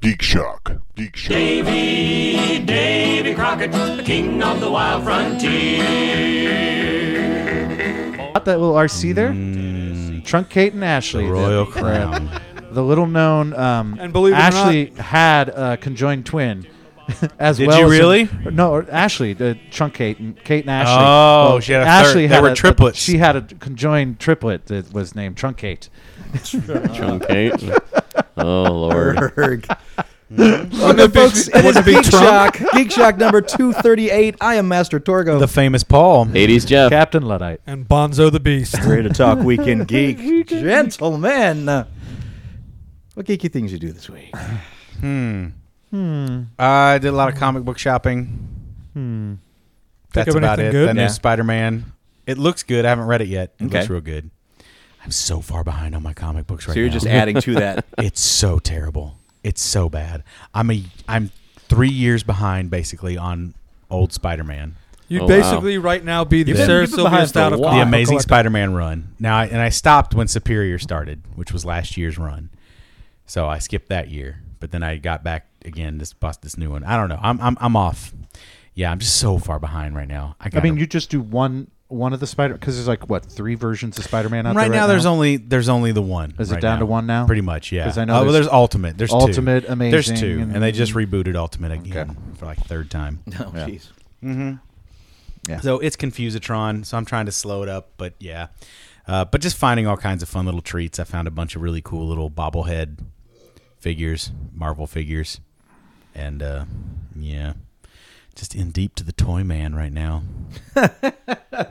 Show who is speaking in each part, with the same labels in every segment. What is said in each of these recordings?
Speaker 1: Deek Shock. Deek Shock.
Speaker 2: Davy, Davy Crockett, the king of the wild frontier.
Speaker 3: Got that little RC there? Truncate and Ashley. The
Speaker 4: Mm. Royal Crown.
Speaker 3: The little known um,
Speaker 5: And believe it or
Speaker 3: Ashley had a conjoined twin. as
Speaker 4: Did
Speaker 3: well
Speaker 4: you
Speaker 3: as an-
Speaker 4: really?
Speaker 3: no, or Ashley, uh, Truncate and Kate and Ashley.
Speaker 4: Oh, she had a third-
Speaker 3: Ashley
Speaker 4: they
Speaker 3: had
Speaker 4: were
Speaker 3: a- a-
Speaker 4: triplets.
Speaker 3: she had a conjoined triplet that was named Truncate.
Speaker 6: Truncate. oh lord.
Speaker 5: Okay, Hmm? folks, it
Speaker 4: Wouldn't
Speaker 5: is
Speaker 4: it be
Speaker 5: Geek
Speaker 4: Trump?
Speaker 5: Shock. Geek Shock number 238. I am Master Torgo.
Speaker 4: The famous Paul.
Speaker 6: 80s Jeff.
Speaker 3: Captain Luddite.
Speaker 7: and Bonzo the Beast.
Speaker 4: Here to talk weekend geek.
Speaker 5: Gentlemen. What geeky things you do this week?
Speaker 4: I did a lot of comic book shopping.
Speaker 3: Hmm.
Speaker 4: That's
Speaker 7: up
Speaker 4: about it.
Speaker 7: anything good?
Speaker 4: The new
Speaker 7: Yeah.
Speaker 4: Spider Man. It looks good. I haven't read it yet. It
Speaker 5: Okay.
Speaker 4: looks real good. I'm so far behind on my comic books right
Speaker 6: So you're
Speaker 4: now.
Speaker 6: just
Speaker 5: Adding to that.
Speaker 4: it's so terrible. It's so bad. I'm a I'm three years behind basically on old Spider Man.
Speaker 7: You'd
Speaker 6: Oh, wow.
Speaker 7: basically right now be the
Speaker 6: You've been-
Speaker 7: Sarah
Speaker 3: you've been behind
Speaker 7: Silverstein
Speaker 3: for a
Speaker 7: out of
Speaker 3: while.
Speaker 4: the
Speaker 7: comic book
Speaker 4: Amazing
Speaker 7: collecting.
Speaker 4: Spider-Man run. Now, I, and I stopped when Superior started, which was last year's run. So I skipped that year, but then I got back again. This bust this new one. I don't know. I'm I'm I'm off. Yeah, I'm just so far behind right now. I,
Speaker 3: I
Speaker 4: gotta-
Speaker 3: mean, you just do one one of the Spider because there's like what three versions of Spider-Man out
Speaker 4: right,
Speaker 3: there
Speaker 4: now, there's only there's only the one.
Speaker 3: Is it
Speaker 4: right
Speaker 3: down to one now?
Speaker 4: Pretty much, yeah.
Speaker 3: 'Cause I know
Speaker 4: oh, well,
Speaker 3: there's
Speaker 4: there's Ultimate. There's two.
Speaker 3: Ultimate, Amazing,
Speaker 4: There's two,
Speaker 3: and-
Speaker 4: and, they just rebooted Ultimate again for like third time. Mm-hmm.
Speaker 5: Oh, jeez.
Speaker 4: So it's Confusatron. So I'm trying to slow it up, but yeah. Uh, but just finding all kinds of fun little treats. I found a bunch of really cool little bobblehead figures, Marvel figures, and uh, yeah, just in deep to the Toy Man right now. but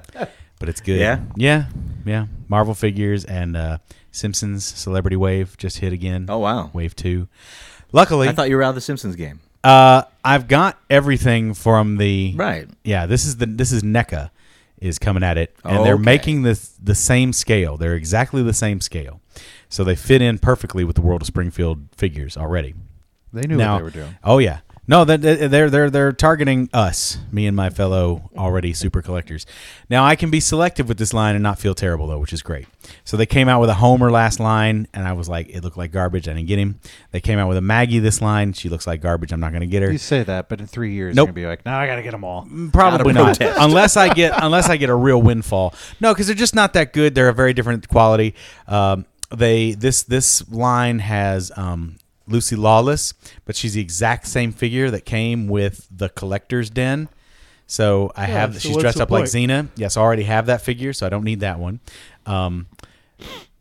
Speaker 4: it's good.
Speaker 5: Yeah?
Speaker 4: yeah, yeah. Marvel figures and uh, Simpsons Celebrity Wave just hit again.
Speaker 5: Oh, wow.
Speaker 4: Wave two. Luckily,
Speaker 5: I thought you were out of the Simpsons game.
Speaker 4: uh, I've got everything from the
Speaker 5: Right.
Speaker 4: Yeah, this is the this is NECA is coming at it, and
Speaker 5: Oh,
Speaker 4: they're
Speaker 5: okay.
Speaker 4: making this the same scale. They're exactly the same scale, so they fit in perfectly with the World of Springfield figures already.
Speaker 3: they knew
Speaker 4: now,
Speaker 3: what they were doing.
Speaker 4: oh yeah, no, that- that- they're they're they're targeting us, me and my fellow already super collectors. Now I can be selective with this line and not feel terrible though, which is great. So they came out with a Homer last line, and I was like, it looked like garbage. I didn't get him. They came out with a Maggie this line. She looks like garbage. I'm not going to get her.
Speaker 3: You say that, but in three years
Speaker 4: Nope.
Speaker 3: you're gonna be like, no, I gotta get them all.
Speaker 4: Probably
Speaker 5: Out of
Speaker 4: not.
Speaker 5: protest.
Speaker 4: unless I get unless I get a real windfall. No, because they're just not that good. They're a very different quality. Um, they this this line has um, Lucy Lawless, but she's the exact same figure that came with the Collector's Den. So I have
Speaker 7: so
Speaker 4: she's
Speaker 7: what's
Speaker 4: dressed
Speaker 7: the
Speaker 4: up like
Speaker 7: point?
Speaker 4: Xena. Yes, I already have that figure, so I don't need that one. Um,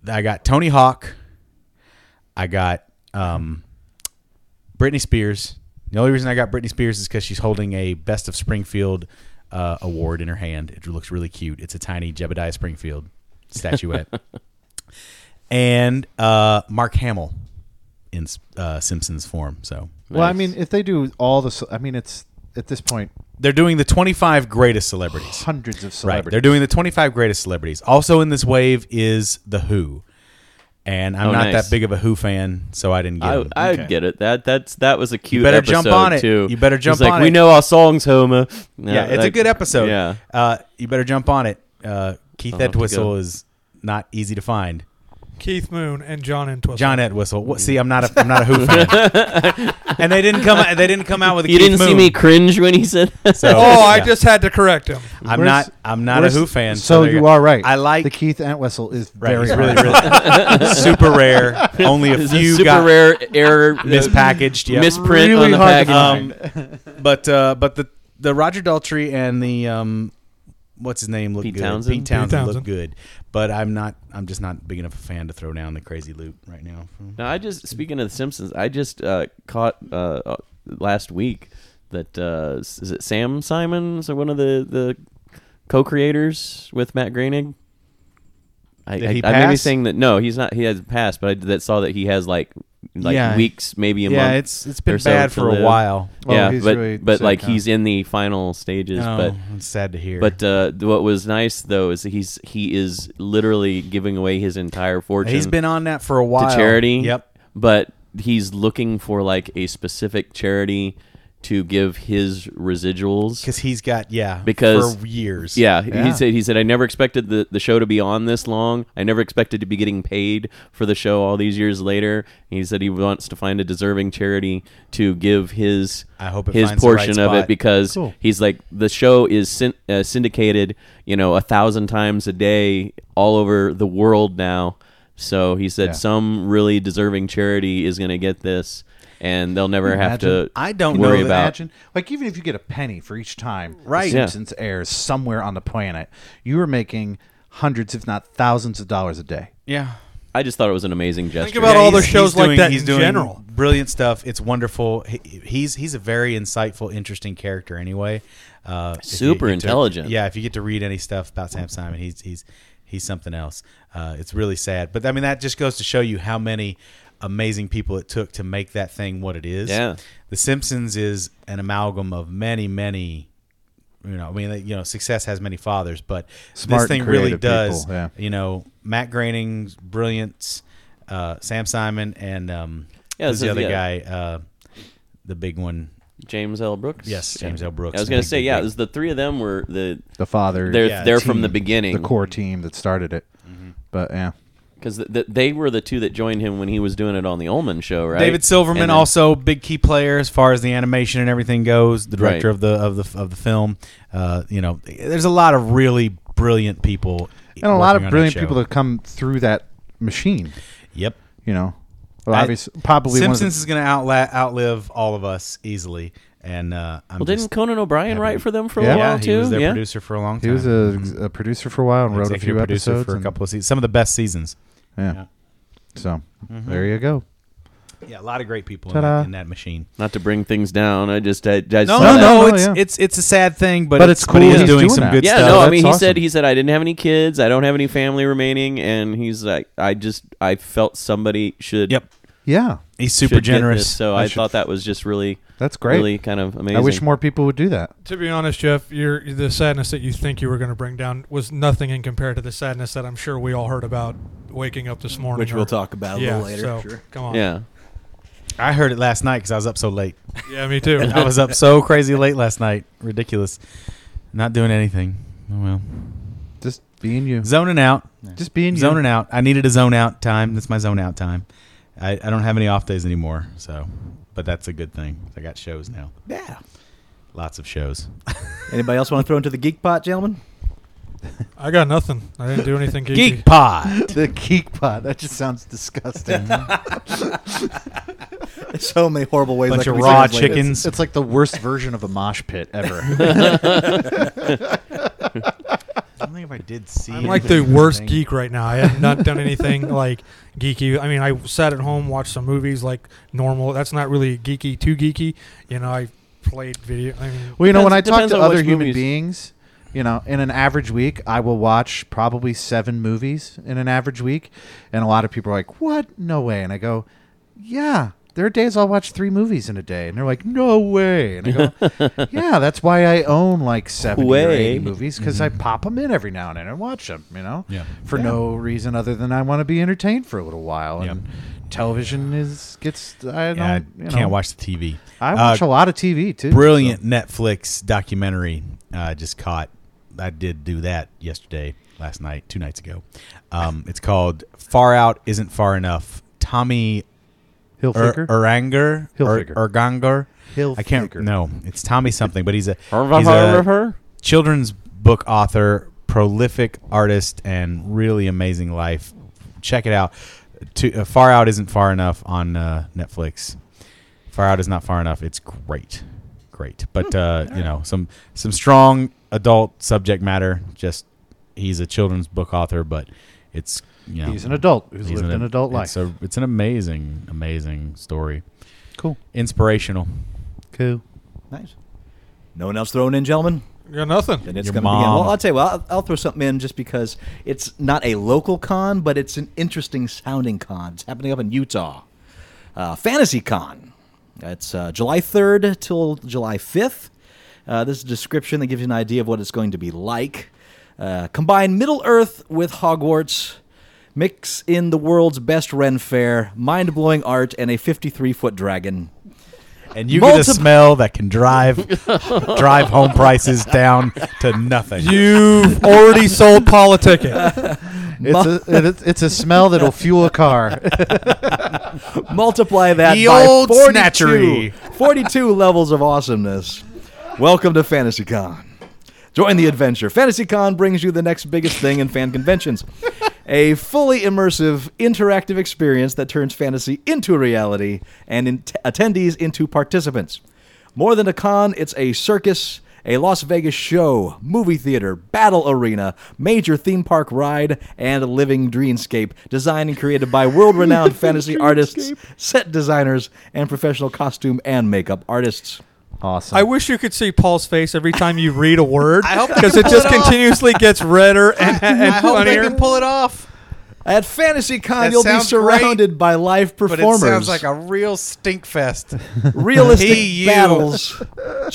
Speaker 4: I got Tony Hawk. I got um, Britney Spears. The only reason I got Britney Spears is because she's holding a Best of Springfield uh, award in her hand. It looks really cute. It's a tiny Jebediah Springfield statuette. and uh, Mark Hamill in uh, Simpsons form. So
Speaker 3: Well, I mean, if they do all the, ce- I mean, it's at this point
Speaker 4: they're doing the 25 greatest celebrities.
Speaker 3: hundreds of
Speaker 4: Right.
Speaker 3: celebrities.
Speaker 4: They're doing the 25 greatest celebrities. Also in this wave is The Who. And I'm
Speaker 6: Oh,
Speaker 4: not
Speaker 6: nice.
Speaker 4: that big of a Who fan, so I didn't get
Speaker 6: I,
Speaker 4: him.
Speaker 6: I get it. That that's that was a cute.
Speaker 4: better jump
Speaker 6: episode,
Speaker 4: on it.
Speaker 6: Too.
Speaker 4: You better
Speaker 6: It's
Speaker 4: jump
Speaker 6: like,
Speaker 4: on
Speaker 6: We
Speaker 4: it.
Speaker 6: know all songs, Homer.
Speaker 4: yeah, it's a
Speaker 6: like-
Speaker 4: good episode.
Speaker 6: Yeah,
Speaker 4: Uh, you better jump on it. Uh, Keith
Speaker 6: I'll have to go.
Speaker 4: Edwistle is not easy to find.
Speaker 7: Keith Moon and John Entwistle.
Speaker 4: John Edwistle. What, see, I'm not a I'm not a Who fan. and they didn't come out- they didn't come out with a
Speaker 6: you
Speaker 4: Keith
Speaker 6: didn't see
Speaker 4: Moon.
Speaker 6: me cringe when he said that.
Speaker 4: So,
Speaker 7: Oh, I
Speaker 4: yeah.
Speaker 7: just had to correct him.
Speaker 4: I'm
Speaker 3: Where's-
Speaker 4: not I'm not a
Speaker 3: where's-
Speaker 4: Who fan.
Speaker 3: So,
Speaker 4: there
Speaker 3: you
Speaker 4: go.
Speaker 3: are right.
Speaker 4: I like
Speaker 3: the Keith Entwistle is
Speaker 4: right,
Speaker 3: very
Speaker 4: it's
Speaker 3: hard.
Speaker 4: really, really super rare. Only a
Speaker 6: It's a
Speaker 4: few
Speaker 6: super
Speaker 4: got
Speaker 6: rare error uh,
Speaker 4: mispackaged. Yeah.
Speaker 6: misprint
Speaker 3: Really
Speaker 6: on the
Speaker 3: hard to
Speaker 6: package.
Speaker 4: um, but uh, but the the Roger Daltrey and the um, what's his name look
Speaker 6: Pete
Speaker 4: good.
Speaker 6: Townsend?
Speaker 4: Pete Townsend
Speaker 7: Pete
Speaker 4: look
Speaker 7: Townsend.
Speaker 4: good. But I'm not. I'm just not big enough a fan to throw down the crazy loop right now.
Speaker 6: No, I just speaking of the Simpsons, I just uh, caught uh, uh, last week that uh, s- is it Sam Simon is one of the the co-creators with Matt Groening. I,
Speaker 4: Did
Speaker 6: I,
Speaker 4: he
Speaker 6: I may be
Speaker 4: pass?
Speaker 6: saying that no, he's not. He has passed, but I that saw that he has like like
Speaker 4: Yeah.
Speaker 6: weeks, maybe a
Speaker 4: yeah,
Speaker 6: month.
Speaker 4: it's it's been
Speaker 6: or so
Speaker 4: bad
Speaker 6: to
Speaker 4: for a
Speaker 6: live.
Speaker 4: while.
Speaker 3: Oh,
Speaker 6: yeah,
Speaker 3: he's
Speaker 6: but
Speaker 3: really
Speaker 6: but
Speaker 3: sick,
Speaker 6: like
Speaker 3: huh?
Speaker 6: he's in the final stages, but.
Speaker 4: oh, it's sad to hear.
Speaker 6: But uh, th- what was nice though is that he's he is literally giving away his entire fortune
Speaker 4: he's been on that for a while.
Speaker 6: to charity.
Speaker 4: Yep.
Speaker 6: But he's looking for like a specific charity to give his residuals.
Speaker 4: because he's got yeah
Speaker 6: Because-
Speaker 4: for years
Speaker 6: Yeah,
Speaker 3: Yeah.
Speaker 6: he said he said I never expected the, the show to be on this long. I never expected to be getting paid for the show all these years later. He said he wants to find a deserving charity to give his
Speaker 4: I hope it
Speaker 6: his
Speaker 4: finds the right
Speaker 6: portion of it
Speaker 4: spot.
Speaker 6: because
Speaker 4: Cool.
Speaker 6: he's like the show is syn- uh, syndicated, you know, a thousand times a day all over the world now. So he said
Speaker 4: Yeah.
Speaker 6: some really deserving charity is going to get this, and they'll never have to.
Speaker 3: Imagine.
Speaker 4: I don't
Speaker 6: worry
Speaker 4: know that-
Speaker 6: about
Speaker 3: Imagine, like, even if you get a penny for each time
Speaker 4: Right.
Speaker 3: The
Speaker 6: Yeah.
Speaker 3: Simpsons airs somewhere on the planet, you are making hundreds, if not thousands, of dollars a day.
Speaker 4: yeah
Speaker 6: I just thought it was an amazing gesture.
Speaker 7: about all the
Speaker 4: he's-
Speaker 7: shows
Speaker 4: he's
Speaker 7: like
Speaker 4: doing-
Speaker 7: that
Speaker 4: he's
Speaker 7: in
Speaker 4: doing
Speaker 7: general.
Speaker 4: Brilliant stuff. It's wonderful. He, he's he's a very insightful, interesting character. Anyway, uh, if you
Speaker 6: Super
Speaker 4: get to-
Speaker 6: intelligent.
Speaker 4: yeah, if you get to read any stuff about Sam Simon, he's he's he's something else. Uh, it's really sad, but I mean that just goes to show you how many amazing people it took to make that thing what it is.
Speaker 6: Yeah.
Speaker 4: The Simpsons is an amalgam of many many. You know, I mean, you know, success has many fathers, but
Speaker 3: Smart
Speaker 4: this
Speaker 3: and
Speaker 4: thing really
Speaker 3: creative
Speaker 4: does
Speaker 3: people, yeah.
Speaker 4: you know Matt Groening's brilliance, uh, Sam Simon, and um,
Speaker 6: Yeah,
Speaker 4: who's
Speaker 6: so-
Speaker 4: the other
Speaker 6: yeah.
Speaker 4: guy, uh, the big one.
Speaker 6: James L. Brooks.
Speaker 4: Yes, James L. Brooks.
Speaker 6: I was gonna
Speaker 4: Big,
Speaker 6: say
Speaker 4: big,
Speaker 6: yeah,
Speaker 4: big.
Speaker 6: it was the three of them were the
Speaker 3: The father,
Speaker 6: they're
Speaker 4: Yeah,
Speaker 6: they're from the
Speaker 4: team,
Speaker 6: beginning
Speaker 3: the core team that started it.
Speaker 4: Mm-hmm.
Speaker 3: But yeah,
Speaker 6: because th- th- they were the two that joined him when he was doing it on the Ullman show, right?
Speaker 4: David Silverman,
Speaker 6: And then-
Speaker 4: also big key player as far as the animation and everything goes. The director
Speaker 6: Right.
Speaker 4: of the of the of the film. Uh, you know, there's a lot of really brilliant people
Speaker 3: and a lot
Speaker 4: working
Speaker 3: of
Speaker 4: on
Speaker 3: brilliant
Speaker 4: show.
Speaker 3: people that come through that machine.
Speaker 4: Yep.
Speaker 3: You know, well,
Speaker 4: I-
Speaker 3: obviously, probably one of the-
Speaker 4: Simpsons is going to outla- outlive all of us easily, and uh, I'm
Speaker 6: Well, didn't
Speaker 4: just-
Speaker 6: Conan O'Brien
Speaker 4: happy-
Speaker 6: write for them for
Speaker 3: Yeah.
Speaker 6: a
Speaker 4: yeah,
Speaker 6: while
Speaker 4: he
Speaker 6: too?
Speaker 4: was their
Speaker 6: yeah,
Speaker 4: producer for a long time.
Speaker 3: He was a, a producer for a while and wrote a
Speaker 4: Mm-hmm. executive
Speaker 3: few
Speaker 4: producer
Speaker 3: episodes
Speaker 4: for a
Speaker 3: and-
Speaker 4: couple of seasons. Some of the best seasons.
Speaker 3: Yeah.
Speaker 4: Yeah.
Speaker 3: So there you go.
Speaker 4: Yeah, a lot of great people in
Speaker 3: Ta-da.
Speaker 4: that, in that machine.
Speaker 6: not to bring things down. I just I, I just
Speaker 4: No,
Speaker 6: saw
Speaker 4: no,
Speaker 6: that.
Speaker 4: no,
Speaker 3: no,
Speaker 4: It's
Speaker 3: Oh, yeah.
Speaker 4: it's it's a sad thing, but,
Speaker 3: But
Speaker 4: it's,
Speaker 3: it's
Speaker 4: But
Speaker 3: cool
Speaker 4: he is
Speaker 3: he's
Speaker 4: doing,
Speaker 3: doing
Speaker 4: some
Speaker 3: that.
Speaker 4: good
Speaker 6: Yeah,
Speaker 4: stuff.
Speaker 6: no. I mean, he
Speaker 3: That's
Speaker 6: said
Speaker 3: awesome.
Speaker 6: he said I didn't have any kids. I don't have any family remaining, and he's like, I just I felt somebody should.
Speaker 4: Yep,
Speaker 3: Yeah,
Speaker 4: he's
Speaker 6: should
Speaker 4: super
Speaker 6: get this.
Speaker 4: generous.
Speaker 6: So
Speaker 3: I
Speaker 6: I,
Speaker 3: should-
Speaker 6: thought that was just really
Speaker 3: that's great.
Speaker 6: really kind of amazing.
Speaker 3: I wish more people would do that.
Speaker 7: To be honest, Jeff, your the sadness that you think you were going to bring down was nothing in compared to the sadness that I'm sure we all heard about waking up this morning.
Speaker 8: Which
Speaker 7: or-
Speaker 8: we'll talk about a
Speaker 7: yeah,
Speaker 8: little later.
Speaker 7: So,
Speaker 8: Sure.
Speaker 7: Come on.
Speaker 6: Yeah.
Speaker 4: I heard it last night because I was up so late.
Speaker 7: Yeah, me too.
Speaker 4: I was up so crazy late last night. Ridiculous. Not doing anything. Oh well,
Speaker 3: Just being you.
Speaker 4: zoning out.
Speaker 3: Just being
Speaker 4: zoning
Speaker 3: you.
Speaker 4: out. I needed a zone out time. That's my zone out time. I, I don't have any off days anymore. So, but that's a good thing. I got shows now.
Speaker 8: Yeah.
Speaker 4: Lots of shows.
Speaker 8: Anybody else want to throw into the geek pot, gentlemen?
Speaker 7: I got nothing. I didn't do anything geeky.
Speaker 4: Geek Pod.
Speaker 3: The geek pod. That just sounds disgusting.
Speaker 8: There's so many horrible ways.
Speaker 4: Bunch
Speaker 8: that can
Speaker 4: of
Speaker 8: be
Speaker 4: raw
Speaker 8: translated.
Speaker 4: chicken.
Speaker 3: it's, it's like the worst version of a mosh pit ever.
Speaker 4: I don't think if I did see.
Speaker 7: I'm like the worst geek right now. I have not done anything like geeky. I mean, I sat at home, watched some movies like normal. That's not really geeky, too geeky. You know, I played video. I mean,
Speaker 3: Well, you know, when I talk
Speaker 6: Depends- depends
Speaker 3: to
Speaker 6: on which
Speaker 3: other human
Speaker 6: movies.
Speaker 3: beings, you know, in an average week, I will watch probably seven movies in an average week. And a lot of people are like, what? No way. And I go, yeah. There are days I'll watch three movies in a day, and they're like, "No way!" And I go, "Yeah, that's why I own like seven or
Speaker 6: Way. Mm-hmm.
Speaker 3: eighty movies because I pop them in every now and then and watch them, you know,
Speaker 4: Yeah.
Speaker 3: for no reason other than I want to be entertained for a little while." And television is gets I don't
Speaker 4: Yeah, I
Speaker 3: you know,
Speaker 4: can't watch the TV.
Speaker 3: I watch
Speaker 4: Uh,
Speaker 3: a lot of TV too.
Speaker 4: brilliant Netflix documentary uh, I just caught. I did do that yesterday, last night, two nights ago. Um, it's called Far Out Isn't Far Enough. Tommy
Speaker 3: Hill
Speaker 4: Ur- Uranger,
Speaker 3: Hilfiger.
Speaker 4: Ur- Urganger. I can't.
Speaker 3: Hilfiger.
Speaker 4: No, it's Tommy something, but he's a, he's a children's book author, prolific artist, and really amazing life. Check it out. To, uh, far Out Isn't Far Enough on uh, Netflix. Far Out is not far enough. It's great, great. But
Speaker 3: Hmm.
Speaker 4: uh, you know, some some strong adult subject matter. Just he's a children's book author, but it's you know
Speaker 3: He's an adult who's
Speaker 4: he's
Speaker 3: lived an, adult life.
Speaker 4: It's, a, it's an amazing, amazing story.
Speaker 3: cool.
Speaker 4: Inspirational.
Speaker 3: Cool.
Speaker 8: Nice. No one else thrown in, gentlemen.
Speaker 7: I got nothing.
Speaker 8: Then it's
Speaker 4: Your
Speaker 8: going to begin.
Speaker 4: mom.
Speaker 8: Well, I'll tell you what. I'll, I'll throw something in just because it's not a local con, but it's an interesting sounding con. It's happening up in Utah. Uh, Fantasy Con. It's uh, July 3rd till July 5th. Uh, this is a description that gives you an idea of what it's going to be like. Uh, combine Middle Earth with Hogwarts. Mix in the world's best Ren fair, mind blowing art, and a 53 foot dragon.
Speaker 4: and you get
Speaker 8: Multipl-
Speaker 4: a smell that can drive drive home prices down to nothing.
Speaker 7: You've already sold politicking.
Speaker 3: It's a, it's, it's a smell that'll fuel a car.
Speaker 8: Multiply that
Speaker 4: The
Speaker 8: by
Speaker 4: old
Speaker 8: 42,
Speaker 4: snatchery.
Speaker 8: 42 levels of awesomeness. Welcome to FantasyCon. Join the adventure. FantasyCon brings you the next biggest thing in fan conventions. A fully immersive, interactive experience that turns fantasy into reality and in- attendees into participants. More than a con, it's a circus, a Las Vegas show, movie theater, battle arena, major theme park ride, and a living dreamscape designed and created by world renowned fantasy artists, set designers, and professional costume and makeup artists.
Speaker 3: Awesome.
Speaker 7: I wish you could see Paul's face every time you read a word because it just continuously gets redder and, and
Speaker 4: I hope they
Speaker 7: funnier.
Speaker 4: can pull it off.
Speaker 8: At FantasyCon,
Speaker 4: That
Speaker 8: you'll be
Speaker 4: sounds
Speaker 8: surrounded by live
Speaker 4: But
Speaker 8: performers,
Speaker 4: it sounds like a real stink fest.
Speaker 8: realistic
Speaker 4: Hey, you.
Speaker 8: battles,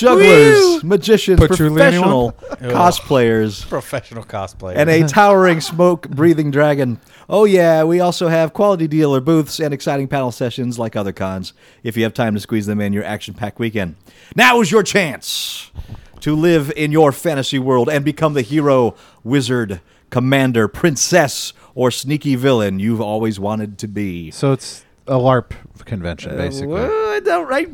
Speaker 8: jugglers, magicians,
Speaker 7: Patchouli, anyone?
Speaker 8: professional cosplayers.
Speaker 4: Professional cosplay.
Speaker 8: and a towering smoke breathing dragon. Oh yeah, we also have quality dealer booths and exciting panel sessions like other cons. If you have time to squeeze them in your action-packed weekend, now is your chance to live in your fantasy world and become the hero, wizard, commander, princess, or sneaky villain you've always wanted to be.
Speaker 3: so it's a LARP
Speaker 4: Uh,
Speaker 3: convention, basically.
Speaker 8: Well, I, don't, I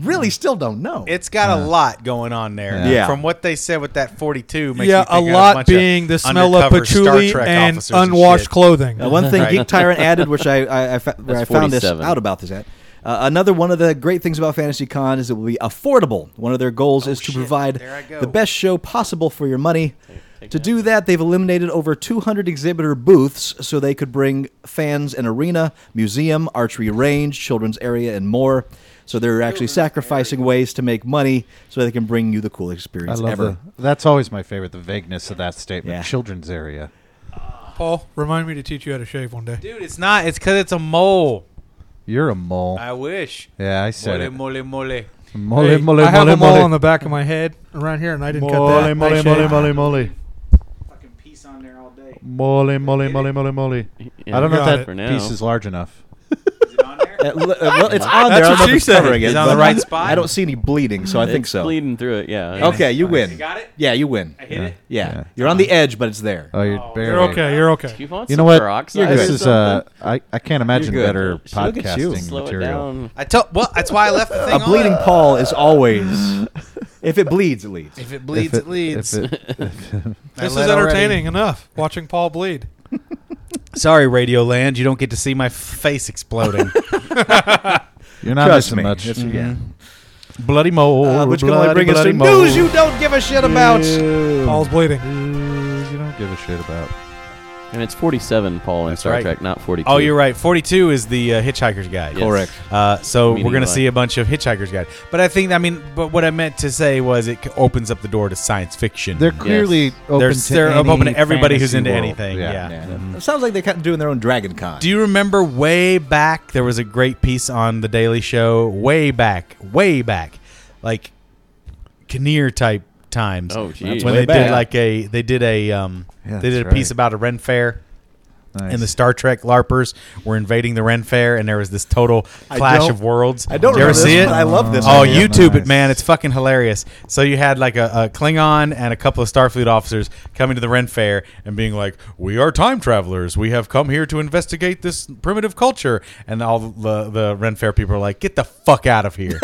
Speaker 8: really still don't know.
Speaker 4: It's got a lot going on there.
Speaker 8: Yeah. Yeah.
Speaker 4: From what they said with that 42, makes
Speaker 7: Yeah,
Speaker 4: me
Speaker 7: a
Speaker 4: think of
Speaker 7: lot
Speaker 4: bunch of
Speaker 7: being the smell of
Speaker 4: undercover Star
Speaker 7: patchouli
Speaker 4: Trek
Speaker 7: and
Speaker 4: officers
Speaker 7: unwashed
Speaker 4: shit.
Speaker 7: clothing.
Speaker 8: Uh, one thing
Speaker 4: Right.
Speaker 8: Geek Tyrant added, which I, I, I fa- where I
Speaker 6: That's
Speaker 8: found this
Speaker 6: 47.
Speaker 8: out about this at. Uh, another one of the great things about FantasyCon is it will be affordable. One of their goals is to provide
Speaker 4: There I go.
Speaker 8: the best show possible for your money. to do that, they've eliminated over 200 exhibitor booths so they could bring fans an arena, museum, archery range, children's area, and more. So they're actually sacrificing ways to make money so they can bring you the coolest
Speaker 3: I
Speaker 8: experience
Speaker 3: love
Speaker 8: ever.
Speaker 3: the, That's always my favorite, the vagueness of that statement.
Speaker 8: Yeah.
Speaker 3: Children's area.
Speaker 7: Paul, remind me to teach you how to shave one day.
Speaker 4: Dude, it's not. It's because it's a mole.
Speaker 3: You're a mole.
Speaker 4: I wish.
Speaker 3: yeah, I said
Speaker 4: Mole,
Speaker 3: it.
Speaker 4: mole, mole.
Speaker 3: Mole,
Speaker 7: Hey,
Speaker 3: mole,
Speaker 7: I have
Speaker 3: mole,
Speaker 7: them all
Speaker 3: mole.
Speaker 7: on the back of my head around here, and I didn't cut
Speaker 3: Mole,
Speaker 7: that. I
Speaker 3: mole,
Speaker 7: shaved.
Speaker 3: mole, mole, mole.
Speaker 4: Fucking piece on there all day.
Speaker 3: Mole, mole, mole, mole, mole.
Speaker 6: Yeah,
Speaker 3: I don't know
Speaker 7: got
Speaker 3: if
Speaker 6: it. For
Speaker 3: that
Speaker 6: now.
Speaker 3: piece is large enough.
Speaker 4: Is it on there?
Speaker 8: Uh, l- uh, well, it's on there.
Speaker 7: That's
Speaker 8: I
Speaker 7: what
Speaker 8: don't know if
Speaker 7: she
Speaker 8: it's
Speaker 7: said.
Speaker 8: covering
Speaker 4: Is
Speaker 8: it,
Speaker 4: it on the
Speaker 8: but
Speaker 4: right spot?
Speaker 8: I don't see any bleeding, so I think
Speaker 6: It's
Speaker 8: so.
Speaker 6: bleeding through it. Yeah.
Speaker 8: Okay, you win.
Speaker 4: You got it?
Speaker 8: Yeah, you win.
Speaker 4: I hit it?
Speaker 8: Yeah, you're on the edge, but it's there.
Speaker 4: Uh,
Speaker 3: Oh, you're barely.
Speaker 7: You're okay. You're okay.
Speaker 6: You, want
Speaker 3: You know
Speaker 6: some
Speaker 3: what?
Speaker 6: peroxide
Speaker 3: This
Speaker 6: or
Speaker 3: is uh,
Speaker 6: something?
Speaker 3: I, I can't imagine
Speaker 8: good.
Speaker 3: better
Speaker 8: Look at you.
Speaker 3: podcasting
Speaker 6: slow
Speaker 3: material.
Speaker 6: it down.
Speaker 4: I tell. Well, that's why I left the thing
Speaker 8: A
Speaker 4: on.
Speaker 8: bleeding Paul is always. If it bleeds, it leads.
Speaker 4: If it
Speaker 3: If
Speaker 4: bleeds, it, leads.
Speaker 3: if it-
Speaker 4: I
Speaker 7: This is
Speaker 4: led already.
Speaker 7: entertaining enough. Watching Paul bleed.
Speaker 4: Sorry, Radio Land. You don't get to see my face exploding.
Speaker 3: you're not
Speaker 8: Trust
Speaker 3: missing
Speaker 8: me.
Speaker 3: much.
Speaker 8: Yes, you can.
Speaker 3: Bloody mole.
Speaker 8: Uh, which can only
Speaker 3: bloody,
Speaker 8: bring us
Speaker 3: bloody
Speaker 8: to
Speaker 3: mole.
Speaker 8: news you don't give a shit about.
Speaker 7: Paul's bleeding.
Speaker 3: News you don't give a shit about.
Speaker 6: And it's 47, Paul, in
Speaker 4: That's
Speaker 6: Star
Speaker 4: right.
Speaker 6: Trek, not 42.
Speaker 4: oh, you're right. Forty-two is the uh, Hitchhiker's Guide.
Speaker 6: Yes. Correct.
Speaker 4: Uh, so
Speaker 6: Meaning
Speaker 4: we're gonna
Speaker 6: like-
Speaker 4: see a bunch of Hitchhiker's Guide. But I think I mean, but what I meant to say was it c- opens up the door to science fiction.
Speaker 3: They're clearly open
Speaker 4: They're-
Speaker 3: to
Speaker 4: they're
Speaker 3: any
Speaker 4: open to everybody who's
Speaker 3: fantasy
Speaker 4: into
Speaker 3: world.
Speaker 4: anything, yeah.
Speaker 8: Yeah. It sounds like they're kind of doing their own Dragon Con.
Speaker 4: Do you remember way back? There was a great piece on the Daily Show. Way back, way back, like Kinnear type times.
Speaker 6: Oh, geez.
Speaker 4: when
Speaker 8: Way
Speaker 4: they
Speaker 8: back.
Speaker 4: did like a they did a um
Speaker 3: Yeah,
Speaker 4: they did a
Speaker 3: that's
Speaker 4: piece
Speaker 3: right.
Speaker 4: about a Ren Fair.
Speaker 3: Nice.
Speaker 4: And the Star Trek LARPers were invading the Ren Fair, and there was this total
Speaker 8: I
Speaker 4: clash
Speaker 8: don't-
Speaker 4: of worlds.
Speaker 8: I don't
Speaker 4: Did you ever
Speaker 8: remember this,
Speaker 4: see it?
Speaker 8: but I love this.
Speaker 4: Oh,
Speaker 3: idea.
Speaker 4: YouTube
Speaker 3: Nice.
Speaker 4: it, man! It's fucking hilarious. So you had like a, a Klingon and a couple of Starfleet officers coming to the Ren Fair and being like, "We are time travelers. We have come here to investigate this primitive culture." And all the the Ren Fair people are like, "Get the fuck out of here."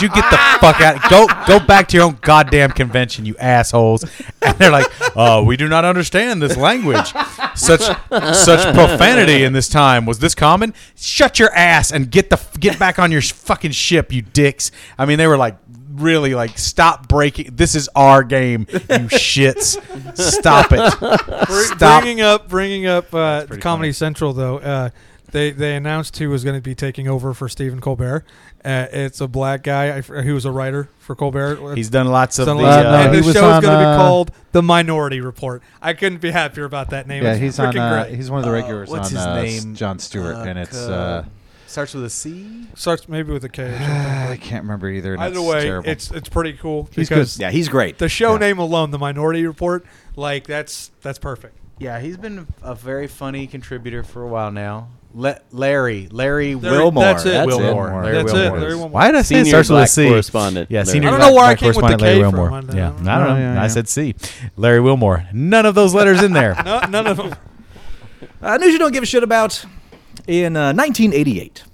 Speaker 4: you get the fuck out. Go go back to your own goddamn convention, you assholes. And they're like, oh, we do not understand this language. Such such profanity in this time was this common? Shut your ass and get the get back on your sh- fucking ship, you dicks. I mean, they were like really like stop breaking. This is our game, you shits. Stop it.
Speaker 7: Br-
Speaker 4: Stop.
Speaker 7: Bringing up, bringing up uh, the Comedy Central though. Uh, they they announced who was going to be taking over for Stephen Colbert. Uh, it's a black guy I f- who was a writer for Colbert.
Speaker 4: He's done lots of
Speaker 7: It's on
Speaker 4: the.
Speaker 7: the list.
Speaker 3: Uh, no,
Speaker 4: Uh,
Speaker 7: and
Speaker 3: he
Speaker 7: the
Speaker 3: was
Speaker 7: show's
Speaker 3: on,
Speaker 7: going to be
Speaker 3: uh,
Speaker 7: called The Minority Report. I couldn't be happier about that name.
Speaker 3: yeah,
Speaker 7: It's
Speaker 3: he's on.
Speaker 7: freaking
Speaker 3: Uh,
Speaker 7: great.
Speaker 3: he's one of the regulars
Speaker 4: what's
Speaker 3: on
Speaker 4: his
Speaker 3: uh,
Speaker 4: name?
Speaker 3: John Stewart, and it's. Uh,
Speaker 4: starts with a C.
Speaker 7: Starts maybe with a K. Or something.
Speaker 3: I can't remember either. and
Speaker 7: Either
Speaker 3: it's
Speaker 7: way,
Speaker 3: terrible.
Speaker 7: it's it's pretty cool
Speaker 3: He's good.
Speaker 7: because
Speaker 8: Yeah, he's great.
Speaker 7: the show name alone, The Minority Report, like that's that's perfect.
Speaker 4: Yeah, he's been a very funny contributor for a while now.
Speaker 9: Le- Larry, Larry
Speaker 7: Larry-
Speaker 9: Wilmore.
Speaker 7: that's it. That's
Speaker 8: it.
Speaker 9: Wilmore. Larry
Speaker 7: That's it,
Speaker 9: Wilmore.
Speaker 7: Larry Wilmore.
Speaker 9: Why did I say it
Speaker 6: Senior
Speaker 9: starts with a
Speaker 6: black
Speaker 9: C?
Speaker 6: correspondent.
Speaker 9: Yeah,
Speaker 6: Larry.
Speaker 9: senior
Speaker 6: I
Speaker 7: don't know
Speaker 9: black-
Speaker 7: where I
Speaker 9: black
Speaker 7: came with the
Speaker 9: correspondent
Speaker 7: K
Speaker 9: Larry
Speaker 7: from.
Speaker 9: Wilmore.
Speaker 7: I don't
Speaker 9: yeah,
Speaker 7: know.
Speaker 9: I don't know.
Speaker 3: Oh, yeah,
Speaker 9: I
Speaker 3: yeah.
Speaker 9: said C. Larry Wilmore. None of those letters in there.
Speaker 7: No, none of them.
Speaker 8: Uh, news you don't give a shit about. In uh, 1988,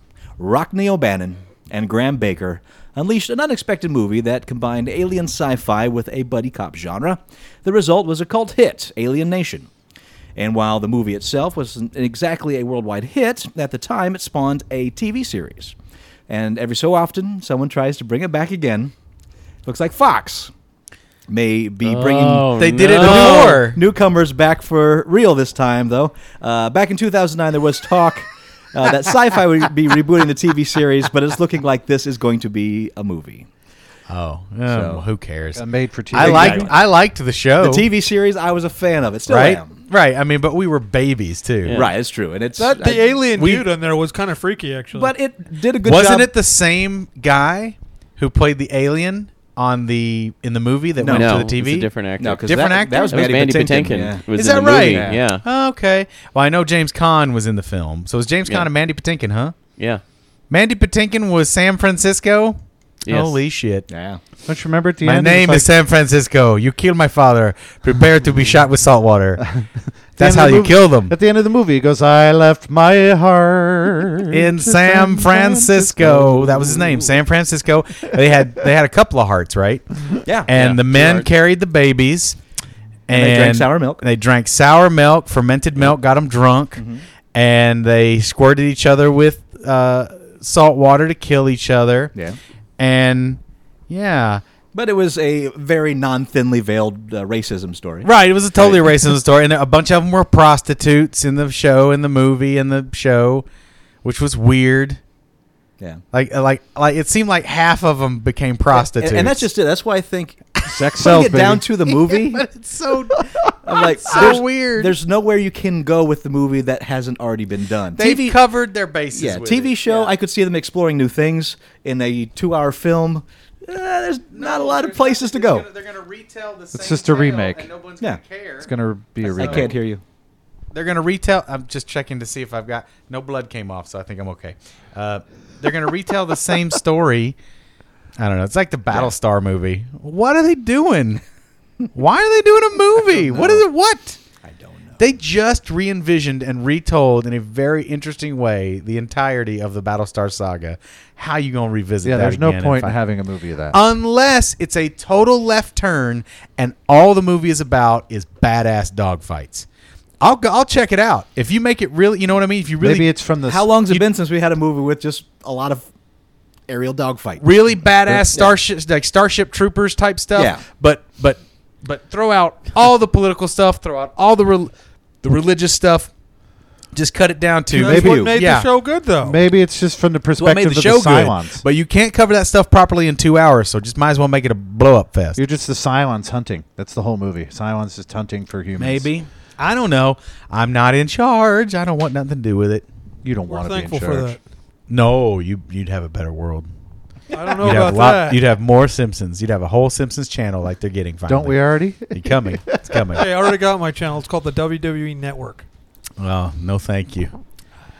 Speaker 8: Rockne O'Bannon and Graham Baker unleashed an unexpected movie that combined alien sci fi with a buddy cop genre. The result was a cult hit, Alien Nation. And while the movie itself wasn't exactly a worldwide hit, at the time it spawned a TV series. And every so often, someone tries to bring it back again. Looks like Fox may be bringing
Speaker 9: They did it
Speaker 6: no.
Speaker 9: before.
Speaker 8: Newcomers back for real this time, though. Uh, back in 2009, there was talk uh, that sci fi would be rebooting the TV series, but it's looking like this is going to be a movie.
Speaker 9: Oh, oh, who cares?
Speaker 3: A made for TV.
Speaker 9: I liked. I liked the show.
Speaker 8: The TV series, I was a fan of. It still
Speaker 9: Oh. right?
Speaker 8: am.
Speaker 9: Right. I mean, but we were babies too.
Speaker 6: Yeah.
Speaker 8: Right, it's true. And it's.
Speaker 7: That the
Speaker 8: I-
Speaker 7: alien
Speaker 9: we-
Speaker 7: dude on there was kind of freaky, actually.
Speaker 8: but it did a good job.
Speaker 9: Wasn't it the same guy who played the alien on the in the movie that
Speaker 8: No.
Speaker 9: went
Speaker 6: No,
Speaker 9: to the TV?
Speaker 6: it's a different actor.
Speaker 8: No, 'cause
Speaker 9: Different
Speaker 8: that,
Speaker 9: actor?
Speaker 8: That was,
Speaker 6: That was Mandy Patinkin.
Speaker 8: yeah.
Speaker 6: was
Speaker 9: Is
Speaker 6: in
Speaker 9: that
Speaker 6: the movie.
Speaker 9: right?
Speaker 6: Yeah.
Speaker 9: Oh, okay. Well, I know James Caan was in the film, so it was James
Speaker 6: Yeah.
Speaker 9: Caan and Mandy Patinkin, huh?
Speaker 6: Yeah.
Speaker 9: Mandy Patinkin was San Francisco.
Speaker 6: Yes.
Speaker 9: Holy shit!
Speaker 8: Yeah.
Speaker 3: Don't you remember at the
Speaker 9: My
Speaker 3: end? it was
Speaker 9: name
Speaker 3: like-
Speaker 9: is San Francisco. You killed my father. Prepare to be shot with salt water. That's
Speaker 3: At
Speaker 9: how
Speaker 3: the end of the
Speaker 9: you
Speaker 3: movie-
Speaker 9: kill them.
Speaker 3: At the end of the movie, he goes, "I left my heart
Speaker 9: in San Francisco. That was his name, San Francisco. They had they had a couple of hearts, right?
Speaker 8: Yeah.
Speaker 9: And the men
Speaker 6: hearts.
Speaker 9: carried the babies, and,
Speaker 8: And they drank sour milk. Mm-hmm.
Speaker 9: They drank sour milk, fermented milk, got them drunk, and they squirted each other with uh, salt water to kill each other.
Speaker 8: Yeah.
Speaker 9: and yeah.
Speaker 8: But it was a very non thinly veiled uh, racism story.
Speaker 9: Right, it was a totally racist story, and a bunch of them were prostitutes in the show, in the movie, in the show, which was weird.
Speaker 8: Yeah.
Speaker 9: Like, uh, like, like, it seemed like half of them became prostitutes.
Speaker 8: And, and that's just it. That's why I think
Speaker 3: Sex
Speaker 8: putting
Speaker 3: sells,
Speaker 8: it down to the movie.
Speaker 9: But it's so
Speaker 8: I'm like,
Speaker 9: so
Speaker 8: there's-
Speaker 9: weird.
Speaker 8: There's nowhere you can go with the movie that hasn't already been done.
Speaker 9: they've
Speaker 8: TV,
Speaker 9: covered their bases.
Speaker 8: yeah,
Speaker 9: with
Speaker 8: TV
Speaker 9: it.
Speaker 8: show. I could see them exploring new things in a two-hour film. Uh, there's not a lot of places to go.
Speaker 9: They're gonna retell the
Speaker 3: same just a tale, remake. and no
Speaker 9: one's
Speaker 8: gonna Yeah.
Speaker 9: care.
Speaker 3: It's gonna be a
Speaker 9: I
Speaker 8: I
Speaker 3: remake.
Speaker 8: can't hear you.
Speaker 9: They're gonna retell. I'm just checking to see if I've got no blood came off, so I think I'm okay. Uh, they're gonna retell the same story. I don't know. It's like the Battlestar movie. What are they doing? Why are they doing a movie? What is it? What?
Speaker 8: I don't know.
Speaker 9: They just re envisioned and retold in a very interesting way the entirety of the Battlestar saga. How you gonna revisit
Speaker 3: Yeah,
Speaker 9: that?
Speaker 3: there's no
Speaker 9: again and
Speaker 3: point in
Speaker 9: find-
Speaker 3: having a movie of that.
Speaker 9: Uh, unless it's a total left turn and all the movie is about is badass dogfights. I'll go, I'll check it out if you make it really. You know what I mean? If you really
Speaker 3: Maybe it's from the
Speaker 8: How long's it been since we had a movie with just a lot of aerial dogfight?
Speaker 9: really badass starship like Starship Troopers type stuff.
Speaker 8: Yeah.
Speaker 9: But but but throw out all the political stuff. Throw out all the rel- the religious stuff. Just cut it down to
Speaker 7: that's
Speaker 3: maybe-
Speaker 7: what made
Speaker 9: yeah.
Speaker 7: the show good, though.
Speaker 3: Maybe it's just from the
Speaker 9: What made
Speaker 3: perspective
Speaker 9: the
Speaker 3: of
Speaker 9: show
Speaker 3: the Cylons.
Speaker 9: good? But you can't cover that stuff properly in two hours, so just might as well make it a blow up fest.
Speaker 3: You're just the Cylons hunting. That's the whole movie. Cylons just hunting for humans.
Speaker 9: Maybe. I don't know. I'm not in charge. I don't want nothing to do with it.
Speaker 3: you don't
Speaker 7: We're
Speaker 3: want to be in
Speaker 7: thankful
Speaker 3: charge.
Speaker 7: for that.
Speaker 9: No, you you'd have a better world.
Speaker 7: I don't know
Speaker 9: You'd
Speaker 7: about
Speaker 9: have a lot.
Speaker 7: that.
Speaker 9: You'd have more Simpsons. You'd have a whole Simpsons channel like they're getting. Finally.
Speaker 3: Don't we already?
Speaker 9: You're coming. It's coming.
Speaker 7: hey, I already got my channel. It's called the WWE Network.
Speaker 9: Well, no, thank you.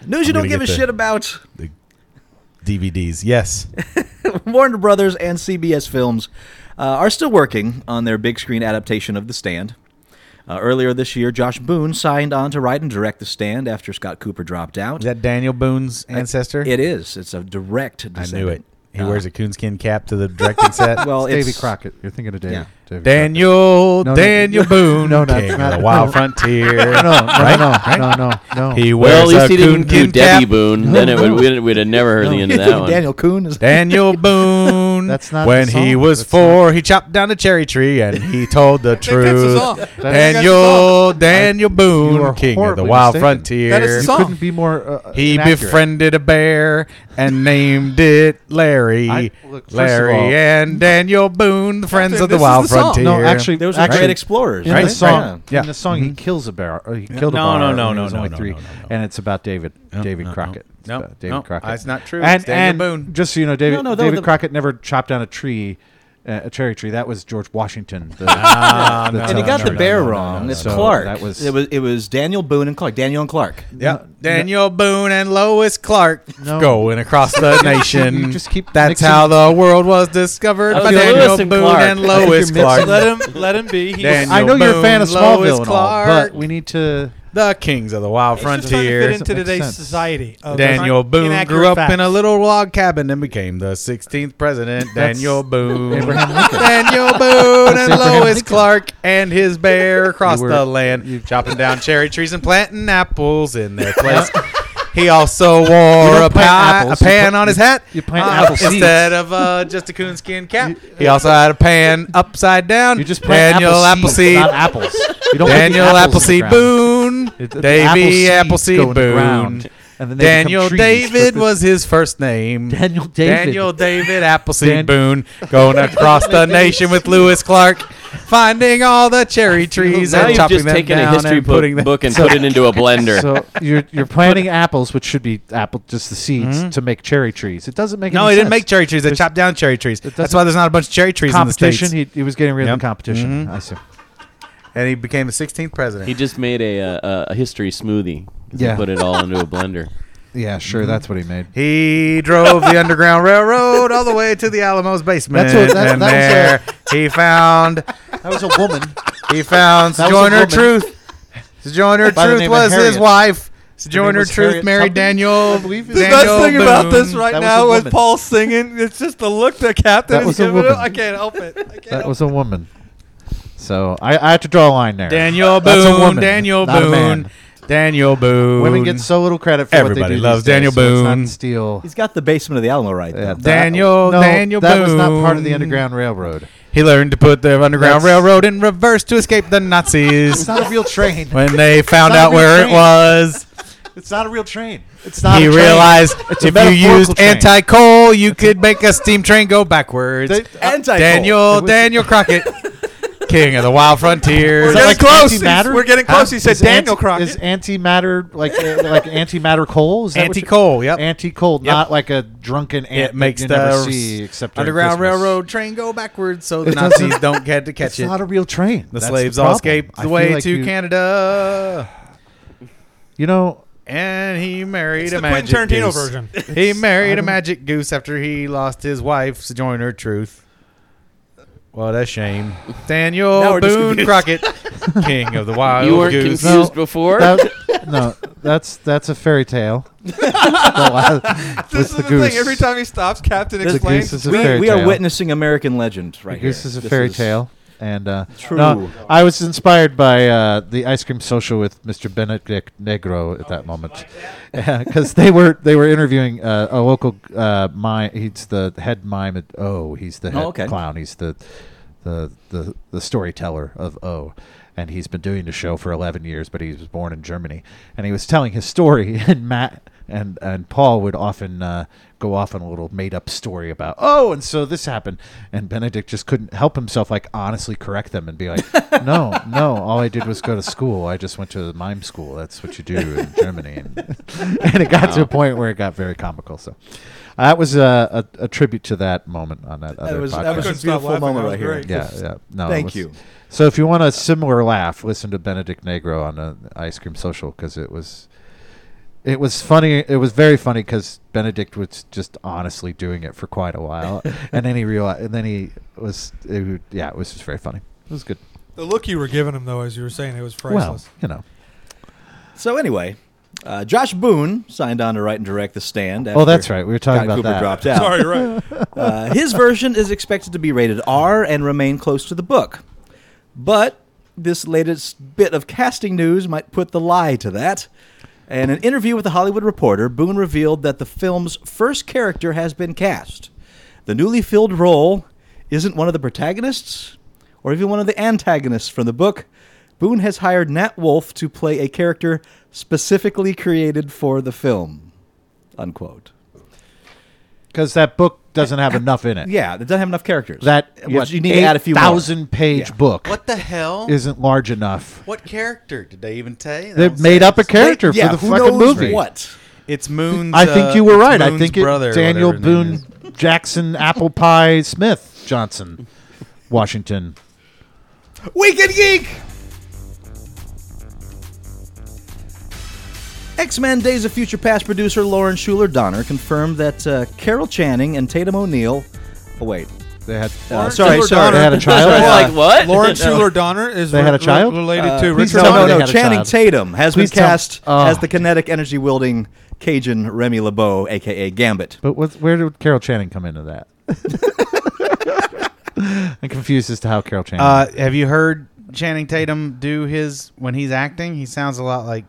Speaker 8: News you don't
Speaker 9: I'm gonna
Speaker 8: give a
Speaker 9: get the-
Speaker 8: shit about.
Speaker 9: DVDs. Yes.
Speaker 8: Warner Brothers and CBS Films uh, are still working on their big screen adaptation of The Stand. Uh, earlier this year, Josh Boone signed on to write and direct The Stand after Scott Cooper dropped out.
Speaker 9: Is that Daniel Boone's ancestor?
Speaker 8: It is. It's a direct.
Speaker 9: I knew it.
Speaker 8: descendant.
Speaker 9: He
Speaker 8: Uh,
Speaker 3: Ah.
Speaker 9: wears a coonskin cap to the directing set.
Speaker 8: Well,
Speaker 3: It's Davy
Speaker 8: it's-
Speaker 3: Crockett. You're thinking of Davy.
Speaker 8: Yeah.
Speaker 3: Davy
Speaker 9: Daniel
Speaker 3: No, no.
Speaker 9: Daniel Boone,
Speaker 3: No, no,
Speaker 9: king
Speaker 3: it's
Speaker 9: of
Speaker 3: not-
Speaker 9: the wild
Speaker 3: no.
Speaker 9: frontier.
Speaker 3: Crockett. No, no, no, no, no, no, no.
Speaker 9: He
Speaker 6: Well,
Speaker 9: wears
Speaker 6: at least
Speaker 9: a
Speaker 6: he didn't do
Speaker 9: coonskin
Speaker 6: Debbie
Speaker 9: cap.
Speaker 6: Boone. then it would, we'd, we'd have never heard the end of that one.
Speaker 8: Daniel Coon is.
Speaker 9: Daniel Boone.
Speaker 3: That's not
Speaker 9: when
Speaker 3: the
Speaker 9: he
Speaker 3: song.
Speaker 9: was
Speaker 3: That's
Speaker 9: four. He chopped down a cherry tree and he told the
Speaker 7: think that's the
Speaker 9: truth.
Speaker 7: song. I think
Speaker 3: that's
Speaker 9: Daniel Daniel
Speaker 3: You
Speaker 9: Boone,
Speaker 3: are
Speaker 9: king of the
Speaker 3: horribly
Speaker 9: wild
Speaker 3: mistaken.
Speaker 9: frontier.
Speaker 7: That is the
Speaker 3: You
Speaker 7: song.
Speaker 3: couldn't be more. Uh,
Speaker 9: He
Speaker 3: inaccurate.
Speaker 9: befriended a bear and named it Larry.
Speaker 3: I- look, first of
Speaker 9: Larry
Speaker 3: all-
Speaker 9: and Daniel Boone, friends
Speaker 7: Dude,
Speaker 9: of the
Speaker 7: this
Speaker 9: wild
Speaker 7: is the song.
Speaker 9: frontier.
Speaker 3: No, actually,
Speaker 8: There was a
Speaker 3: actually,
Speaker 8: great explorers.
Speaker 3: in
Speaker 8: right?
Speaker 3: the song.
Speaker 9: Yeah. Mm-hmm.
Speaker 3: In the song, he kills a bear. Or he killed
Speaker 9: No,
Speaker 3: a bear.
Speaker 9: no, no, no,
Speaker 3: was
Speaker 9: no,
Speaker 3: only
Speaker 9: no,
Speaker 3: three,
Speaker 9: no, no, no.
Speaker 3: and it's about David. David
Speaker 9: no, no.
Speaker 3: Crockett. It's
Speaker 9: No,
Speaker 3: about David
Speaker 9: no,
Speaker 3: Crockett.
Speaker 9: that's not true.
Speaker 3: And,
Speaker 9: It's Daniel
Speaker 3: and
Speaker 9: Boone.
Speaker 3: just so you know, David
Speaker 8: No, no, though
Speaker 3: David
Speaker 8: the-
Speaker 3: Crockett never chopped down a tree uh, a cherry tree. That was George Washington.
Speaker 9: Ah,
Speaker 3: The, the
Speaker 8: and you got the
Speaker 3: television.
Speaker 8: bear wrong. It's
Speaker 3: So
Speaker 8: Clark.
Speaker 3: That was,
Speaker 8: it was it was Daniel Boone and Clark. Daniel and Clark.
Speaker 9: Yep. Daniel Boone and Lois Clark
Speaker 3: No.
Speaker 9: going across the nation.
Speaker 3: you just keep
Speaker 9: That's
Speaker 3: mixing-
Speaker 9: how the world was discovered
Speaker 6: That
Speaker 9: by
Speaker 6: was
Speaker 9: Daniel
Speaker 6: Lewis and
Speaker 9: Boone
Speaker 6: Clark.
Speaker 9: and Lois Clark.
Speaker 10: him, let him be. He's
Speaker 9: Daniel
Speaker 3: I know you're a fan of
Speaker 9: Boone, Lois
Speaker 3: Smallville and all,
Speaker 9: Clark.
Speaker 3: but we need to.
Speaker 9: the kings of the wild
Speaker 7: Frontier.
Speaker 9: frontier.
Speaker 3: Doesn't
Speaker 7: into
Speaker 3: make
Speaker 7: today's
Speaker 3: sense.
Speaker 7: society. Of
Speaker 9: Daniel
Speaker 7: different
Speaker 9: Boone
Speaker 7: inaccurate
Speaker 9: grew up
Speaker 7: facts.
Speaker 9: in a little log cabin and became the 16th president.
Speaker 3: That's
Speaker 9: Daniel Boone.
Speaker 3: Abraham Lincoln.
Speaker 9: Daniel Boone and
Speaker 3: Abraham
Speaker 9: Lois
Speaker 3: Lincoln.
Speaker 9: Clark and his bear across
Speaker 3: You were-
Speaker 9: the land, chopping down cherry trees and planting apples in their place. he also
Speaker 3: You
Speaker 9: wore
Speaker 3: don't
Speaker 9: a,
Speaker 3: plant
Speaker 9: pie,
Speaker 3: apples,
Speaker 9: a
Speaker 3: you
Speaker 9: pan
Speaker 3: plant-
Speaker 9: on his
Speaker 3: you-
Speaker 9: hat
Speaker 3: you plant
Speaker 9: uh,
Speaker 3: apple seeds.
Speaker 9: instead of uh, just a coonskin cap. he also had a pan upside down.
Speaker 3: You just plant
Speaker 9: Daniel
Speaker 3: apple seeds,
Speaker 9: Appleseed.
Speaker 3: not apples. You don't put the
Speaker 9: Daniel
Speaker 3: apples in the
Speaker 9: Appleseed
Speaker 3: ground.
Speaker 9: Boone.
Speaker 3: It- the
Speaker 9: Davy
Speaker 3: apple seeds
Speaker 9: Appleseed
Speaker 3: go in the
Speaker 9: Boone.
Speaker 3: ground, and then they become
Speaker 9: Daniel
Speaker 3: trees.
Speaker 9: David was his first name.
Speaker 3: Daniel David.
Speaker 9: Daniel David Appleseed
Speaker 3: Dan-
Speaker 9: Boone going across the nation with Lewis Clark, finding all the cherry trees
Speaker 6: now
Speaker 9: and
Speaker 6: you've
Speaker 9: chopping
Speaker 6: just
Speaker 9: them
Speaker 6: taken a
Speaker 9: down
Speaker 6: history
Speaker 9: and putting
Speaker 6: book,
Speaker 9: them.
Speaker 6: book and put it into a blender.
Speaker 3: So you're you're planting apples, which should be apple, just the seeds to make cherry trees. It doesn't make
Speaker 9: Mm-hmm. No,
Speaker 3: Any
Speaker 9: they didn't
Speaker 3: sense.
Speaker 9: make cherry trees. They
Speaker 3: There's
Speaker 9: chopped down cherry trees. That's
Speaker 3: doesn't-
Speaker 9: why there's not a bunch of cherry trees in the
Speaker 3: competition.
Speaker 9: states.
Speaker 3: He, he was getting rid
Speaker 9: Yep. Mm-hmm.
Speaker 3: of the competition. I see.
Speaker 9: and he became the 16th president.
Speaker 6: he just made a uh, a history smoothie. 'cause
Speaker 3: Yeah.
Speaker 6: He put it all into a blender.
Speaker 3: Yeah, sure. That's what he made.
Speaker 9: He drove the Underground Railroad all the way to the Alamo's basement,
Speaker 3: That's what- that-
Speaker 9: and
Speaker 3: that was
Speaker 9: there he found
Speaker 3: That was a woman.
Speaker 9: he found
Speaker 3: That was a
Speaker 9: Sojourner
Speaker 3: woman.
Speaker 9: Truth. Sojourner
Speaker 3: By the
Speaker 9: Truth
Speaker 3: name of
Speaker 9: was his
Speaker 3: Harriet.
Speaker 9: wife.
Speaker 3: name
Speaker 9: Sojourner
Speaker 3: was
Speaker 9: Truth
Speaker 3: Harriet
Speaker 9: married
Speaker 3: Tubman?
Speaker 9: Daniel.
Speaker 3: I believe it-
Speaker 10: The
Speaker 9: Daniel
Speaker 10: best thing about
Speaker 9: Boone.
Speaker 10: this right
Speaker 3: That was a
Speaker 10: now with
Speaker 3: woman.
Speaker 10: Paul singing, it's just the look the captain
Speaker 3: That
Speaker 10: is
Speaker 3: was a
Speaker 10: giving him.
Speaker 3: woman.
Speaker 10: I can't help it. I can't
Speaker 3: That
Speaker 10: help
Speaker 3: was a woman. So I, I have to draw a line there.
Speaker 9: Daniel
Speaker 3: That's a
Speaker 9: Boone.
Speaker 3: woman,
Speaker 9: Daniel
Speaker 3: not a
Speaker 9: Boone.
Speaker 3: man.
Speaker 9: Daniel Boone.
Speaker 3: Women get so little credit for what
Speaker 9: Everybody
Speaker 3: they do.
Speaker 9: loves
Speaker 3: these days,
Speaker 9: Daniel
Speaker 3: so let's not
Speaker 9: Boone.
Speaker 3: steal.
Speaker 8: He's got the basement of the Alamo right
Speaker 3: Yeah,
Speaker 8: now.
Speaker 3: that-
Speaker 9: Daniel-
Speaker 3: no,
Speaker 9: Daniel
Speaker 3: that was not part of
Speaker 9: Boone.
Speaker 3: the Underground Railroad.
Speaker 9: He learned to put the Underground
Speaker 3: That's-
Speaker 9: Railroad in reverse to escape the
Speaker 3: It's
Speaker 9: Nazis.
Speaker 3: not a real train.
Speaker 9: when they found
Speaker 3: not
Speaker 9: out
Speaker 3: a real
Speaker 9: where it
Speaker 3: train.
Speaker 9: was,
Speaker 3: It's not a real train. It's not.
Speaker 9: he
Speaker 3: a train.
Speaker 9: realized
Speaker 3: It's a
Speaker 9: if you
Speaker 3: metaphorical
Speaker 9: used
Speaker 3: train.
Speaker 9: anti-coal, you could make a steam train go backwards.
Speaker 3: They-
Speaker 8: Anti
Speaker 9: Daniel
Speaker 3: It was-
Speaker 9: Daniel Crockett, king of the wild frontier.
Speaker 3: Is that
Speaker 10: Getting
Speaker 3: like
Speaker 10: close.
Speaker 3: antimatter?
Speaker 10: We're getting
Speaker 3: Huh?
Speaker 10: close. He said
Speaker 3: Is
Speaker 10: Daniel
Speaker 3: anti-
Speaker 10: Crockett.
Speaker 3: Is antimatter like uh, like antimatter coal? Is that what you-
Speaker 9: Anti-coal, yep.
Speaker 3: Anti-coal,
Speaker 9: Yep.
Speaker 3: not like a drunken ant
Speaker 9: it makes
Speaker 3: that
Speaker 9: the
Speaker 3: you never
Speaker 9: s-
Speaker 3: see except during
Speaker 9: Underground
Speaker 3: Christmas.
Speaker 9: Railroad train go backwards so the
Speaker 3: It
Speaker 9: Nazis
Speaker 3: doesn't-
Speaker 9: don't get to
Speaker 3: It's
Speaker 9: catch it.
Speaker 3: not a real train.
Speaker 9: The
Speaker 3: That's
Speaker 9: slaves all
Speaker 3: problem.
Speaker 9: escaped
Speaker 3: I
Speaker 9: the
Speaker 3: feel
Speaker 9: way
Speaker 3: like
Speaker 9: to
Speaker 3: you-
Speaker 9: Canada,
Speaker 3: You know,
Speaker 9: and he married
Speaker 7: It's
Speaker 9: a
Speaker 7: the
Speaker 9: magic
Speaker 7: Quentin Tarantino
Speaker 9: goose.
Speaker 7: version.
Speaker 9: He married a
Speaker 3: don't-
Speaker 9: magic goose after he lost his wife, Sojourner Truth. What a shame,
Speaker 8: Now
Speaker 9: Daniel
Speaker 8: we're just
Speaker 9: Boone
Speaker 8: confused.
Speaker 9: Crockett, king of the wild
Speaker 6: you weren't
Speaker 9: goose.
Speaker 6: confused
Speaker 3: No.
Speaker 6: before.
Speaker 3: that- no, that's that's a fairy tale.
Speaker 10: it. This
Speaker 3: With
Speaker 10: is
Speaker 3: the
Speaker 10: the,
Speaker 3: goose.
Speaker 10: thing. Every time he stops, Captain
Speaker 3: The
Speaker 10: explains.
Speaker 3: goose is a
Speaker 8: We,
Speaker 3: fairy
Speaker 8: we are
Speaker 3: tale.
Speaker 8: witnessing American legend right
Speaker 3: The
Speaker 8: here.
Speaker 3: goose is a fairy
Speaker 8: is-
Speaker 3: tale, and uh,
Speaker 8: True.
Speaker 3: no, I was inspired by uh, the ice cream social with Mr. Benedict Negro at that moment, because they were they were interviewing uh, a local uh, mime. He's the head mime at O. He's the head
Speaker 8: Oh, okay.
Speaker 3: clown. He's the the the the storyteller of O. And he's been doing the show for 11 years, but he was born in Germany. And he was telling his story, and Matt and and Paul would often uh, go off on a little made up story about, oh, and so this happened. And Benedict just couldn't help himself, like honestly correct them and be like, no, no, all I did was go to school. I just went to the mime school. That's what you do in Germany. And, and it got to a point where it got very comical. So uh, that was a, a, a tribute to that moment on that other
Speaker 8: That was,
Speaker 3: podcast.
Speaker 8: that was a
Speaker 7: Couldn't stop
Speaker 8: beautiful
Speaker 7: laughing.
Speaker 8: moment
Speaker 7: That was
Speaker 8: right here.
Speaker 7: great.
Speaker 3: Yeah, yeah. No, it
Speaker 8: Thank
Speaker 3: was-
Speaker 8: you.
Speaker 3: So if you want a similar laugh, listen to Benedict Negro on the Ice Cream Social because it was, it was funny. It was very funny because Benedict was just honestly doing it for quite a while, and then he realized, and then he was, it, would- yeah, it was just very funny. It was good.
Speaker 7: The look you were giving him, though, as you were saying, it was
Speaker 3: Well,
Speaker 7: priceless.
Speaker 3: you know.
Speaker 8: So anyway, uh, Josh Boone signed on to write and direct The Stand.
Speaker 3: Oh, that's
Speaker 8: after
Speaker 3: right. We were talking about
Speaker 8: Scott Cooper
Speaker 3: that.
Speaker 8: dropped out.
Speaker 7: Sorry, right.
Speaker 8: Uh, his version is expected to be rated R and remain close to the book. But this latest bit of casting news might put the lie to that. In an interview with The Hollywood Reporter, Boone revealed that the film's first character has been cast. The newly filled role isn't one of the protagonists or even one of the antagonists from the book. Boone has hired Nat Wolf to play a character specifically created for the film. Unquote.
Speaker 3: Because that book doesn't have enough in it.
Speaker 8: Yeah, it doesn't have enough characters.
Speaker 3: That
Speaker 8: you,
Speaker 3: what,
Speaker 8: you need to add a few more.
Speaker 3: thousand page
Speaker 8: Yeah.
Speaker 3: book
Speaker 9: What the hell?
Speaker 3: isn't large enough.
Speaker 9: What character did they even say?
Speaker 3: They made up a character
Speaker 8: yeah,
Speaker 3: for the
Speaker 8: who
Speaker 3: fucking
Speaker 8: knows
Speaker 3: movie.
Speaker 8: What?
Speaker 9: It's Moon's.
Speaker 3: I think
Speaker 9: uh,
Speaker 3: you were
Speaker 9: it's
Speaker 3: right. I
Speaker 9: Moon's
Speaker 3: think it,
Speaker 9: brother,
Speaker 3: Daniel
Speaker 9: whatever his name
Speaker 3: Boone Jackson Apple Pie Smith. Johnson, Washington.
Speaker 8: Weekend Geek! X Men Days of Future Past producer Lauren Schuler Donner confirmed that uh, Carol Channing and Tatum O'Neill. Oh, wait.
Speaker 3: They had
Speaker 8: Uh, sorry,
Speaker 7: Schuler
Speaker 8: sorry.
Speaker 3: they had a child.
Speaker 6: I was like, what?
Speaker 7: Lauren
Speaker 6: No.
Speaker 7: Schuler Donner is
Speaker 3: They had a child?
Speaker 7: related
Speaker 4: Uh,
Speaker 7: to
Speaker 3: please
Speaker 7: Richard
Speaker 3: tell me
Speaker 7: Donner.
Speaker 8: No,
Speaker 3: they
Speaker 8: no, no.
Speaker 3: had a
Speaker 8: Channing
Speaker 3: child.
Speaker 8: Tatum has
Speaker 3: Please
Speaker 8: been
Speaker 3: tell-
Speaker 8: cast
Speaker 3: Oh.
Speaker 8: as the kinetic energy wielding Cajun Remy LeBeau, aka Gambit.
Speaker 3: But what, where did Carol Channing come into that? I'm confused as to how Carol Channing.
Speaker 4: Uh, have you heard Channing Tatum do his when he's acting? He sounds a lot like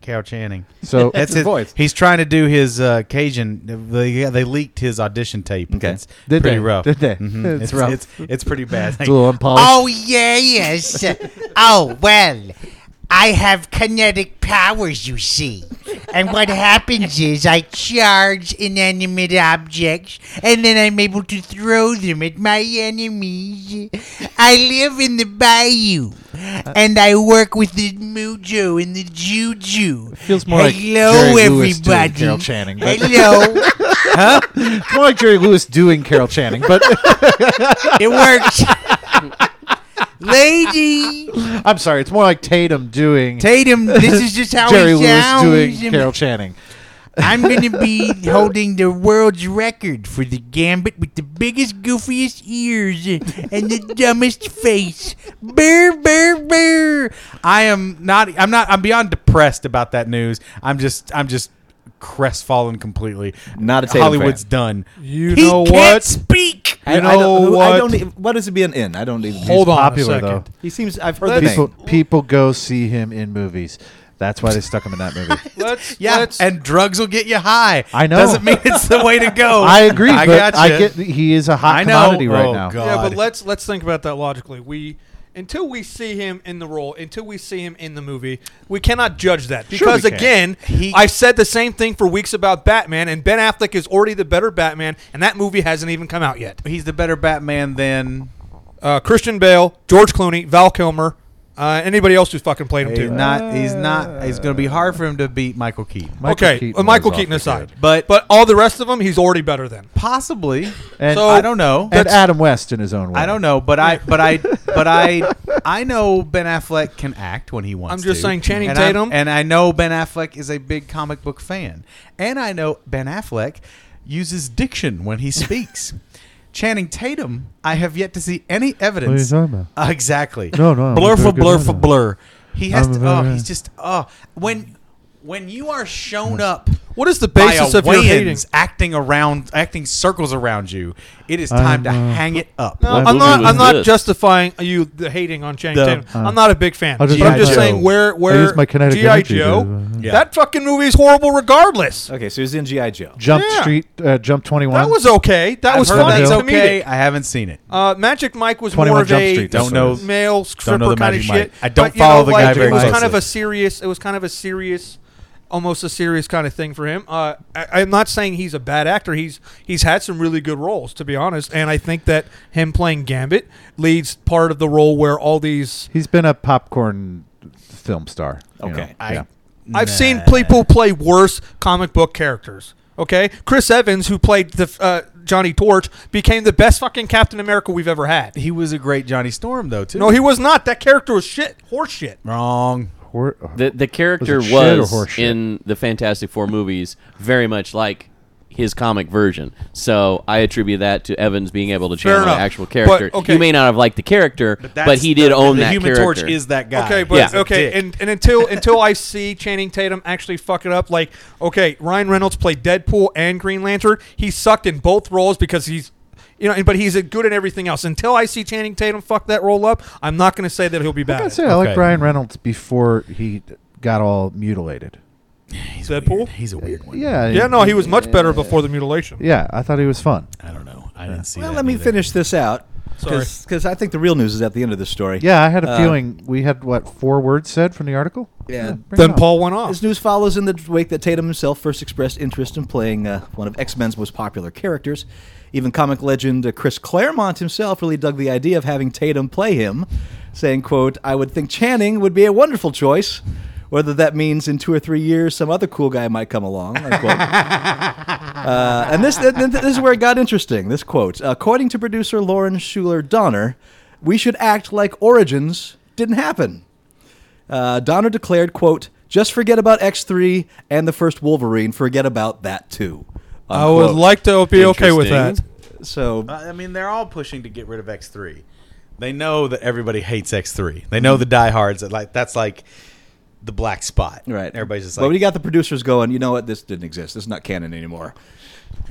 Speaker 4: Cal Channing.
Speaker 3: so
Speaker 4: That's his voice. He's trying to do his uh, Cajun. They, they leaked his audition tape.
Speaker 8: Okay.
Speaker 4: It's
Speaker 3: Did
Speaker 4: pretty
Speaker 3: they?
Speaker 4: rough.
Speaker 3: Did they?
Speaker 4: Mhm.
Speaker 3: It's rough.
Speaker 4: It's, it's pretty bad.
Speaker 3: It's a little unpolished.
Speaker 9: Oh, yeah, yes. oh, well, I have kinetic powers, you see. And what happens is I charge inanimate objects, and then I'm able to throw them at my enemies. I live in the bayou,
Speaker 3: Uh,
Speaker 9: and I work with the mojo and the juju.
Speaker 3: feels more like
Speaker 9: Hello,
Speaker 3: Jerry Lewis doing
Speaker 9: everybody.
Speaker 3: Carol Channing, but-
Speaker 9: Hello.
Speaker 3: it's more like Jerry Lewis doing Carol Channing, but
Speaker 9: it works. Lady
Speaker 3: I'm sorry, it's more like Tatum doing
Speaker 9: Tatum, this is just how
Speaker 3: Jerry
Speaker 9: it
Speaker 3: Lewis
Speaker 9: sounds.
Speaker 3: doing
Speaker 9: I'm-
Speaker 3: Carol Channing.
Speaker 9: I'm going to be holding the world's record for the gambit with the biggest, goofiest ears and the dumbest face. Burr, burr, burr.
Speaker 4: I am not. I'm not. I'm beyond depressed about that news. I'm just. I'm just crestfallen completely.
Speaker 8: Not a Tatum
Speaker 4: Hollywood's
Speaker 8: fan.
Speaker 4: done.
Speaker 7: You
Speaker 9: He
Speaker 7: know
Speaker 9: can't
Speaker 7: what?
Speaker 9: speak.
Speaker 8: I,
Speaker 7: You
Speaker 8: I
Speaker 7: know
Speaker 8: don't, who- I
Speaker 7: what?
Speaker 8: don't e- what does it be an in? I don't even.
Speaker 7: Hold on
Speaker 3: Popular
Speaker 7: a second.
Speaker 3: though.
Speaker 8: He seems. I've heard the
Speaker 3: People
Speaker 8: name.
Speaker 3: people go see him in movies. That's why they stuck him in that movie.
Speaker 7: Let's,
Speaker 4: Yeah,
Speaker 7: let's-
Speaker 4: and drugs will get you high.
Speaker 3: I know.
Speaker 4: Doesn't mean it's the way to go.
Speaker 3: I agree,
Speaker 4: I
Speaker 3: but
Speaker 4: gotcha.
Speaker 3: I get that he is a hot
Speaker 4: I know.
Speaker 3: commodity right
Speaker 4: Oh,
Speaker 3: now.
Speaker 4: God.
Speaker 7: yeah, but let's let's think about that logically. We until we see him in the role, until we see him in the movie, we cannot judge that because
Speaker 3: we can.
Speaker 7: again, I've said the same thing for weeks about Batman, and Ben Affleck is already the better Batman, and that movie hasn't even come out yet.
Speaker 4: He's the better Batman than
Speaker 7: Uh, Christian Bale, George Clooney, Val Kilmer, uh, anybody else who's fucking played him
Speaker 4: He's
Speaker 7: too.
Speaker 4: not. He's not. It's going to be hard for him to beat Michael Keaton.
Speaker 3: Michael
Speaker 7: okay,
Speaker 3: Keaton
Speaker 7: uh, Michael
Speaker 3: was
Speaker 7: Keaton
Speaker 3: awfully
Speaker 7: aside,
Speaker 3: good.
Speaker 4: But-
Speaker 7: but all the rest of them, he's already better than.
Speaker 4: Possibly.
Speaker 3: And-
Speaker 4: so I don't
Speaker 9: Oh.
Speaker 4: know.
Speaker 3: and Adam West in his own way.
Speaker 4: I don't know, but I, but I, but I, I know Ben Affleck can act when he wants.
Speaker 7: I'm just
Speaker 4: to.
Speaker 7: saying Channing
Speaker 4: and I'm-
Speaker 7: Tatum-
Speaker 4: and I know Ben Affleck is a big comic book fan, and I know Ben Affleck uses diction when he speaks. Channing Tatum, I have yet to see any
Speaker 3: What are you
Speaker 4: evidence.
Speaker 3: talking about?
Speaker 4: Uh, exactly.
Speaker 3: No, no, I'm
Speaker 4: Blur
Speaker 3: a
Speaker 4: for
Speaker 3: very good
Speaker 4: blur
Speaker 3: man.
Speaker 4: for blur. He has
Speaker 3: I'm a
Speaker 4: to.
Speaker 3: very-
Speaker 4: Oh, he's just. Oh, when when you are shown up.
Speaker 7: What is the
Speaker 4: by
Speaker 7: basis
Speaker 4: a
Speaker 7: of your
Speaker 4: Wayans
Speaker 7: hating?
Speaker 4: acting around, acting circles around you. It is time to hang it up.
Speaker 7: No,
Speaker 6: What
Speaker 7: I'm
Speaker 6: movie
Speaker 7: not.
Speaker 6: was
Speaker 7: I'm not
Speaker 6: this?
Speaker 7: justifying you the hating on Channing
Speaker 4: The-
Speaker 7: Tatum. I'm not a big fan.
Speaker 3: I'll uh, just
Speaker 7: but I'm
Speaker 4: use
Speaker 7: just
Speaker 4: my-
Speaker 7: saying where
Speaker 3: I'll
Speaker 7: where
Speaker 3: use my kinetic
Speaker 7: GI
Speaker 3: energy
Speaker 7: Joe.
Speaker 3: to, uh,
Speaker 4: Yeah.
Speaker 7: That fucking movie is horrible, regardless.
Speaker 8: Okay, so he's in GI Joe.
Speaker 3: Jump
Speaker 7: Yeah.
Speaker 3: Street, uh, Jump Twenty One.
Speaker 7: That was okay. That
Speaker 4: I've
Speaker 7: was
Speaker 4: heard
Speaker 7: funny.
Speaker 4: That's
Speaker 7: Comedic.
Speaker 4: okay. I haven't seen it.
Speaker 7: Uh, Magic Mike was
Speaker 3: 21
Speaker 7: more of
Speaker 3: Jump
Speaker 7: a
Speaker 3: Street,
Speaker 4: Don't know-
Speaker 7: male stripper
Speaker 4: know the
Speaker 7: kind
Speaker 4: Magic
Speaker 7: of
Speaker 4: Mike.
Speaker 7: shit.
Speaker 4: I don't
Speaker 7: but, you know,
Speaker 4: follow the
Speaker 7: like,
Speaker 4: guy very
Speaker 7: It was kind
Speaker 4: closely.
Speaker 7: of a serious. It was kind of a serious, almost a serious kind of thing for him. Uh, I, I'm not saying he's a bad actor. He's he's had some really good roles, to be honest. And I think that him playing Gambit leads part of the role where all these.
Speaker 3: He's been a popcorn film star. you
Speaker 8: Okay.
Speaker 3: know.
Speaker 4: I-
Speaker 3: yeah.
Speaker 7: I've seen people play worse comic book characters. Okay, Chris Evans, who played the uh, Johnny Torch, became the best fucking Captain America we've ever had.
Speaker 4: He was a great Johnny Storm though too.
Speaker 7: No, he was not. That character was shit, horse shit.
Speaker 4: wrong.
Speaker 3: Hor-
Speaker 6: The the character
Speaker 3: Was it
Speaker 6: was,
Speaker 3: shit or horseshit?
Speaker 6: in the Fantastic Four movies very much like his comic version. So I attribute that to Evans being able to channel the
Speaker 7: enough.
Speaker 6: actual character.
Speaker 7: But, okay.
Speaker 6: You may not have liked the character, but, he did
Speaker 4: the,
Speaker 6: own
Speaker 4: the
Speaker 6: that
Speaker 4: Human
Speaker 6: character.
Speaker 4: Torch is that guy.
Speaker 7: Okay,
Speaker 6: Yeah.
Speaker 7: but
Speaker 6: He's a
Speaker 7: okay,
Speaker 4: dick.
Speaker 7: and, and until until I see Channing Tatum actually fuck it up, like okay, Ryan Reynolds played Deadpool and Green Lantern. He sucked in both roles because he's. You know, but he's good at everything else. Until I see Channing Tatum fuck that role up, I'm not going to say that he'll be
Speaker 3: I
Speaker 7: bad.
Speaker 3: gotta
Speaker 7: at
Speaker 3: say,
Speaker 7: it.
Speaker 3: I like
Speaker 4: Okay.
Speaker 3: Brian Reynolds before he got all mutilated.
Speaker 4: he's
Speaker 7: Deadpool?
Speaker 4: Weird. He's a weird one.
Speaker 3: Yeah,
Speaker 7: Yeah, no, he was much better before the mutilation.
Speaker 3: Yeah, I thought he was fun.
Speaker 4: I don't know. I didn't see.
Speaker 8: Well,
Speaker 4: that
Speaker 8: let me
Speaker 4: either.
Speaker 8: finish this out
Speaker 7: Sorry.
Speaker 8: because I think the real news is at the end of this story.
Speaker 3: Yeah, I had a
Speaker 8: Uh,
Speaker 3: feeling we had what four words said from the article.
Speaker 8: Yeah.
Speaker 3: bring it
Speaker 7: Then
Speaker 3: up.
Speaker 7: Paul went off.
Speaker 8: This news follows in the wake that Tatum himself first expressed interest in playing uh, one of X Men's most popular characters. Even comic legend uh, Chris Claremont himself really dug the idea of having Tatum play him, saying, "quote I would think Channing would be a wonderful choice." Whether that means in two or three years, some other cool guy might come along. Unquote. Uh, and this, th- th- this is where it got interesting. This quote, Uh, according to producer Lauren Schuler Donner, we should act like Origins didn't happen. Uh, Donner declared, "quote Just forget about X three and the first Wolverine. Forget about that too."
Speaker 7: I would
Speaker 8: Unquote.
Speaker 7: like to be okay with that.
Speaker 6: Interesting.
Speaker 8: so.
Speaker 4: I I mean, they're all pushing to get rid of X three. They know that everybody hates X three. They
Speaker 3: Mm-hmm.
Speaker 4: know the diehards that like that's like the black spot.
Speaker 8: Right,
Speaker 4: Everybody's just
Speaker 8: But when you
Speaker 4: like,
Speaker 8: got the producers going, you know what? This didn't exist. This is not canon anymore.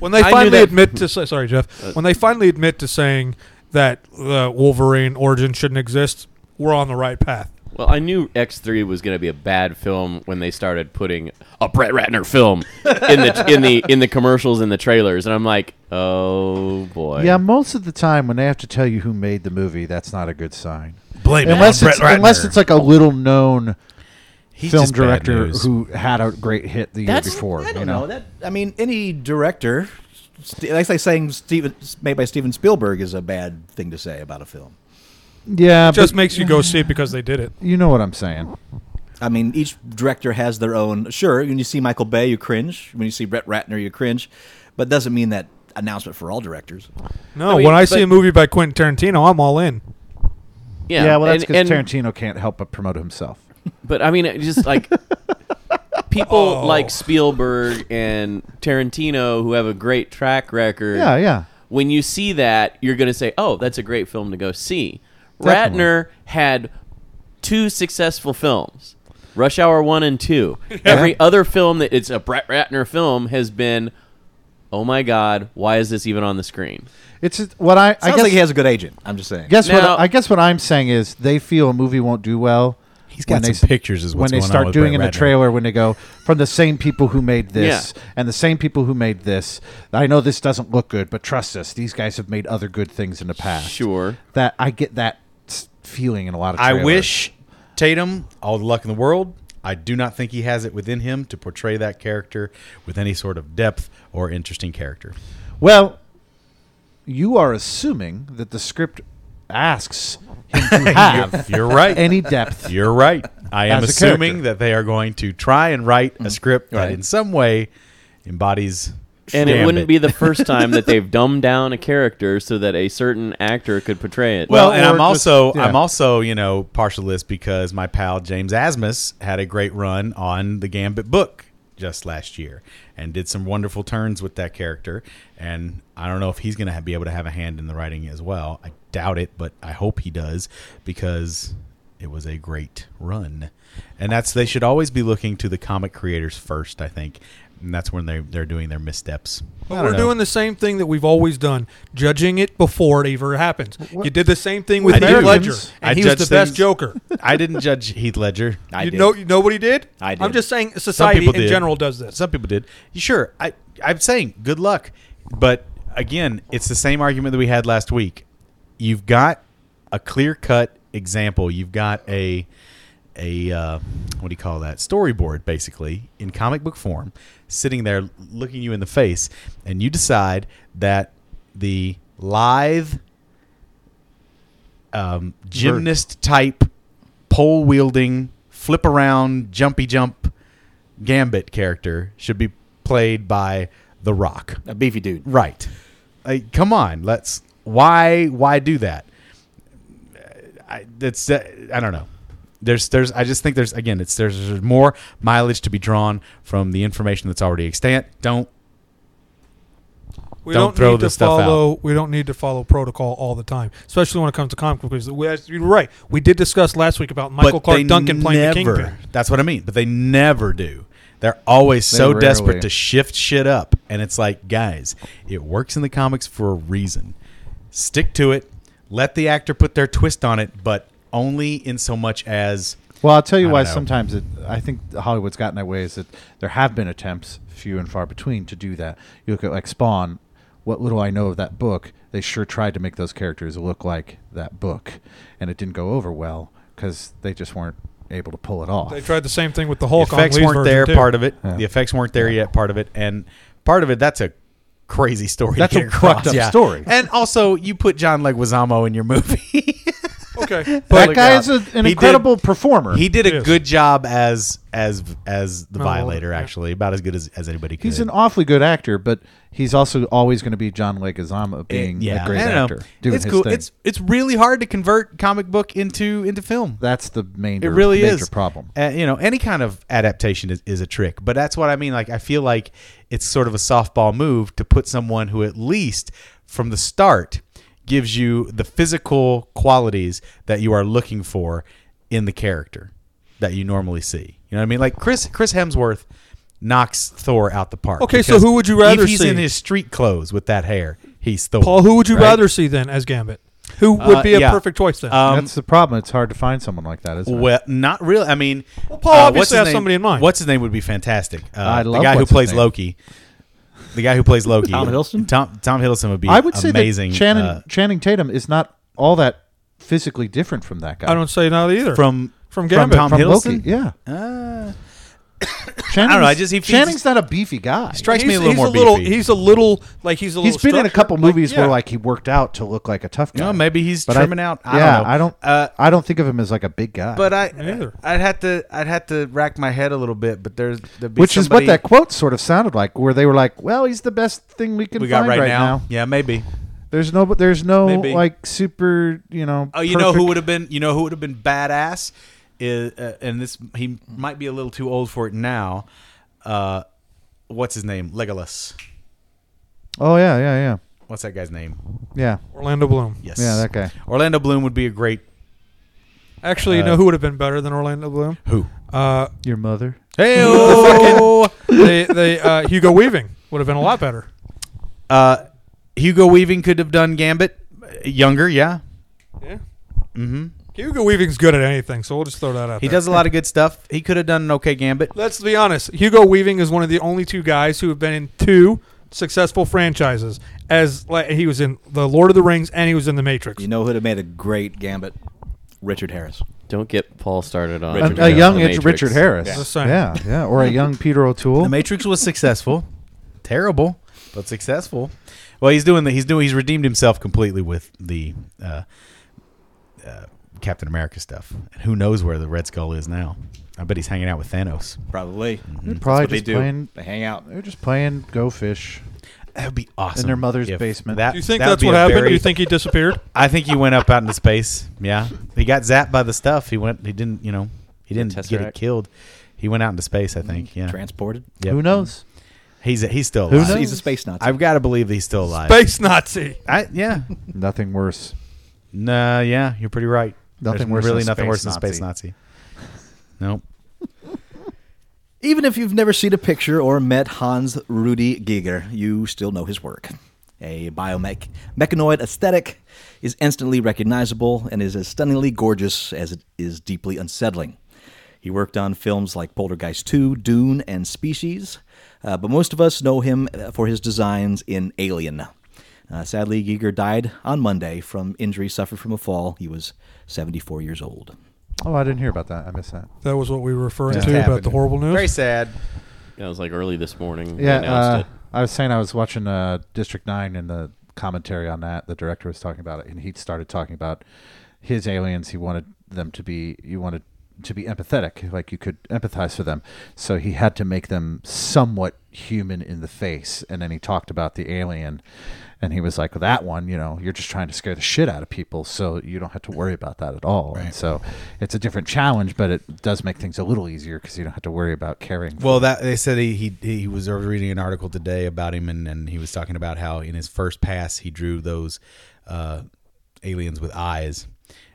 Speaker 7: When they
Speaker 6: knew
Speaker 7: finally
Speaker 6: that-
Speaker 7: admit to say- sorry Jeff, when they finally admit to saying that uh, Wolverine origin shouldn't exist, we're on the right path.
Speaker 6: Well, I knew X3 was going to be a bad film when they started putting a Brett Ratner film in the in the in the commercials and the trailers, and I'm like, oh boy.
Speaker 3: Yeah, most of the time when they have to tell you who made the movie, that's not a good sign.
Speaker 4: blame it
Speaker 3: Unless
Speaker 4: on
Speaker 3: it's,
Speaker 4: Brett Ratner.
Speaker 3: unless it's like a little known
Speaker 4: He's
Speaker 3: film
Speaker 4: just bad
Speaker 3: director
Speaker 4: news.
Speaker 3: who had a great hit the year before.
Speaker 8: I don't
Speaker 3: you
Speaker 8: know. That I mean, any director. St- That's like saying Steven, made by Steven Spielberg is a bad thing to say about a film.
Speaker 3: Yeah,
Speaker 7: Just
Speaker 3: but
Speaker 7: makes you go see it because they did it.
Speaker 3: you know what I'm saying.
Speaker 8: I mean, each director has their own. Sure, when you see Michael Bay, you cringe. When you see Brett Ratner, you cringe. But it doesn't mean that announcement for all directors.
Speaker 7: No,
Speaker 6: I mean,
Speaker 7: when I see
Speaker 6: but-
Speaker 7: a movie by Quentin Tarantino, I'm all in.
Speaker 6: yeah.
Speaker 3: Yeah, well, that's
Speaker 6: and-
Speaker 3: because
Speaker 6: and-
Speaker 3: Tarantino can't help but promote himself.
Speaker 6: But I mean, it just like people
Speaker 7: Oh.
Speaker 6: like Spielberg and Tarantino who have a great track record.
Speaker 3: Yeah, yeah.
Speaker 6: When you see that, you're going to say, "Oh, that's a great film to go see."
Speaker 3: Definitely.
Speaker 6: Ratner had two successful films. Rush Hour 1 and 2. Every other film that it's a Brett Ratner film has been oh my god, why is this even on the screen?
Speaker 3: It's just- what I. I
Speaker 8: Sounds
Speaker 3: guess,
Speaker 8: like he has a good agent. I'm just saying.
Speaker 3: guess
Speaker 6: Now-
Speaker 3: what I guess what I'm saying is they feel a movie won't do well.
Speaker 4: He's got
Speaker 3: when
Speaker 4: some
Speaker 3: s-
Speaker 4: pictures is what's
Speaker 3: when they
Speaker 4: going on
Speaker 3: start
Speaker 4: with
Speaker 3: doing
Speaker 4: Brett
Speaker 3: in the
Speaker 4: Ratner.
Speaker 3: trailer when they go from the same people who made this
Speaker 6: Yeah.
Speaker 3: and the same people who made this. I know this doesn't look good, but trust us, these guys have made other good things in the past.
Speaker 6: Sure.
Speaker 3: that I get that s- feeling in a lot of.
Speaker 4: I
Speaker 3: Trailers.
Speaker 4: wish Tatum all the luck in the world. I do not think he has it within him to portray that character with any sort of depth or interesting character.
Speaker 3: Well, you are assuming that the script asks him to have
Speaker 4: You're right.
Speaker 3: any depth.
Speaker 4: You're right. I
Speaker 3: As
Speaker 4: am
Speaker 3: a
Speaker 4: assuming
Speaker 3: character. Mm-hmm.
Speaker 4: that they are going to try and write a script that
Speaker 8: Right.
Speaker 4: in some way embodies.
Speaker 6: And it
Speaker 4: Gambit.
Speaker 6: wouldn't be the first time that they've dumbed down a character so that a certain actor could portray it.
Speaker 4: Well,
Speaker 3: Well,
Speaker 4: and
Speaker 3: or
Speaker 4: I'm
Speaker 3: just-
Speaker 4: also
Speaker 3: yeah.
Speaker 4: I'm also you know partialist because my pal James Asmus had a great run on the Gambit book just last year and did some wonderful turns with that character. And I don't know if he's going to be able to have a hand in the writing as well. I doubt it, but I hope he does because it was a great run. And that's they should always be looking to the comic creators first, I think. And that's when they they're doing their missteps. I
Speaker 7: But
Speaker 4: don't
Speaker 7: we're
Speaker 4: know.
Speaker 7: doing the same thing that we've always done, judging it before it ever happens. You did the same thing with
Speaker 4: I
Speaker 7: Heath
Speaker 4: do.
Speaker 7: Ledger, and
Speaker 4: I
Speaker 7: he was
Speaker 4: judge
Speaker 7: the best
Speaker 4: things-
Speaker 7: Joker.
Speaker 4: I didn't judge Heath Ledger.
Speaker 8: I
Speaker 7: you
Speaker 8: did.
Speaker 7: know, you know what he did?
Speaker 8: I did.
Speaker 7: I'm just saying,
Speaker 4: Some
Speaker 7: society
Speaker 4: people
Speaker 7: in
Speaker 4: did.
Speaker 7: general does this.
Speaker 4: Some people did. Sure, I I'm saying good luck, but again, it's the same argument that we had last week. You've got a clear cut example. You've got a a uh, what do you call that storyboard, basically in comic book form, sitting there looking you in the face, and you decide that the lithe um, gymnast type pole wielding flip around jumpy jump gambit character should be played by the rock
Speaker 8: A beefy dude.
Speaker 4: right like come on let's why why do that i that's uh, i don't know there's there's i just think there's again it's there's, there's more mileage to be drawn from the information that's already extant don't
Speaker 7: We
Speaker 4: Don't
Speaker 7: don't
Speaker 4: throw
Speaker 7: need to
Speaker 4: this stuff out.
Speaker 7: follow. We don't need to follow protocol all the time, especially when it comes to comic book movies. We- as- You're right. We did discuss last week about Michael
Speaker 4: but they
Speaker 7: Clark Duncan playing the
Speaker 4: never-
Speaker 7: Kingpin.
Speaker 4: That's what I mean. But they never do. They're always so
Speaker 3: rarely-
Speaker 4: desperate to shift shit up, and it's like, guys, it works in the comics for a reason. Stick to it. Let the actor put their twist on it, but only in so much as
Speaker 3: Well, I'll tell you
Speaker 4: I
Speaker 3: why.
Speaker 4: don't know.
Speaker 3: Sometimes it, I think Hollywood's gotten that way is that there have been attempts, few and far between, to do that. You look at like Spawn. What little I know of that book, they sure tried to make those characters look like that book, and it didn't go over well because they just weren't able to pull it off.
Speaker 7: They tried the same thing with the Hulk.
Speaker 4: the effects
Speaker 7: on Lee's
Speaker 4: weren't
Speaker 7: version,
Speaker 4: there.
Speaker 7: too.
Speaker 4: Part of it.
Speaker 3: Yeah.
Speaker 4: The effects weren't there yet. Part of it, and part of it. That's a crazy story. to
Speaker 3: That's a
Speaker 4: get across,
Speaker 3: fucked up story.
Speaker 4: And also, you put John Leguizamo in your movie.
Speaker 7: Okay.
Speaker 3: that guy is a,
Speaker 4: He
Speaker 3: an
Speaker 4: did-
Speaker 3: incredible performer.
Speaker 4: He did a
Speaker 7: Yes.
Speaker 4: good job as as as
Speaker 9: Oh,
Speaker 4: the violator,
Speaker 7: yeah.
Speaker 4: actually, about as good as, as anybody could.
Speaker 3: he's an awfully good actor, but he's also always going to be John
Speaker 4: Eh,
Speaker 3: Leguizamo being a great
Speaker 4: I don't know.
Speaker 3: actor. Doing
Speaker 4: it's
Speaker 3: his
Speaker 4: cool.
Speaker 3: thing.
Speaker 4: It's it's really hard to convert comic book into into film.
Speaker 3: that's the main
Speaker 4: It really
Speaker 3: major
Speaker 4: is
Speaker 3: problem.
Speaker 4: Uh, you know, any kind of adaptation is, is a trick, but that's what I mean. Like, I feel like it's sort of a softball move to put someone who, at least from the start, gives you the physical qualities that you are looking for in the character that you normally see. You know what I mean? Like Chris Chris Hemsworth knocks Thor out the park.
Speaker 7: Okay, so
Speaker 4: because
Speaker 7: who would you rather
Speaker 4: if he's
Speaker 7: see?
Speaker 4: in his street clothes with that hair? He's Thor.
Speaker 7: Paul, who would you
Speaker 4: right?
Speaker 7: rather see then as Gambit? Who would
Speaker 4: Uh,
Speaker 7: be a
Speaker 4: yeah.
Speaker 7: perfect choice then?
Speaker 4: Um,
Speaker 3: that's the problem. It's hard to find someone like that, isn't it?
Speaker 4: Well, not really. I mean, uh, well,
Speaker 7: Paul obviously has somebody in mind.
Speaker 4: What's his name would be fantastic. Uh,
Speaker 3: I love
Speaker 4: the guy who
Speaker 3: what's his
Speaker 4: plays
Speaker 3: name.
Speaker 4: Loki. The guy who plays Loki.
Speaker 8: Tom Hiddleston?
Speaker 4: Tom Tom Hiddleston would be.
Speaker 3: I would say
Speaker 4: amazing.
Speaker 3: that Channing,
Speaker 4: uh,
Speaker 3: Channing Tatum is not all that physically different from that guy.
Speaker 7: I don't say not either.
Speaker 4: from
Speaker 7: From Gambit.
Speaker 4: Tom
Speaker 3: from
Speaker 4: Hiddleston.
Speaker 3: Loki. Yeah.
Speaker 4: Uh,
Speaker 3: Channing's,
Speaker 4: know, I just- he- he's-
Speaker 3: Channing's not a beefy guy.
Speaker 4: strikes me
Speaker 7: He's-
Speaker 4: a little
Speaker 7: he's
Speaker 4: more beefy.
Speaker 7: He's a little like he's a little.
Speaker 3: He's been in a
Speaker 7: structured,
Speaker 3: couple
Speaker 7: like,
Speaker 3: movies
Speaker 7: yeah.
Speaker 3: where like he worked out to look like a tough guy.
Speaker 4: Well, maybe he's
Speaker 3: But
Speaker 4: trimming out. I
Speaker 3: yeah,
Speaker 4: don't know.
Speaker 3: I don't.
Speaker 4: Uh,
Speaker 3: I don't think of him as like a big guy.
Speaker 4: but I,
Speaker 7: neither.
Speaker 4: I'd have to, I'd have to rack my head a little bit. But there's, there'd be
Speaker 3: which is
Speaker 4: somebody-
Speaker 3: what that quote sort of sounded like, where they were like, "Well, he's the best thing we can
Speaker 4: we got
Speaker 3: find
Speaker 4: right, now. Yeah, maybe.
Speaker 3: There's no, there's no
Speaker 4: Maybe.
Speaker 3: like super, you know.
Speaker 4: Oh, you know who
Speaker 3: perfect-
Speaker 4: would have been? You know who would have been badass? Is uh, and this he might be a little too old for it now. Uh, what's his name? Legolas.
Speaker 3: Oh yeah, yeah, yeah,
Speaker 4: What's that guy's name?
Speaker 3: yeah.
Speaker 7: Orlando Bloom.
Speaker 4: Yes.
Speaker 3: Yeah, that guy.
Speaker 4: Orlando Bloom would be a great
Speaker 7: Actually,
Speaker 4: Uh,
Speaker 7: you know who would have been better than Orlando Bloom?
Speaker 4: who?
Speaker 7: Uh,
Speaker 3: Your mother.
Speaker 4: Hey,
Speaker 7: they, they, uh, Hugo Weaving would have been a lot better.
Speaker 4: uh, Hugo Weaving could have done Gambit uh, younger. Yeah,
Speaker 7: Yeah. Mm-hmm. Hugo Weaving's good at anything, so we'll just throw that out.
Speaker 4: he
Speaker 7: there.
Speaker 4: does a lot of good stuff. He could have done an okay Gambit.
Speaker 7: Let's be honest. Hugo Weaving is one of the only two guys who have been in two successful franchises. As like, he was in the Lord of the Rings and he was in the Matrix.
Speaker 8: You know who'd have made a great gambit? Richard Harris.
Speaker 6: Don't get Paul started on
Speaker 3: A, a
Speaker 6: the
Speaker 3: young
Speaker 6: Matrix.
Speaker 3: Richard Harris.
Speaker 7: Yeah. Just
Speaker 3: Yeah.
Speaker 7: saying.
Speaker 3: yeah, or a young Peter O'Toole.
Speaker 4: The Matrix was successful, terrible, but successful. Well, he's doing the he's doing he's redeemed himself completely with the uh, uh, Captain America stuff. And who knows where the Red Skull is now? I bet he's hanging out with Thanos.
Speaker 8: Probably.
Speaker 3: They're probably
Speaker 8: But they
Speaker 3: just
Speaker 8: do.
Speaker 3: playing.
Speaker 8: They hang out.
Speaker 3: They're just playing Go Fish.
Speaker 4: That would be awesome.
Speaker 3: In their mother's
Speaker 4: if
Speaker 3: basement.
Speaker 4: That,
Speaker 7: Do you think
Speaker 4: that would
Speaker 7: that's
Speaker 4: be
Speaker 7: what
Speaker 4: a
Speaker 7: happened?
Speaker 4: very-
Speaker 7: Do you think he disappeared?
Speaker 4: I think he went up out into space. Yeah, he got zapped by the stuff. He went. He didn't. You know, he didn't
Speaker 6: The
Speaker 4: get
Speaker 6: Tesseract.
Speaker 4: it killed. He went out into space. I think. Yeah.
Speaker 8: Transported.
Speaker 4: Yep.
Speaker 3: Who knows?
Speaker 4: He's he's still
Speaker 3: Who
Speaker 4: alive.
Speaker 3: knows?
Speaker 8: He's a space Nazi.
Speaker 4: I've got to believe that he's still alive.
Speaker 7: Base Nazi.
Speaker 4: I, yeah.
Speaker 3: Nothing worse.
Speaker 4: Nah, yeah, you're pretty right.
Speaker 3: Nothing
Speaker 4: There's
Speaker 3: worse
Speaker 4: Really,
Speaker 3: than
Speaker 4: nothing
Speaker 3: space
Speaker 4: worse than space Nazi. Nope.
Speaker 8: Even if you've never seen a picture or met Hans Rudi Giger, you still know his work. A biomech mechanoid aesthetic is instantly recognizable and is as stunningly gorgeous as it is deeply unsettling. He worked on films like Poltergeist 2, Dune, and Species, uh, but most of us know him uh, for his designs in Alien. Uh, sadly, Giger died on Monday from injury suffered from a fall. He was 74 years old.
Speaker 3: Oh, I didn't hear about that. I missed that.
Speaker 7: That was what we were referring
Speaker 4: Just
Speaker 7: to about
Speaker 4: happened.
Speaker 7: the horrible news.
Speaker 4: Very sad.
Speaker 6: Yeah, it was like early this morning. they
Speaker 3: Yeah, uh,
Speaker 6: announced
Speaker 3: I was saying I was watching uh, District Nine, and the commentary on that, the director was talking about it, and he started talking about his aliens. He wanted them to be, you wanted to be empathetic, like you could empathize for them. So he had to make them somewhat human in the face, and then he talked about the alien, and he was like, "That one, you know, you're just trying to scare the shit out of people, so you don't have to worry about that at all." And so it's a different challenge, but it does make things a little easier because you don't have to worry about caring.
Speaker 4: Well, that they said he, he he was I was reading an article today about him, and, and he was talking about how in his first pass he drew those uh, aliens with eyes,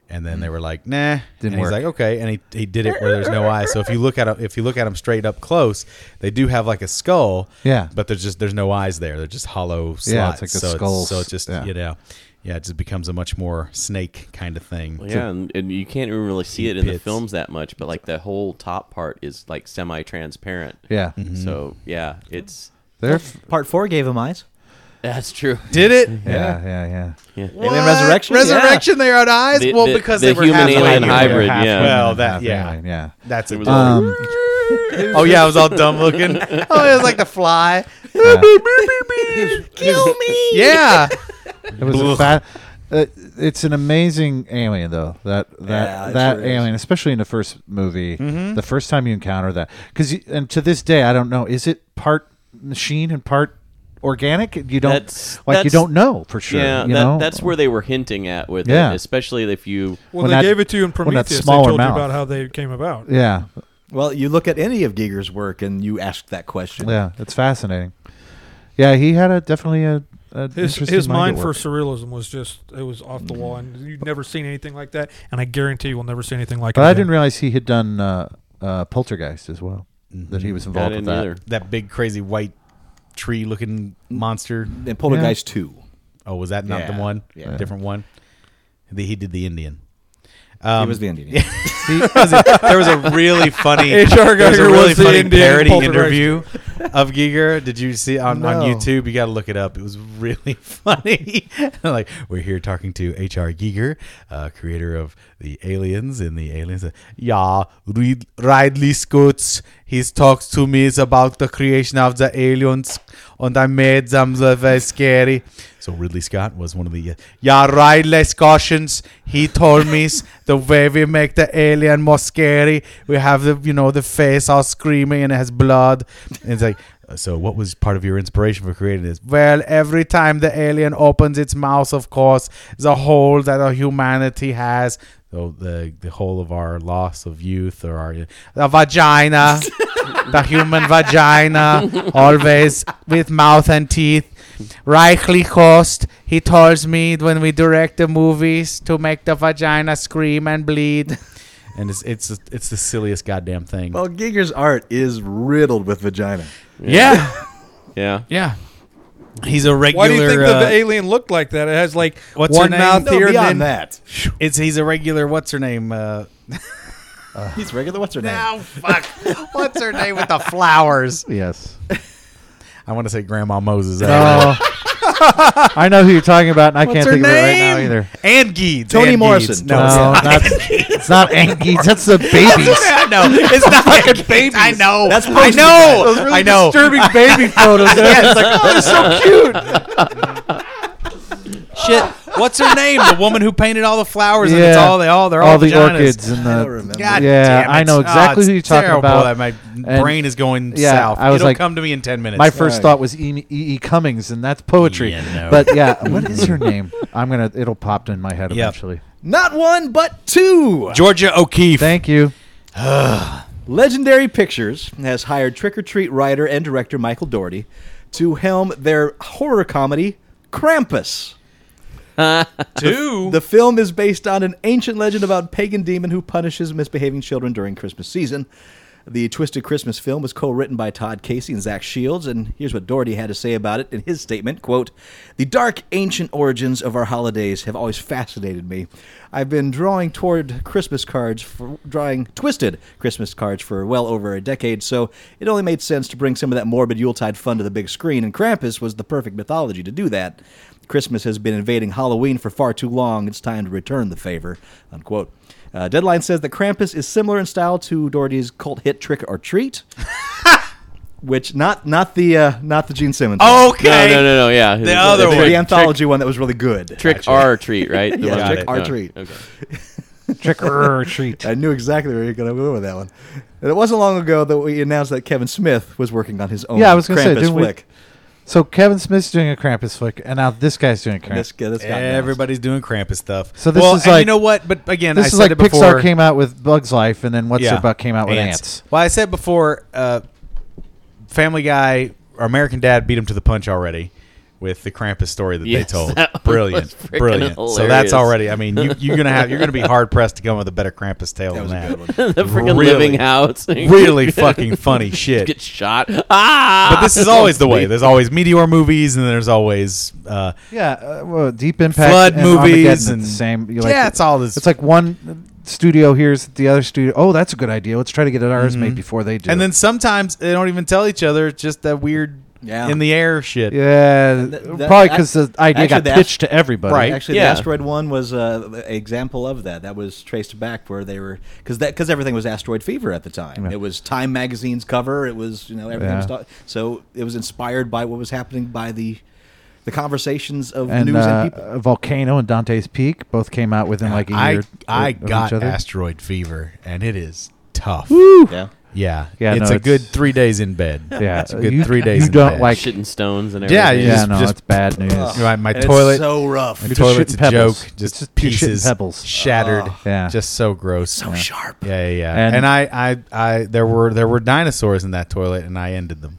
Speaker 4: and then they were like, nah.
Speaker 3: Hmm. Didn't
Speaker 4: and
Speaker 3: work.
Speaker 4: he's like, okay, and he, he did it where there's no eyes. So if you look at 'em- if you look at them straight up close, they do have like a skull.
Speaker 3: Yeah.
Speaker 4: but there's just there's no eyes there. They're just hollow slots.
Speaker 3: Yeah, it's like the
Speaker 4: so
Speaker 3: skulls.
Speaker 4: It's, so it's just
Speaker 3: Yeah.
Speaker 4: you know, yeah, it just becomes a much more snake kind of thing.
Speaker 6: it. Yeah, and, and you can't even really see it in the
Speaker 4: Pits.
Speaker 6: films that much, but like the whole top part is like semi-transparent.
Speaker 3: yeah,
Speaker 6: So yeah, it's
Speaker 3: they're.
Speaker 8: Part 4 gave him eyes.
Speaker 6: that's true.
Speaker 4: Did it?
Speaker 3: Yeah, yeah, yeah.
Speaker 6: Yeah.
Speaker 8: Alien Resurrection?
Speaker 4: Resurrection. They are eyes.
Speaker 6: The-
Speaker 4: well,
Speaker 6: the-
Speaker 4: because
Speaker 6: the
Speaker 4: they were
Speaker 6: human
Speaker 4: halfway
Speaker 6: alien
Speaker 4: human.
Speaker 6: hybrid, yeah.
Speaker 4: Well, that yeah,
Speaker 3: yeah, yeah.
Speaker 4: that's it.
Speaker 6: was all-
Speaker 3: Um,
Speaker 4: oh yeah, I was all dumb looking. Oh, it was like the fly.
Speaker 3: yeah.
Speaker 4: Yeah,
Speaker 3: it was a fa- Uh, it's an amazing alien, though. That that
Speaker 8: Yeah, it
Speaker 3: that
Speaker 8: sure is.
Speaker 3: alien, especially in the first movie,
Speaker 6: Mm-hmm.
Speaker 3: the first time you encounter that, because and to this day, I don't know. Is it part machine and part organic? You don't
Speaker 6: That's-
Speaker 3: like you
Speaker 6: that's-
Speaker 3: don't know for sure.
Speaker 6: Yeah,
Speaker 3: you
Speaker 6: that,
Speaker 3: know?
Speaker 6: that's where they were hinting at with
Speaker 3: Yeah.
Speaker 6: it, especially if you.
Speaker 7: Well,
Speaker 3: When
Speaker 7: they
Speaker 3: that-
Speaker 7: gave it to you in
Speaker 3: when that
Speaker 7: Prometheus. They
Speaker 3: smaller
Speaker 7: told
Speaker 3: mouth.
Speaker 7: you about how they came about.
Speaker 3: Yeah,
Speaker 8: Well, you look at any of Giger's work and you ask that question.
Speaker 3: yeah, it's fascinating. Yeah, he had a definitely a, a
Speaker 7: His,
Speaker 3: interesting
Speaker 7: his mind
Speaker 3: at
Speaker 7: for
Speaker 3: work.
Speaker 7: surrealism was just it was off the wall, and you've never seen anything like that. And I guarantee you will never see anything like
Speaker 3: But
Speaker 7: it.
Speaker 3: I
Speaker 7: again.
Speaker 3: didn't realize he had done uh, uh, Poltergeist as well. That he was
Speaker 6: I
Speaker 3: involved with
Speaker 6: didn't
Speaker 3: that.
Speaker 6: either.
Speaker 9: that big crazy white tree looking monster.
Speaker 8: And Poltergeist 2.
Speaker 9: Oh, was that not
Speaker 8: Yeah,
Speaker 9: the one?
Speaker 8: yeah.
Speaker 9: Different one. The, he did the Indian.
Speaker 8: He
Speaker 9: Um,
Speaker 8: was the Indian.
Speaker 9: there was a really funny,
Speaker 7: H.R.
Speaker 9: there was a
Speaker 7: Giger
Speaker 9: really
Speaker 7: was the
Speaker 9: funny
Speaker 7: Indian
Speaker 9: parody
Speaker 7: poltergeist.
Speaker 9: interview of Giger. Did you see it on,
Speaker 8: No.
Speaker 9: on YouTube? You got to look it up. It was really funny. like we're here talking to H.R. Giger, uh, creator of the Aliens and the Aliens. uh, Yeah, Reed, Ridley Scott. He talks to me is about the creation of the aliens, and I made them the very scary. So Ridley Scott was one of the uh, yeah Ridley's cautions. He told me s- the way we make the alien more scary. We have the you know the face all screaming and it has blood. And it's like uh, so. What was part of your inspiration for creating this? Well, every time the alien opens its mouth, of course, the hole that our humanity has. So the the whole of our loss of youth or our the vagina, the human vagina, always with mouth and teeth. Reichly Kost, he tells me when we direct the movies to make the vagina scream and bleed. And it's it's it's the silliest goddamn thing.
Speaker 8: well, Giger's art is riddled with vagina.
Speaker 9: yeah,
Speaker 6: Yeah.
Speaker 9: yeah. He's a regular.
Speaker 7: Why do you think that
Speaker 9: uh,
Speaker 7: the alien looked like that? It has like
Speaker 9: What's
Speaker 7: one
Speaker 9: her name?
Speaker 7: mouth
Speaker 9: No,
Speaker 7: here and then
Speaker 8: beyond that.
Speaker 9: it's he's a regular. What's her name? Uh,
Speaker 8: He's regular. What's her name?
Speaker 9: Oh, fuck! what's her name with the flowers?
Speaker 3: Yes.
Speaker 9: I want to say Grandma Moses.
Speaker 3: Oh. I know who you're talking about, and I can't think of it right now either.
Speaker 9: And Geeds.
Speaker 8: Tony
Speaker 9: Ann
Speaker 8: Morrison.
Speaker 9: Geeds.
Speaker 3: No,
Speaker 9: No, it's not.
Speaker 3: that's, it's not Angie. That's the babies.
Speaker 9: I know. It's not fucking babies. I know. That's I know. I know.
Speaker 3: Disturbing baby photos.
Speaker 9: yeah, it's like, oh, it's so
Speaker 3: oh,
Speaker 9: cute. Shit, what's her name? The woman who painted all the flowers and it's all they all they're all,
Speaker 3: the
Speaker 9: vaginas.
Speaker 3: orchids and the.
Speaker 8: I don't remember.
Speaker 9: God
Speaker 3: Yeah,
Speaker 9: damn
Speaker 3: I
Speaker 9: it.
Speaker 3: know
Speaker 9: Oh,
Speaker 3: exactly
Speaker 9: it's
Speaker 3: who you're talking
Speaker 9: terrible
Speaker 3: about.
Speaker 9: That my
Speaker 3: And-
Speaker 9: brain is going
Speaker 3: Yeah,
Speaker 9: south.
Speaker 3: I was
Speaker 9: It'll
Speaker 3: like-
Speaker 9: come to me in ten minutes.
Speaker 3: My first
Speaker 8: Right.
Speaker 3: thought was E. E. E. Cummings, and that's poetry.
Speaker 9: Yeah, no.
Speaker 3: But yeah, what is her name? I'm gonna. It'll pop in my head
Speaker 9: Yep.
Speaker 3: eventually.
Speaker 8: Not one, but two.
Speaker 9: Georgia O'Keeffe.
Speaker 3: Thank you.
Speaker 8: Legendary Pictures has hired trick or treat writer and director Michael Doherty to helm their horror comedy, Krampus.
Speaker 9: Two.
Speaker 8: The film is based on an ancient legend about a pagan demon who punishes misbehaving children during Christmas season. The Twisted Christmas film was co-written by Todd Casey and Zach Shields, and here's what Doherty had to say about it in his statement, quote, "The dark ancient origins of our holidays have always fascinated me. I've been drawing toward Christmas cards for drawing twisted Christmas cards for well over a decade, so it only made sense to bring some of that morbid Yuletide fun to the big screen, and Krampus was the perfect mythology to do that. Christmas has been invading Halloween for far too long. It's time to return the favor. Unquote. Uh, Deadline says that Krampus is similar in style to Doherty's cult hit Trick or Treat, which not not the uh, not the Gene Simmons. one.
Speaker 9: Okay.
Speaker 6: No, no, no, no. Yeah.
Speaker 9: Oh, The other
Speaker 8: the,
Speaker 9: one.
Speaker 8: the anthology one that was really good.
Speaker 6: Trick R treat, right? The
Speaker 8: Yeah,
Speaker 6: one-
Speaker 8: trick or
Speaker 6: no,
Speaker 8: treat.
Speaker 6: Okay.
Speaker 3: Trick or treat.
Speaker 8: I knew exactly where you were going to go with that one. And it wasn't long ago that we announced that Kevin Smith was working on his own.
Speaker 3: Yeah, I was gonna say,
Speaker 8: Krampus
Speaker 3: didn't we-
Speaker 8: flick.
Speaker 3: So Kevin Smith's doing a Krampus flick, and now this guy's doing a Krampus.
Speaker 8: This, yeah, this got announced.
Speaker 9: Everybody's doing Krampus stuff.
Speaker 3: So this
Speaker 9: well,
Speaker 3: is
Speaker 9: and you
Speaker 3: like-
Speaker 9: know what? But again,
Speaker 3: this
Speaker 9: I
Speaker 3: is
Speaker 9: said
Speaker 3: like
Speaker 9: it before,
Speaker 3: Pixar came out with Bugs Life, and then what's
Speaker 9: Yeah.
Speaker 3: it about came out with ants.
Speaker 9: Well, I said before, uh, Family Guy or American Dad beat him to the punch already with the Krampus story that
Speaker 6: Yes,
Speaker 9: they told.
Speaker 6: that one was
Speaker 9: brilliant,
Speaker 6: freaking
Speaker 9: brilliant. So
Speaker 6: hilarious.
Speaker 9: that's already. I mean, you, you're gonna have you're gonna be hard pressed to come up with a better Krampus tale than that.
Speaker 6: the freaking
Speaker 9: Really.
Speaker 6: living house.
Speaker 9: really fucking funny shit.
Speaker 6: Get shot. Ah.
Speaker 9: But this is always the way. There's always meteor movies, and there's always uh,
Speaker 3: Yeah, uh, well, Deep Impact,
Speaker 9: Flood
Speaker 3: and
Speaker 9: movies
Speaker 3: Armageddon at
Speaker 9: and-
Speaker 3: the same. you
Speaker 9: Yeah, it's all this-
Speaker 3: It's like one studio hears the other studio. Oh, that's a good idea. Let's try to get it ours made before they do.
Speaker 9: Mm-hmm. and then sometimes they don't even tell each other. It's just that weird
Speaker 8: Yeah.
Speaker 9: in the air shit.
Speaker 3: yeah,
Speaker 8: th-
Speaker 3: probably 'cause
Speaker 8: that-
Speaker 3: probably because the idea
Speaker 8: actually,
Speaker 3: got
Speaker 8: the
Speaker 3: pitched
Speaker 8: ast-
Speaker 3: to everybody.
Speaker 9: Right.
Speaker 8: Actually,
Speaker 6: Yeah.
Speaker 8: the asteroid one was uh, an example of that. That was traced back where they were because that because everything was asteroid fever at the time. It was Time magazine's cover. It was you know everything.
Speaker 3: Yeah.
Speaker 8: Was ta- so it was inspired by what was happening by the the conversations of
Speaker 3: and,
Speaker 8: news
Speaker 3: uh,
Speaker 8: and people.
Speaker 3: Volcano and Dante's Peak both came out within like a year.
Speaker 4: I
Speaker 3: of-
Speaker 4: I
Speaker 3: of
Speaker 4: got
Speaker 3: each other.
Speaker 4: asteroid fever, and it is tough.
Speaker 8: Yeah.
Speaker 4: Yeah,
Speaker 3: Yeah,
Speaker 4: It's
Speaker 3: no,
Speaker 4: a good
Speaker 3: it's-
Speaker 4: three days in bed.
Speaker 3: Yeah,
Speaker 4: it's a good
Speaker 3: you-
Speaker 4: three days.
Speaker 3: You
Speaker 4: in
Speaker 3: don't
Speaker 4: bed.
Speaker 3: like
Speaker 6: shitting stones and
Speaker 4: Yeah,
Speaker 6: everything.
Speaker 4: you
Speaker 3: Yeah,
Speaker 4: just-
Speaker 3: no,
Speaker 4: just-
Speaker 3: it's bad news.
Speaker 4: my, my
Speaker 8: And it's
Speaker 4: toilet.
Speaker 8: so rough.
Speaker 4: My
Speaker 3: You're just
Speaker 4: toilet's
Speaker 3: shooting
Speaker 4: a
Speaker 3: pebbles.
Speaker 4: joke.
Speaker 3: It's
Speaker 4: Just,
Speaker 3: just you're shooting
Speaker 4: pieces,
Speaker 3: pebbles.
Speaker 4: shattered.
Speaker 3: Yeah.
Speaker 4: just so gross.
Speaker 8: so sharp.
Speaker 4: Yeah, yeah, yeah.
Speaker 3: And-
Speaker 4: And, I, I, I, there were there were dinosaurs in that toilet, and I ended them.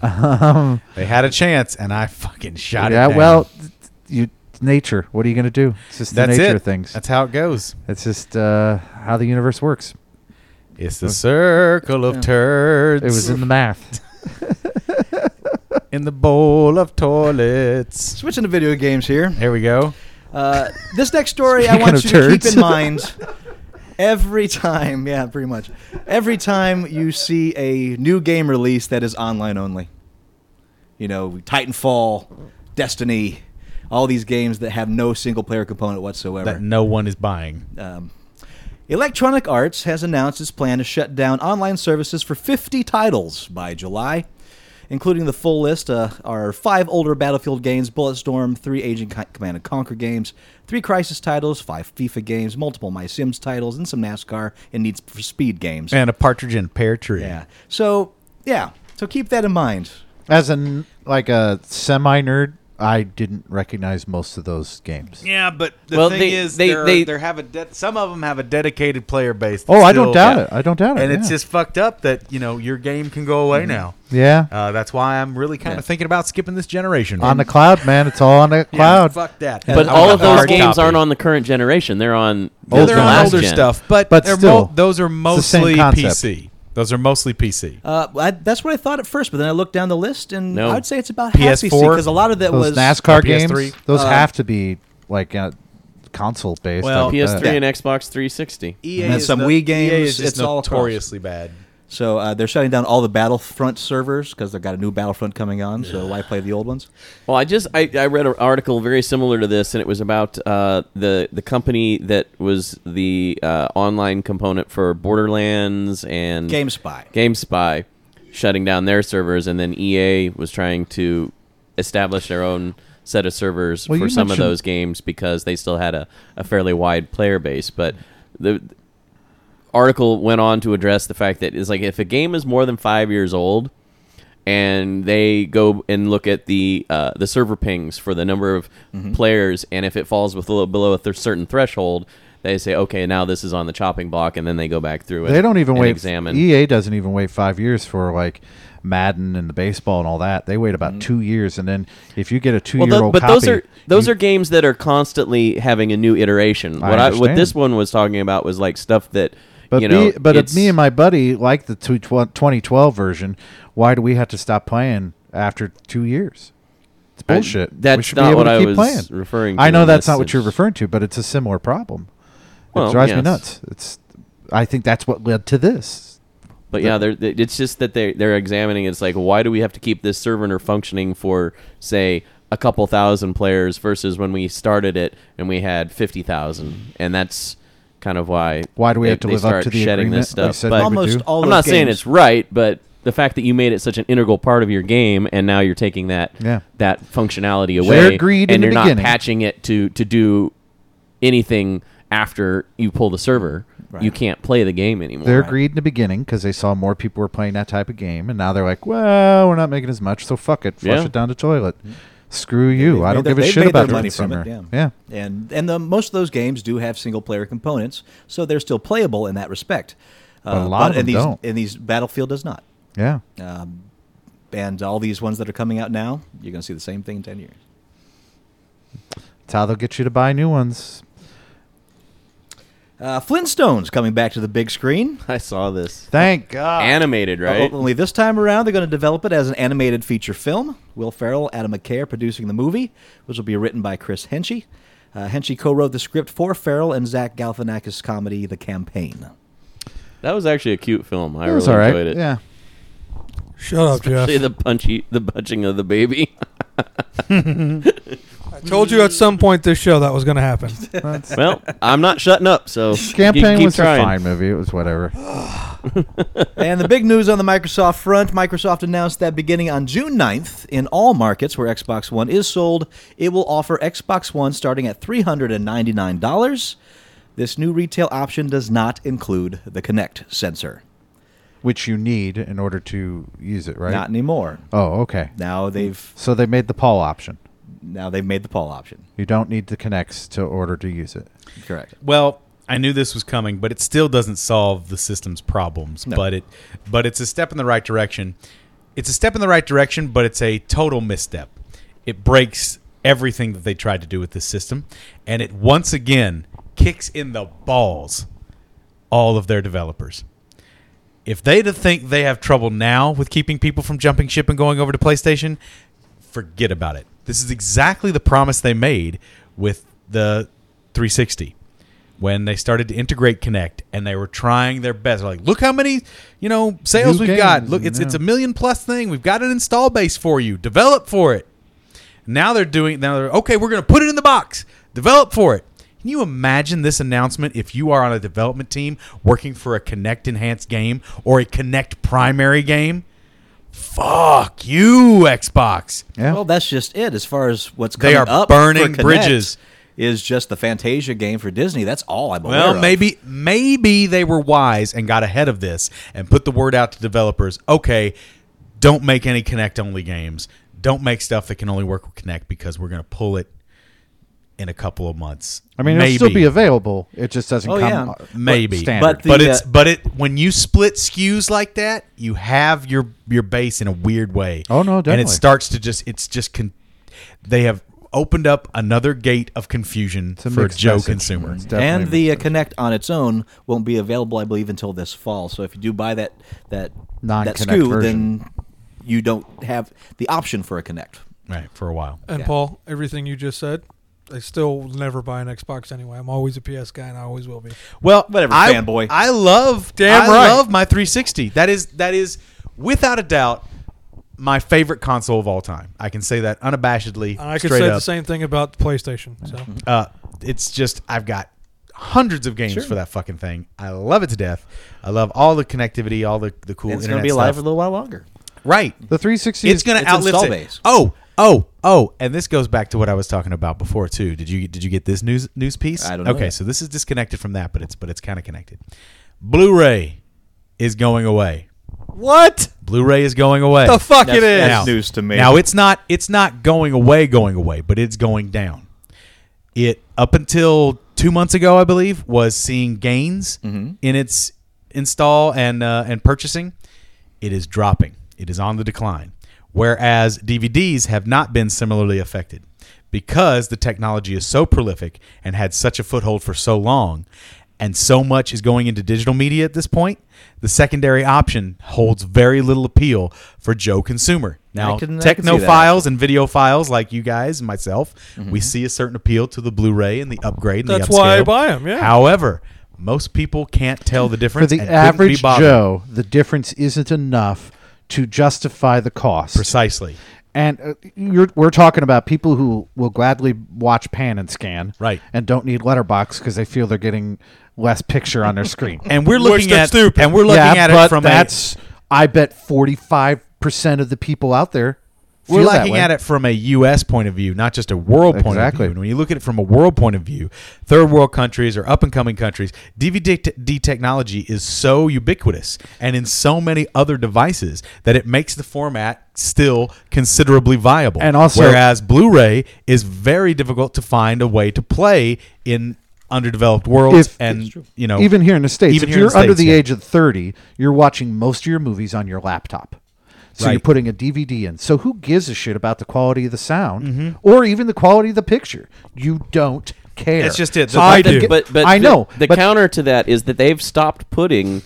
Speaker 4: they had a chance, and I fucking shot
Speaker 3: Um, yeah,
Speaker 4: it. down.
Speaker 3: well, th- you it's nature. What are you gonna do? It's just the
Speaker 4: that's
Speaker 3: nature
Speaker 4: it.
Speaker 3: of things.
Speaker 4: That's how it goes.
Speaker 3: It's just uh, how the universe works.
Speaker 4: It's the circle of turds.
Speaker 3: It was in the math.
Speaker 4: in the bowl of toilets.
Speaker 8: Switching to video games here.
Speaker 4: Here we go.
Speaker 8: Uh, this next story I
Speaker 3: Speaking of
Speaker 8: want you to keep
Speaker 3: turds.
Speaker 8: in mind every time. Yeah, pretty much. Every time you see a new game release that is online only. You know, Titanfall, Destiny, all these games that have no single player component whatsoever.
Speaker 4: That no one is buying.
Speaker 8: Um, Electronic Arts has announced its plan to shut down online services for 50 titles by July, including the full list uh, are five older Battlefield games, Bulletstorm, three Agent Co- Command and Conquer games, three Crisis titles, five FIFA games, multiple My Sims titles, and some NASCAR and Needs for Speed games.
Speaker 4: And a partridge in a pear tree.
Speaker 8: Yeah. So, yeah. So keep that in mind.
Speaker 3: As an like a semi nerd, I didn't recognize most of those games.
Speaker 4: Yeah, but the
Speaker 6: Well,
Speaker 4: thing
Speaker 6: they-
Speaker 4: is,
Speaker 6: they-
Speaker 4: they, are
Speaker 6: they-
Speaker 4: they have a de- some of them have a dedicated player base. that
Speaker 3: Oh, I don't
Speaker 4: still-
Speaker 3: doubt it. I don't doubt it.
Speaker 4: and it's
Speaker 3: yeah. Mm-hmm.
Speaker 4: just fucked up that you know your game can go away now.
Speaker 3: yeah
Speaker 4: Uh, that's why I'm really kind of thinking about skipping this generation.
Speaker 3: on the cloud, man. It's all on the
Speaker 4: Yeah,
Speaker 3: cloud.
Speaker 4: fuck that.
Speaker 6: But
Speaker 4: I
Speaker 6: all
Speaker 4: want
Speaker 6: of
Speaker 4: a
Speaker 6: those
Speaker 4: hard
Speaker 6: games
Speaker 4: copy.
Speaker 6: aren't on the current generation. They're on
Speaker 4: Yeah, they're
Speaker 6: the
Speaker 4: on
Speaker 6: last
Speaker 4: older
Speaker 6: gen.
Speaker 4: stuff, but,
Speaker 3: But
Speaker 4: they're
Speaker 3: still,
Speaker 4: mo- those are
Speaker 3: the same
Speaker 4: mostly
Speaker 3: concept.
Speaker 4: PC. Those are mostly PC.
Speaker 8: Uh, I, that's what I thought at first, but then I looked down the list, and
Speaker 6: No.
Speaker 8: I would say it's about half PC
Speaker 4: PS4,
Speaker 8: because a lot of that
Speaker 3: those
Speaker 8: was
Speaker 3: NASCAR
Speaker 4: PS3.
Speaker 3: games, those
Speaker 8: Uh,
Speaker 3: have to be like uh, console based.
Speaker 4: Well,
Speaker 3: I would
Speaker 6: PS3
Speaker 3: bet.
Speaker 6: and Xbox 360.
Speaker 4: EA
Speaker 8: And then
Speaker 4: E is
Speaker 8: some
Speaker 4: no-
Speaker 8: Wii games,
Speaker 4: EA is just
Speaker 8: it's all across.
Speaker 4: notoriously bad.
Speaker 8: So uh, they're shutting down all the Battlefront servers because they've got a new Battlefront coming on. So why play the old ones?
Speaker 6: Well, I just I, I read an article very similar to this, and it was about uh, the the company that was the uh, online component for Borderlands and
Speaker 8: GameSpy.
Speaker 6: GameSpy, shutting down their servers, and then EA was trying to establish their own set of servers
Speaker 3: Well,
Speaker 6: for
Speaker 3: you
Speaker 6: some of
Speaker 3: mentioned-
Speaker 6: those games because they still had a, a fairly wide player base, but the article went on to address the fact that it's like if a game is more than five years old and they go and look at the uh, the server pings for the number of
Speaker 3: Mm-hmm.
Speaker 6: players and if it falls with a little below a th- certain threshold they say okay now this is on the chopping block and then they go back through and
Speaker 3: They don't even
Speaker 6: and
Speaker 3: wait. E
Speaker 6: examine
Speaker 3: EA doesn't even wait five years for like Madden and the baseball and all that. They wait about two years, and then if you get a
Speaker 6: Mm-hmm. well,
Speaker 3: two-year-old
Speaker 6: tho- but
Speaker 3: copy,
Speaker 6: those are those are games that are constantly having a new iteration
Speaker 3: I
Speaker 6: what I, what
Speaker 3: understand.
Speaker 6: this one was talking about was like stuff that
Speaker 3: But
Speaker 6: you know
Speaker 3: me, but if
Speaker 6: it's-
Speaker 3: me and my buddy like the two- tw- 2012 version, why do we have to stop playing after two years? It's
Speaker 6: I-
Speaker 3: bullshit. we
Speaker 6: that's
Speaker 3: should
Speaker 6: not
Speaker 3: be able
Speaker 6: what
Speaker 3: to
Speaker 6: I
Speaker 3: keep
Speaker 6: was
Speaker 3: playing.
Speaker 6: referring
Speaker 3: I
Speaker 6: to
Speaker 3: know
Speaker 6: in
Speaker 3: that's
Speaker 6: this.
Speaker 3: not what you're
Speaker 6: It's-
Speaker 3: referring to, but it's a similar problem.
Speaker 6: Well,
Speaker 3: it drives me
Speaker 6: yes.
Speaker 3: nuts. It's, I think that's what led to this.
Speaker 6: But yeah, they're, they- it's just that they they're examining. It's like, why do we have to keep this server functioning for say a couple thousand players versus when we started it and we had fifty thousand, and that's kind of why.
Speaker 3: Why do we
Speaker 6: they-
Speaker 3: have to
Speaker 6: they
Speaker 3: live up
Speaker 6: start
Speaker 3: to the
Speaker 6: shedding
Speaker 3: agreement
Speaker 6: this
Speaker 3: we
Speaker 6: stuff?
Speaker 3: said
Speaker 6: But
Speaker 3: we would
Speaker 8: Almost
Speaker 3: do?
Speaker 8: all.
Speaker 6: I'm
Speaker 8: those
Speaker 6: not saying
Speaker 8: games-
Speaker 6: it's right, but the fact that you made it such an integral part of your game, and now you're taking that
Speaker 3: Yeah.
Speaker 6: that functionality
Speaker 3: Shared
Speaker 6: away,
Speaker 3: greed in
Speaker 6: and
Speaker 3: the
Speaker 6: you're not
Speaker 3: beginning.
Speaker 6: patching it to to do anything after you pull the server. You can't play the game anymore.
Speaker 3: They're agreed in the beginning because they saw more people were playing that type of game, and now they're like, "Well, we're not making as much, so fuck it, flush
Speaker 6: Yeah.
Speaker 3: it down the toilet." Screw you!
Speaker 8: They've
Speaker 3: I
Speaker 8: made
Speaker 3: don't
Speaker 8: their-
Speaker 3: give a
Speaker 8: they've
Speaker 3: shit
Speaker 8: made their
Speaker 3: about the
Speaker 8: money from
Speaker 3: consumer.
Speaker 8: it, yeah.
Speaker 3: yeah,
Speaker 8: And and the, most of those games do have single player components, so they're still playable in that respect. Uh,
Speaker 3: But a lot of
Speaker 8: and
Speaker 3: them
Speaker 8: these,
Speaker 3: don't.
Speaker 8: And these Battlefield does not.
Speaker 3: yeah.
Speaker 8: Um, and all these ones that are coming out now, you're going to see the same thing in ten years.
Speaker 3: That's how they'll get you to buy new ones.
Speaker 8: Uh, Flintstones coming back to the big screen.
Speaker 6: I saw this.
Speaker 3: Thank God.
Speaker 6: animated, right?
Speaker 8: O-
Speaker 3: uh,
Speaker 8: Only this time around, they're going to develop it as an animated feature film. Will Ferrell, Adam McKay are producing the movie, which will be written by Chris Henchy. Uh, Henchy co-wrote the script for Ferrell and Zach Galifianakis' comedy The Campaign.
Speaker 6: That was actually a cute film. I
Speaker 3: It was
Speaker 6: really
Speaker 3: all right.
Speaker 6: enjoyed it.
Speaker 3: Yeah.
Speaker 7: Shut up, Jeff.
Speaker 6: Actually, the punchy, the punching of the baby.
Speaker 7: I told you at some point this show that was going to happen.
Speaker 6: well, I'm not shutting up, so you
Speaker 3: Campaign
Speaker 6: keep
Speaker 3: was
Speaker 6: trying.
Speaker 3: a fine movie. It was whatever.
Speaker 8: and the big news on the Microsoft front Microsoft announced that beginning on June 9th, in all markets where Xbox One is sold, it will offer Xbox One starting at $399. This new retail option does not include the Kinect sensor.
Speaker 3: which you need in order to use it, right?
Speaker 8: Not anymore.
Speaker 3: oh, okay.
Speaker 8: Now they've
Speaker 3: So they made the Paul option.
Speaker 8: now they've made the Paul option.
Speaker 3: You don't need the connects to order to use it.
Speaker 8: Correct.
Speaker 4: Well, I knew this was coming, but it still doesn't solve the system's problems.
Speaker 8: No.
Speaker 4: But it, but it's a step in the right direction. It's a step in the right direction, but it's a total misstep. It breaks everything that they tried to do with this system, and it once again kicks in the balls all of their developers. If they to think they have trouble now with keeping people from jumping ship and going over to PlayStation, forget about it. This is exactly the promise they made with the 360 when they started to integrate Connect and they were trying their best. They're like, look how many, you know, sales
Speaker 3: New
Speaker 4: we've got.
Speaker 3: games,
Speaker 4: Look, it's it's
Speaker 3: yeah.
Speaker 4: a million plus thing. We've got an install base for you. Develop for it. Now they're doing. Now they're okay. We're going to put it in the box. Develop for it. Can you imagine this announcement if you are on a development team working for a Connect enhanced game or a Connect primary game? Fuck you, Xbox.
Speaker 3: Yeah.
Speaker 8: Well, that's just it. As far as what's
Speaker 4: They
Speaker 8: coming
Speaker 4: are
Speaker 8: up
Speaker 4: burning
Speaker 8: for Kinect
Speaker 4: bridges.
Speaker 8: is just the Fantasia game for Disney. That's all I'm aware
Speaker 4: Well,
Speaker 8: of.
Speaker 4: maybe maybe they were wise and got ahead of this and put the word out to developers. Okay, don't make any Connect only games. Don't make stuff that can only work with Connect because we're going to pull it in a couple of months.
Speaker 3: I mean,
Speaker 4: maybe.
Speaker 3: it'll still be available. It just doesn't
Speaker 8: Oh,
Speaker 3: come
Speaker 8: yeah.
Speaker 3: uh,
Speaker 4: maybe,
Speaker 3: standard.
Speaker 4: but,
Speaker 8: But the,
Speaker 4: it's
Speaker 8: uh,
Speaker 4: but it when you split SKUs like that, you have your your base in a weird way.
Speaker 3: Oh, no,
Speaker 4: and it
Speaker 3: definitely.
Speaker 4: starts to just it's just con- they have opened up another gate of confusion
Speaker 3: a
Speaker 4: for
Speaker 3: mixed
Speaker 4: Joe
Speaker 3: message.
Speaker 4: consumer.
Speaker 3: It's definitely
Speaker 8: and
Speaker 3: mixed.
Speaker 8: the uh, Connect on its own won't be available, I believe, until this fall. So if you do buy that that that
Speaker 3: Non-Kinect
Speaker 8: SKU,
Speaker 3: version.
Speaker 8: then you don't have the option for a Connect.
Speaker 4: Right for a while.
Speaker 7: And Paul, everything you just said, I still never buy an Xbox anyway. I'm always a PS guy, and I always will be.
Speaker 4: Well,
Speaker 8: Whatever,
Speaker 4: I,
Speaker 8: fanboy.
Speaker 4: I love,
Speaker 7: Damn
Speaker 4: I
Speaker 7: right.
Speaker 4: love my 360. That is, that is, without a doubt, my favorite console of all time. I can say that unabashedly.
Speaker 7: And I could
Speaker 4: straight
Speaker 7: say
Speaker 4: up.
Speaker 7: the same thing about the PlayStation. So
Speaker 3: Mm-hmm.
Speaker 4: Uh, it's just I've got hundreds of games for that fucking thing. I love it to death. I love all the connectivity, all the the cool.
Speaker 8: And it's going
Speaker 4: internet
Speaker 8: to be alive
Speaker 4: stuff.
Speaker 8: for a little while longer.
Speaker 4: right.
Speaker 3: the 360
Speaker 4: It's
Speaker 3: is-
Speaker 4: going to
Speaker 8: it's
Speaker 4: outlive
Speaker 8: install
Speaker 4: it.
Speaker 8: base.
Speaker 4: Oh, oh, oh, and this goes back to what I was talking about before too. Did you did you get this news news piece?
Speaker 8: I don't know
Speaker 4: Okay,
Speaker 8: yet.
Speaker 4: so this is disconnected from that, but it's but it's kind of connected. Blu-ray is going away.
Speaker 7: what
Speaker 4: Blu-ray is going away.
Speaker 7: the fuck it is?
Speaker 8: that's news to me.
Speaker 4: Now it's not it's not going away, going away, but it's going down. It up until two months ago, I believe, was seeing gains in its install and uh, and purchasing. It is dropping. It is on the decline. Whereas DVDs have not been similarly affected because the technology is so prolific and had such a foothold for so long, and so much is going into digital media at this point. The secondary option holds very little appeal for Joe consumer. Now,
Speaker 8: I can- I can see that.
Speaker 4: technophiles and video files like you guys and myself, we see a certain appeal to the Blu-ray and the upgrade. And
Speaker 7: That's
Speaker 4: the upscale.
Speaker 7: why I buy 'em, yeah.
Speaker 4: However, most people can't tell the
Speaker 3: for
Speaker 4: difference.
Speaker 3: the
Speaker 4: and couldn't be
Speaker 3: average
Speaker 4: bothered.
Speaker 3: Joe, the difference isn't enough to justify the cost.
Speaker 4: precisely
Speaker 3: And uh, you're, we're talking about people who will gladly watch pan and scan,
Speaker 4: Right.
Speaker 3: And don't need letterbox because they feel they're getting less picture on their screen.
Speaker 4: and we're
Speaker 7: Which
Speaker 4: looking
Speaker 7: they're
Speaker 4: at
Speaker 7: stupid.
Speaker 4: and we're looking
Speaker 3: yeah,
Speaker 4: at
Speaker 3: but
Speaker 4: it from a,
Speaker 3: that's I bet forty five percent of the people out there.
Speaker 4: we're
Speaker 3: feel that
Speaker 4: looking
Speaker 3: way.
Speaker 4: at it from a U.S. point of view, not just a world point of view.
Speaker 3: Exactly.
Speaker 4: And when you look at it from a world point of view, third world countries or up and coming countries, DVD te- D technology is so ubiquitous and in so many other devices that it makes the format still considerably viable.
Speaker 3: And also-
Speaker 4: whereas Blu-ray is very difficult to find a way to play in underdeveloped worlds,
Speaker 3: If-
Speaker 4: and you know,
Speaker 3: even here in the states,
Speaker 4: even
Speaker 3: if
Speaker 4: here in
Speaker 3: you're under
Speaker 4: States,
Speaker 3: the
Speaker 4: yeah.
Speaker 3: age of thirty, you're watching most of your movies on your laptop. So you're
Speaker 4: Right.
Speaker 3: putting a DVD in. So who gives a shit about the quality of the sound
Speaker 4: Mm-hmm.
Speaker 3: or even the quality of the picture? You don't care.
Speaker 4: That's just it.
Speaker 3: So
Speaker 4: The-
Speaker 3: let
Speaker 4: I
Speaker 3: them
Speaker 4: do.
Speaker 3: get-
Speaker 6: But but
Speaker 3: I
Speaker 6: the-
Speaker 3: know.
Speaker 6: the,
Speaker 3: but
Speaker 6: counter to that is that they've stopped putting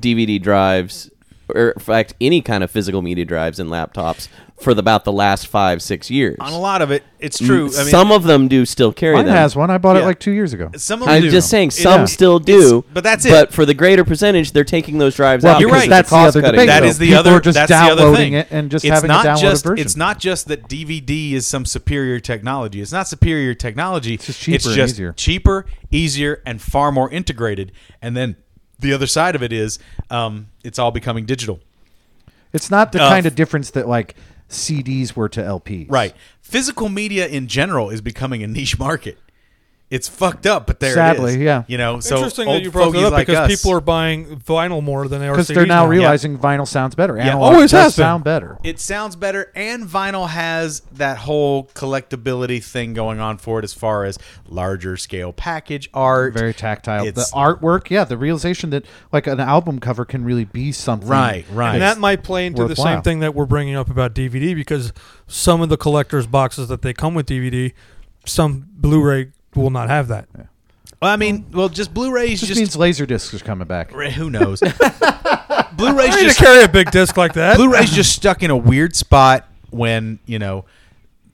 Speaker 6: DVD drives or in fact any kind of physical media drives in laptops for the, about the last five six years.
Speaker 4: on a lot of it, it's true. I mean,
Speaker 6: Mm, some of them do still carry
Speaker 3: mine
Speaker 6: them.
Speaker 3: has one. I bought
Speaker 4: Yeah.
Speaker 3: it like two years ago.
Speaker 4: some of them
Speaker 6: I'm
Speaker 4: do.
Speaker 6: just saying
Speaker 4: It's-
Speaker 6: some still do,
Speaker 4: it's- but that's it.
Speaker 6: But for the greater percentage, they're taking those drives
Speaker 3: Well,
Speaker 6: out.
Speaker 4: You're
Speaker 6: because
Speaker 4: right.
Speaker 6: of
Speaker 3: That's the other
Speaker 6: cost-cutting.
Speaker 3: debate,
Speaker 4: That
Speaker 3: though.
Speaker 4: is the
Speaker 3: People
Speaker 4: other.
Speaker 3: are just
Speaker 4: that's the other
Speaker 3: downloading
Speaker 4: thing.
Speaker 3: it and just
Speaker 4: it's
Speaker 3: having a
Speaker 4: not
Speaker 3: downloaded
Speaker 4: just,
Speaker 3: version.
Speaker 4: It's not just that DVD is some superior technology. It's not superior technology. It's
Speaker 3: just cheaper and
Speaker 4: just
Speaker 3: easier.
Speaker 4: cheaper, easier, and far more integrated. And then
Speaker 9: the other side of it is um, it's all becoming digital.
Speaker 3: It's not the
Speaker 9: Uh,
Speaker 3: kind of difference that like CDs were to LPs.
Speaker 9: Right. Physical media in general is becoming a niche market. It's fucked up, but there it
Speaker 3: Sadly,
Speaker 9: is.
Speaker 3: yeah.
Speaker 9: You know, so
Speaker 7: Interesting that
Speaker 9: old
Speaker 7: you brought that
Speaker 9: fogies
Speaker 7: up
Speaker 9: like
Speaker 7: because
Speaker 9: us-
Speaker 7: people are buying vinyl more than they are
Speaker 3: Because
Speaker 7: CDs
Speaker 3: they're now realizing vinyl sounds better. Analog
Speaker 7: Always
Speaker 3: does
Speaker 7: has been.
Speaker 3: sound better.
Speaker 9: It sounds better, and vinyl has that whole collectability thing going on for it as far as larger scale package art.
Speaker 3: Very tactile.
Speaker 9: It's-
Speaker 3: the artwork, yeah, the realization that like an album cover can really be something.
Speaker 9: Right, right.
Speaker 7: And that might play into the
Speaker 3: Worthwhile.
Speaker 7: same thing that we're bringing up about DVD because some of the collector's boxes that they come with DVD, some Blu-ray will not have that.
Speaker 9: Well, I mean, well, just Blu-rays
Speaker 3: Just,
Speaker 9: just,
Speaker 3: means laser discs are coming back.
Speaker 9: who knows. Blu-rays
Speaker 7: I need to
Speaker 9: just
Speaker 7: carry a big disc like that.
Speaker 9: Blu-ray's just stuck in a weird spot when you know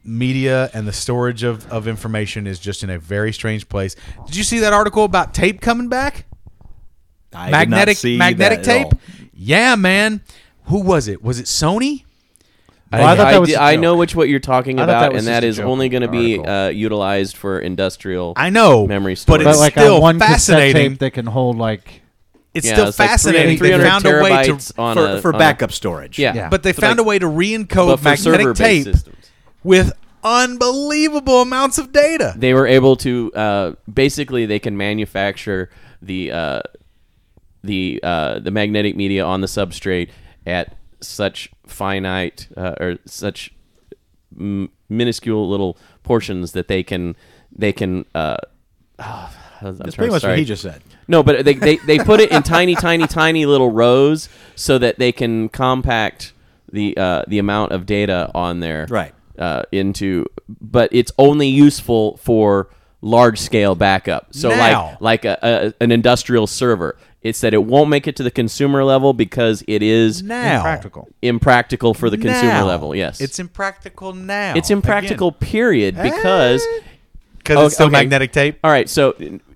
Speaker 9: media and the storage of, of information is just in a very strange place. Did you see that article about tape coming back?
Speaker 8: I did not
Speaker 9: magnetic
Speaker 8: see
Speaker 9: magnetic
Speaker 8: that at
Speaker 9: tape.
Speaker 8: all.
Speaker 9: Yeah, man. Who was it? Was it Sony?
Speaker 3: Well, I thought that was
Speaker 6: di-
Speaker 3: a
Speaker 6: I
Speaker 3: joke.
Speaker 6: know which what you're talking
Speaker 3: I thought
Speaker 6: about,
Speaker 3: that was
Speaker 6: and
Speaker 3: just
Speaker 6: that
Speaker 3: a
Speaker 6: is
Speaker 3: joke
Speaker 6: only
Speaker 3: in
Speaker 6: going
Speaker 3: the
Speaker 6: to be
Speaker 3: article.
Speaker 6: uh, utilized for industrial.
Speaker 9: I know
Speaker 6: Memory storage.
Speaker 9: but it's
Speaker 3: But like
Speaker 9: still
Speaker 3: on one cassette
Speaker 9: fascinating.
Speaker 3: tape that can hold like
Speaker 9: it's
Speaker 6: Yeah,
Speaker 9: still
Speaker 6: it's like
Speaker 9: fascinating.
Speaker 6: 300
Speaker 9: they found a way to,
Speaker 6: terabytes on
Speaker 8: for,
Speaker 6: a-
Speaker 8: for
Speaker 6: on a-
Speaker 8: backup storage.
Speaker 6: yeah,
Speaker 3: Yeah.
Speaker 9: but they
Speaker 6: So,
Speaker 9: found
Speaker 6: like,
Speaker 9: a way to
Speaker 6: but
Speaker 9: re-encode
Speaker 6: for
Speaker 9: magnetic
Speaker 6: server-based
Speaker 9: tape
Speaker 6: systems.
Speaker 9: with unbelievable amounts of data.
Speaker 6: they were able to uh, basically they can manufacture the uh, the uh, the magnetic media on the substrate at such finite uh, or such m- minuscule little portions that they can they can. Uh, oh, I'm
Speaker 8: That's
Speaker 6: trying-
Speaker 8: pretty much
Speaker 6: sorry.
Speaker 8: what he just said.
Speaker 6: No, but they, they, they put it in tiny, tiny, tiny little rows so that they can compact the uh, the amount of data on there.
Speaker 8: Right.
Speaker 6: Uh, into, but it's only useful for large scale backup. So
Speaker 9: Now.
Speaker 6: like like a, a, an industrial server, it's that it won't make it to the consumer level because it is
Speaker 9: now
Speaker 3: practical.
Speaker 6: impractical for the consumer
Speaker 9: Now.
Speaker 6: level. Yes,
Speaker 9: It's impractical now.
Speaker 6: it's impractical. Period. Because
Speaker 9: because
Speaker 6: Oh,
Speaker 9: it's still
Speaker 6: okay.
Speaker 9: magnetic tape.
Speaker 6: All right, so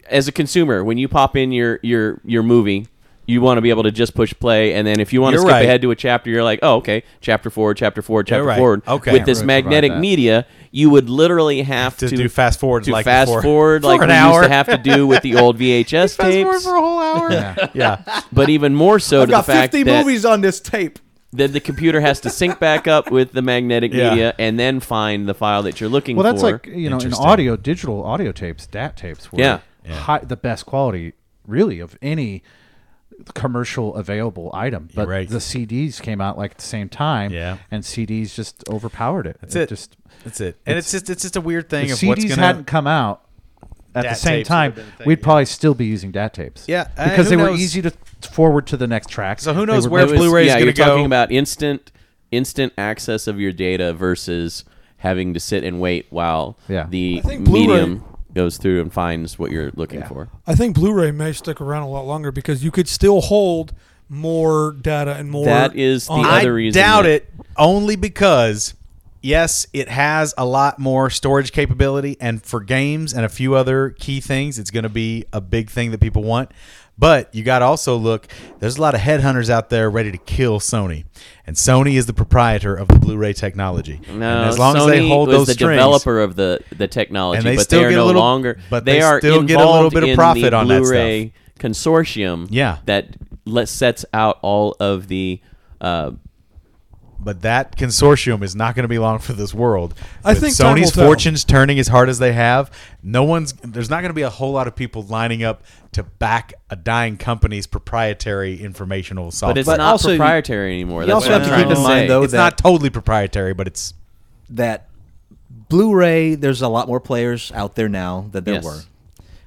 Speaker 6: as a consumer, when you pop in your your your movie, you want to be able to just push play, and then if you want to
Speaker 9: You're
Speaker 6: skip
Speaker 9: right.
Speaker 6: ahead to a chapter, you're like, oh, okay, chapter four, chapter four, chapter
Speaker 9: right.
Speaker 6: four.
Speaker 9: Okay.
Speaker 6: With this
Speaker 9: Really
Speaker 3: provide
Speaker 6: magnetic
Speaker 3: that.
Speaker 6: media, you would literally have to,
Speaker 9: To do fast forward
Speaker 6: to
Speaker 9: like
Speaker 6: fast
Speaker 9: before.
Speaker 6: forward like
Speaker 9: an
Speaker 6: we used
Speaker 9: hour.
Speaker 6: to have to do with the old VHS tapes,
Speaker 9: a whole hour. Yeah,
Speaker 6: but even more so to
Speaker 8: I've got
Speaker 6: the fact
Speaker 8: 50
Speaker 6: that
Speaker 8: movies on this tape.
Speaker 6: then the computer has to sync back up with the magnetic
Speaker 9: Yeah.
Speaker 6: media and then find the file that you're looking
Speaker 3: Well,
Speaker 6: for.
Speaker 3: that's like you know, in
Speaker 9: Interesting.
Speaker 3: audio, digital audio tapes, DAT tapes were
Speaker 6: Yeah.
Speaker 3: High, the best quality, really, of any commercial available item. But
Speaker 9: right.
Speaker 3: the CDs came out like at the same time,
Speaker 9: Yeah.
Speaker 3: and CDs just overpowered it.
Speaker 9: that's it.
Speaker 3: Just
Speaker 9: that's it. And it's, just it's just a weird
Speaker 3: the
Speaker 9: thing of what's
Speaker 3: CDs
Speaker 9: gonna
Speaker 3: hadn't come out at the
Speaker 9: DAT
Speaker 3: same
Speaker 9: tapes
Speaker 3: time.
Speaker 9: would've been a thing,
Speaker 3: we'd
Speaker 9: yeah.
Speaker 3: probably still be using DAT tapes.
Speaker 9: Yeah, and
Speaker 3: because
Speaker 9: who
Speaker 3: they were
Speaker 9: knows-
Speaker 3: easy to forward to the next track.
Speaker 9: So who
Speaker 3: They
Speaker 9: knows
Speaker 3: were
Speaker 9: where
Speaker 3: made-
Speaker 6: It was-
Speaker 9: Blu-ray's
Speaker 6: yeah,
Speaker 9: gonna
Speaker 6: you're talking
Speaker 9: go-
Speaker 6: about instant instant access of your data versus having to sit and wait while
Speaker 3: Yeah.
Speaker 6: the
Speaker 7: I think Blu-ray-
Speaker 6: medium goes through and finds what you're looking for.
Speaker 7: I think Blu-ray may stick around a lot longer because you could still hold more data and more.
Speaker 6: That is the
Speaker 7: on-
Speaker 6: other
Speaker 9: I
Speaker 6: reason
Speaker 9: doubt
Speaker 6: that-
Speaker 9: it only because yes, it has a lot more storage capability and for games and a few other key things, it's going to be a big thing that people want. But you got to also look, there's a lot of headhunters out there ready to kill Sony. And Sony is the proprietor of the Blu-ray technology.
Speaker 6: No,
Speaker 9: and as long
Speaker 6: Sony
Speaker 9: as they hold
Speaker 6: was
Speaker 9: those
Speaker 6: the
Speaker 9: strings,
Speaker 6: developer of the, the technology,
Speaker 9: And they
Speaker 6: but
Speaker 9: still
Speaker 6: they are
Speaker 9: get a
Speaker 6: no
Speaker 9: little-
Speaker 6: longer.
Speaker 9: but
Speaker 6: they,
Speaker 9: they
Speaker 6: are
Speaker 9: still get a little
Speaker 6: involved
Speaker 9: bit of
Speaker 6: in
Speaker 9: profit
Speaker 6: the
Speaker 9: on that
Speaker 6: Blu-ray consortium.
Speaker 9: Yeah.
Speaker 6: that let, sets out all of the. Uh,
Speaker 9: but that consortium is not going to be long for this world.
Speaker 7: I
Speaker 9: With
Speaker 7: think time will
Speaker 9: Sony's
Speaker 7: tell.
Speaker 9: fortunes turning as hard as they have. No one's there's not going to be a whole lot of people lining up to back a dying company's proprietary informational software.
Speaker 6: but it's
Speaker 8: But
Speaker 6: not
Speaker 8: also you-
Speaker 6: proprietary anymore.
Speaker 8: You
Speaker 6: That's
Speaker 8: also
Speaker 6: what
Speaker 8: have
Speaker 6: I'm
Speaker 8: to keep
Speaker 6: trying
Speaker 8: in mind,
Speaker 6: say.
Speaker 8: though,
Speaker 9: It's
Speaker 8: that
Speaker 9: not totally proprietary, but it's
Speaker 8: that Blu-ray, there's a lot more players out there now than there
Speaker 6: Yes.
Speaker 8: were,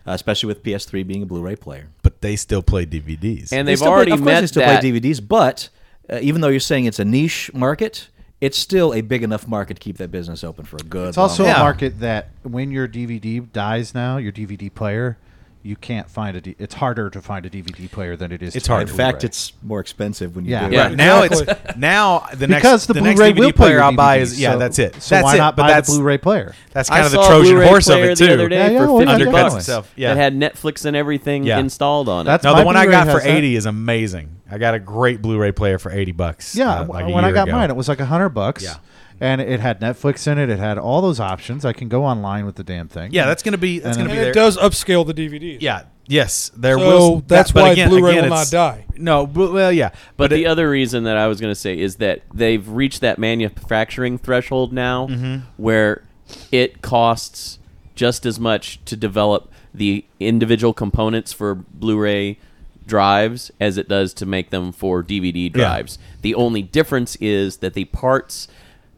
Speaker 8: uh, especially with PS3 being a Blu-ray player.
Speaker 9: but they still play DVDs.
Speaker 6: and
Speaker 8: They
Speaker 6: they've
Speaker 8: still play-
Speaker 6: already
Speaker 8: of course
Speaker 6: met
Speaker 8: they still
Speaker 6: that.
Speaker 8: play DVDs, but uh, even though you're saying it's a niche market, it's still a big enough market to keep that business open for a good.
Speaker 3: It's also
Speaker 8: long
Speaker 9: Yeah.
Speaker 3: a market that when your DVD dies now, your DVD player, you can't find a. D- it's harder to find a DVD player than it is.
Speaker 9: It's
Speaker 3: to find
Speaker 9: hard.
Speaker 3: a
Speaker 8: In fact,
Speaker 3: Blu-ray.
Speaker 8: it's more expensive when you
Speaker 3: Yeah.
Speaker 8: do
Speaker 6: Yeah.
Speaker 8: it.
Speaker 9: Right, now
Speaker 7: Exactly.
Speaker 9: it's now the next
Speaker 3: because the,
Speaker 9: the next
Speaker 3: Blu-ray
Speaker 9: DVD
Speaker 3: will play
Speaker 9: player
Speaker 3: your
Speaker 9: I'll buy
Speaker 3: DVDs,
Speaker 9: is yeah
Speaker 3: so-
Speaker 9: that's it.
Speaker 3: So
Speaker 9: that's
Speaker 3: why
Speaker 9: it,
Speaker 3: not
Speaker 9: but
Speaker 3: buy
Speaker 9: that's
Speaker 3: the Blu-ray player?
Speaker 9: That's
Speaker 6: I
Speaker 9: kind of the
Speaker 6: saw a
Speaker 9: Trojan
Speaker 6: Blu-ray
Speaker 9: horse of
Speaker 6: player
Speaker 9: it
Speaker 6: the
Speaker 9: too.
Speaker 6: other day
Speaker 3: Yeah, yeah,
Speaker 6: for
Speaker 3: well, it
Speaker 6: fifty
Speaker 9: undercuts
Speaker 6: bucks
Speaker 9: itself, yeah.
Speaker 6: that had Netflix and everything
Speaker 9: Yeah.
Speaker 6: installed on it.
Speaker 3: That's
Speaker 9: No,
Speaker 3: My
Speaker 9: the one I
Speaker 3: Blu-ray
Speaker 9: got for
Speaker 3: has that.
Speaker 9: 80 is amazing. I got a great Blu-ray player for 80 bucks.
Speaker 3: Yeah,
Speaker 9: uh,
Speaker 3: w-
Speaker 9: like a
Speaker 3: when I
Speaker 9: year
Speaker 3: got
Speaker 9: ago.
Speaker 3: mine, it was like a hundred bucks.
Speaker 9: Yeah.
Speaker 3: and it had Netflix in it. It had all those options. I can go online with the damn thing.
Speaker 9: Yeah, that's going to be that's
Speaker 3: And
Speaker 9: going to
Speaker 7: and
Speaker 9: be there.
Speaker 7: it does upscale the DVDs.
Speaker 9: Yeah,
Speaker 4: Yes, there
Speaker 7: So
Speaker 4: will.
Speaker 7: that's
Speaker 4: but
Speaker 7: why
Speaker 4: again-
Speaker 7: Blu-ray
Speaker 4: again,
Speaker 7: will not
Speaker 4: it's-
Speaker 7: die.
Speaker 4: No, but, well, yeah,
Speaker 6: But, the
Speaker 4: it-
Speaker 6: other reason that I was going to say is that they've reached that manufacturing threshold now
Speaker 9: Mm-hmm.
Speaker 6: where it costs just as much to develop the individual components for Blu-ray drives as it does to make them for DVD drives. The only difference is that the parts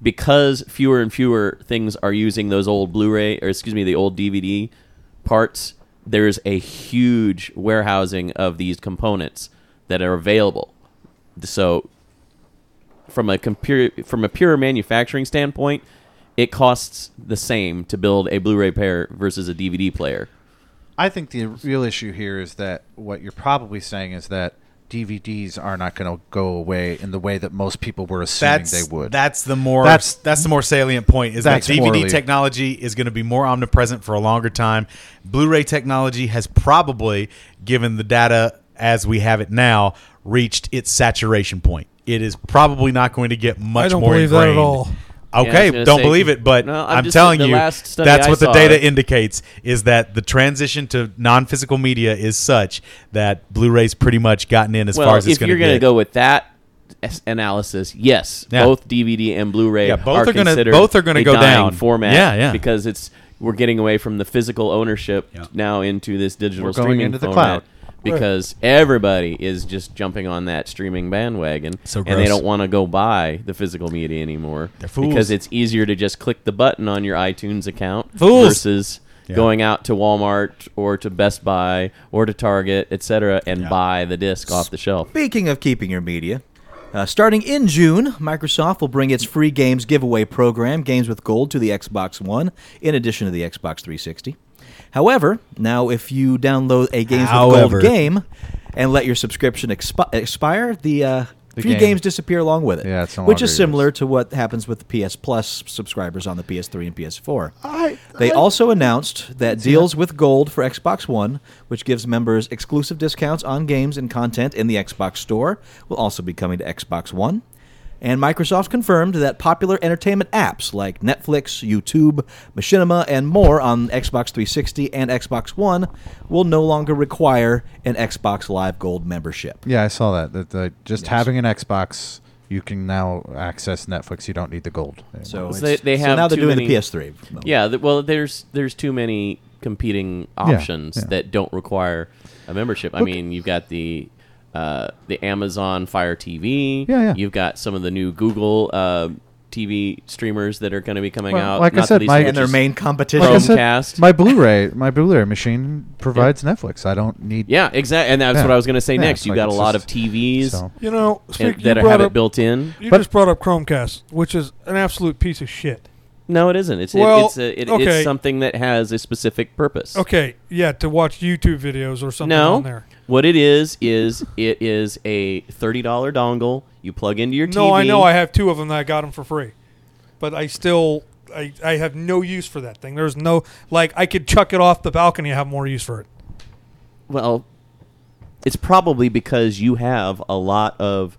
Speaker 6: because fewer and fewer things are using those old Blu-ray or excuse me, the old DVD parts, there's a huge warehousing of these components that are available. So from a compu- from a pure manufacturing standpoint, it costs the same to build a Blu-ray player versus a DVD player.
Speaker 3: I think the real issue here is that what you're probably saying is that DVDs are not going to go away in the way that most people were assuming
Speaker 4: that's
Speaker 3: they would.
Speaker 4: that's the more
Speaker 3: That's-
Speaker 4: that's that's the more salient point is that
Speaker 3: That's
Speaker 4: DVD
Speaker 3: morally-
Speaker 4: technology is going to be more omnipresent for a longer time. Blu-ray technology has probably, given the data as we have it now, reached its saturation point. It is probably not going to get much
Speaker 7: don't
Speaker 4: more
Speaker 7: believe that at
Speaker 4: ingrained.
Speaker 7: all.
Speaker 6: Yeah, I
Speaker 4: Okay,
Speaker 6: was gonna
Speaker 4: don't
Speaker 6: say,
Speaker 4: believe it, but
Speaker 6: no, I'm
Speaker 4: I'm
Speaker 6: just-
Speaker 4: telling
Speaker 6: the
Speaker 4: you,
Speaker 6: last study
Speaker 4: that's
Speaker 6: I
Speaker 4: what the
Speaker 6: saw
Speaker 4: data
Speaker 6: it.
Speaker 4: indicates is that the transition to non-physical media is such that Blu-ray's pretty much gotten in as
Speaker 6: well,
Speaker 4: far as
Speaker 6: if
Speaker 4: it's going to
Speaker 6: you're
Speaker 4: get.
Speaker 6: going to go with that as- analysis, yes,
Speaker 4: Yeah.
Speaker 6: both DVD and Blu-ray
Speaker 4: Yeah, both
Speaker 6: are,
Speaker 4: are gonna-
Speaker 6: considered
Speaker 4: both are gonna
Speaker 6: a
Speaker 4: go
Speaker 6: dying
Speaker 4: down.
Speaker 6: format.
Speaker 4: Yeah, yeah.
Speaker 6: because it's we're getting away from the physical ownership now into this digital
Speaker 3: We're going
Speaker 6: streaming
Speaker 3: into the
Speaker 6: format
Speaker 3: cloud.
Speaker 6: Because everybody is just jumping on that streaming bandwagon,
Speaker 4: So
Speaker 6: and they
Speaker 4: gross.
Speaker 6: don't want to go buy the physical media anymore
Speaker 4: They're fools.
Speaker 6: because it's easier to just click the button on your iTunes account
Speaker 4: Fools.
Speaker 6: versus going out to Walmart or to Best Buy or to Target, etc., and buy the disc off the shelf.
Speaker 8: Speaking of keeping your media, uh, starting in June, Microsoft will bring its free games giveaway program, Games with Gold, to the Xbox One, in addition to the Xbox 360. However, now if you download a Games
Speaker 4: However.
Speaker 8: with Gold game and let your subscription expi- expire, the, uh, free
Speaker 3: game.
Speaker 8: games disappear along with it.
Speaker 3: Yeah, it's no
Speaker 8: which
Speaker 3: longer
Speaker 8: is similar
Speaker 3: yours.
Speaker 8: to what happens with the PS Plus subscribers on the PS3 and PS4.
Speaker 3: I-
Speaker 8: They
Speaker 3: I-
Speaker 8: also announced that deals with gold for Xbox One, which gives members exclusive discounts on games and content in the Xbox Store, will also be coming to Xbox One. And Microsoft confirmed that popular entertainment apps like Netflix, YouTube, Machinima, and more on Xbox 360 and Xbox One will no longer require an Xbox Live Gold membership.
Speaker 3: yeah, I saw that. That the, just having an Xbox, you can now access Netflix. You don't need the gold. anymore.
Speaker 8: So,
Speaker 6: So
Speaker 8: it's,
Speaker 6: they- they
Speaker 8: so
Speaker 6: have
Speaker 8: now they're
Speaker 6: too
Speaker 8: doing
Speaker 6: many-
Speaker 8: the PS3. mode.
Speaker 6: Yeah, th- well, there's there's too many competing options
Speaker 3: yeah.
Speaker 6: that don't require a membership. I mean, you've got the uh, the Amazon Fire TV.
Speaker 3: Yeah, yeah.
Speaker 6: You've got some of the new Google uh, TV streamers that are going to be coming
Speaker 3: Well,
Speaker 6: out.
Speaker 3: like I
Speaker 6: not the
Speaker 3: said,
Speaker 6: least
Speaker 3: my-
Speaker 6: of which
Speaker 8: And their
Speaker 6: is-
Speaker 8: main competition. Um,
Speaker 3: like I said,
Speaker 6: Chromecast.
Speaker 3: my Blu-ray, my Blu-ray machine provides Netflix. I don't need.
Speaker 6: Yeah, exactly. And that's
Speaker 3: Yeah.
Speaker 6: what I was going to say
Speaker 3: Yeah,
Speaker 6: next.
Speaker 3: it's
Speaker 6: You've
Speaker 3: like
Speaker 6: got a
Speaker 3: it's
Speaker 6: lot
Speaker 3: just-
Speaker 6: of TVs
Speaker 3: So
Speaker 7: You know,
Speaker 6: and,
Speaker 7: speak,
Speaker 6: that
Speaker 7: you
Speaker 6: are, have
Speaker 7: brought
Speaker 6: it
Speaker 7: up,
Speaker 6: built in.
Speaker 7: You
Speaker 3: But-
Speaker 7: just brought up Chromecast, which is an absolute piece of shit.
Speaker 6: No, it isn't. It's it-
Speaker 7: Well,
Speaker 6: it's a, it,
Speaker 7: okay.
Speaker 6: it's something that has a specific purpose.
Speaker 7: Okay, yeah, to watch YouTube videos or something
Speaker 6: No,
Speaker 7: on there.
Speaker 6: what it is is it is a thirty dollar dongle. You plug into your TV.
Speaker 7: No, I know I have two of them that I got them for free, but I still I, I have no use for that thing. There's no like I could chuck it off the balcony and have more use for it.
Speaker 6: Well, it's probably because you have a lot of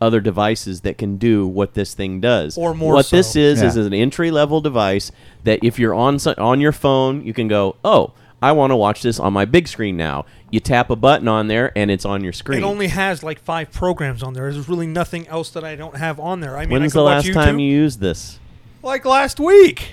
Speaker 6: other devices that can do what this thing does.
Speaker 7: Or more
Speaker 6: What this
Speaker 7: so.
Speaker 6: is is
Speaker 3: Yeah.
Speaker 6: an entry level device that if you're on so- on your phone, you can go, "Oh, I want to watch this on my big screen now." You tap a button on there and it's on your screen.
Speaker 7: It only has like five programs on there. There's really nothing else that I don't have on there. I mean,
Speaker 6: When's
Speaker 7: I could
Speaker 6: the
Speaker 7: watch
Speaker 6: last time
Speaker 7: YouTube
Speaker 6: you used this?
Speaker 7: like last week.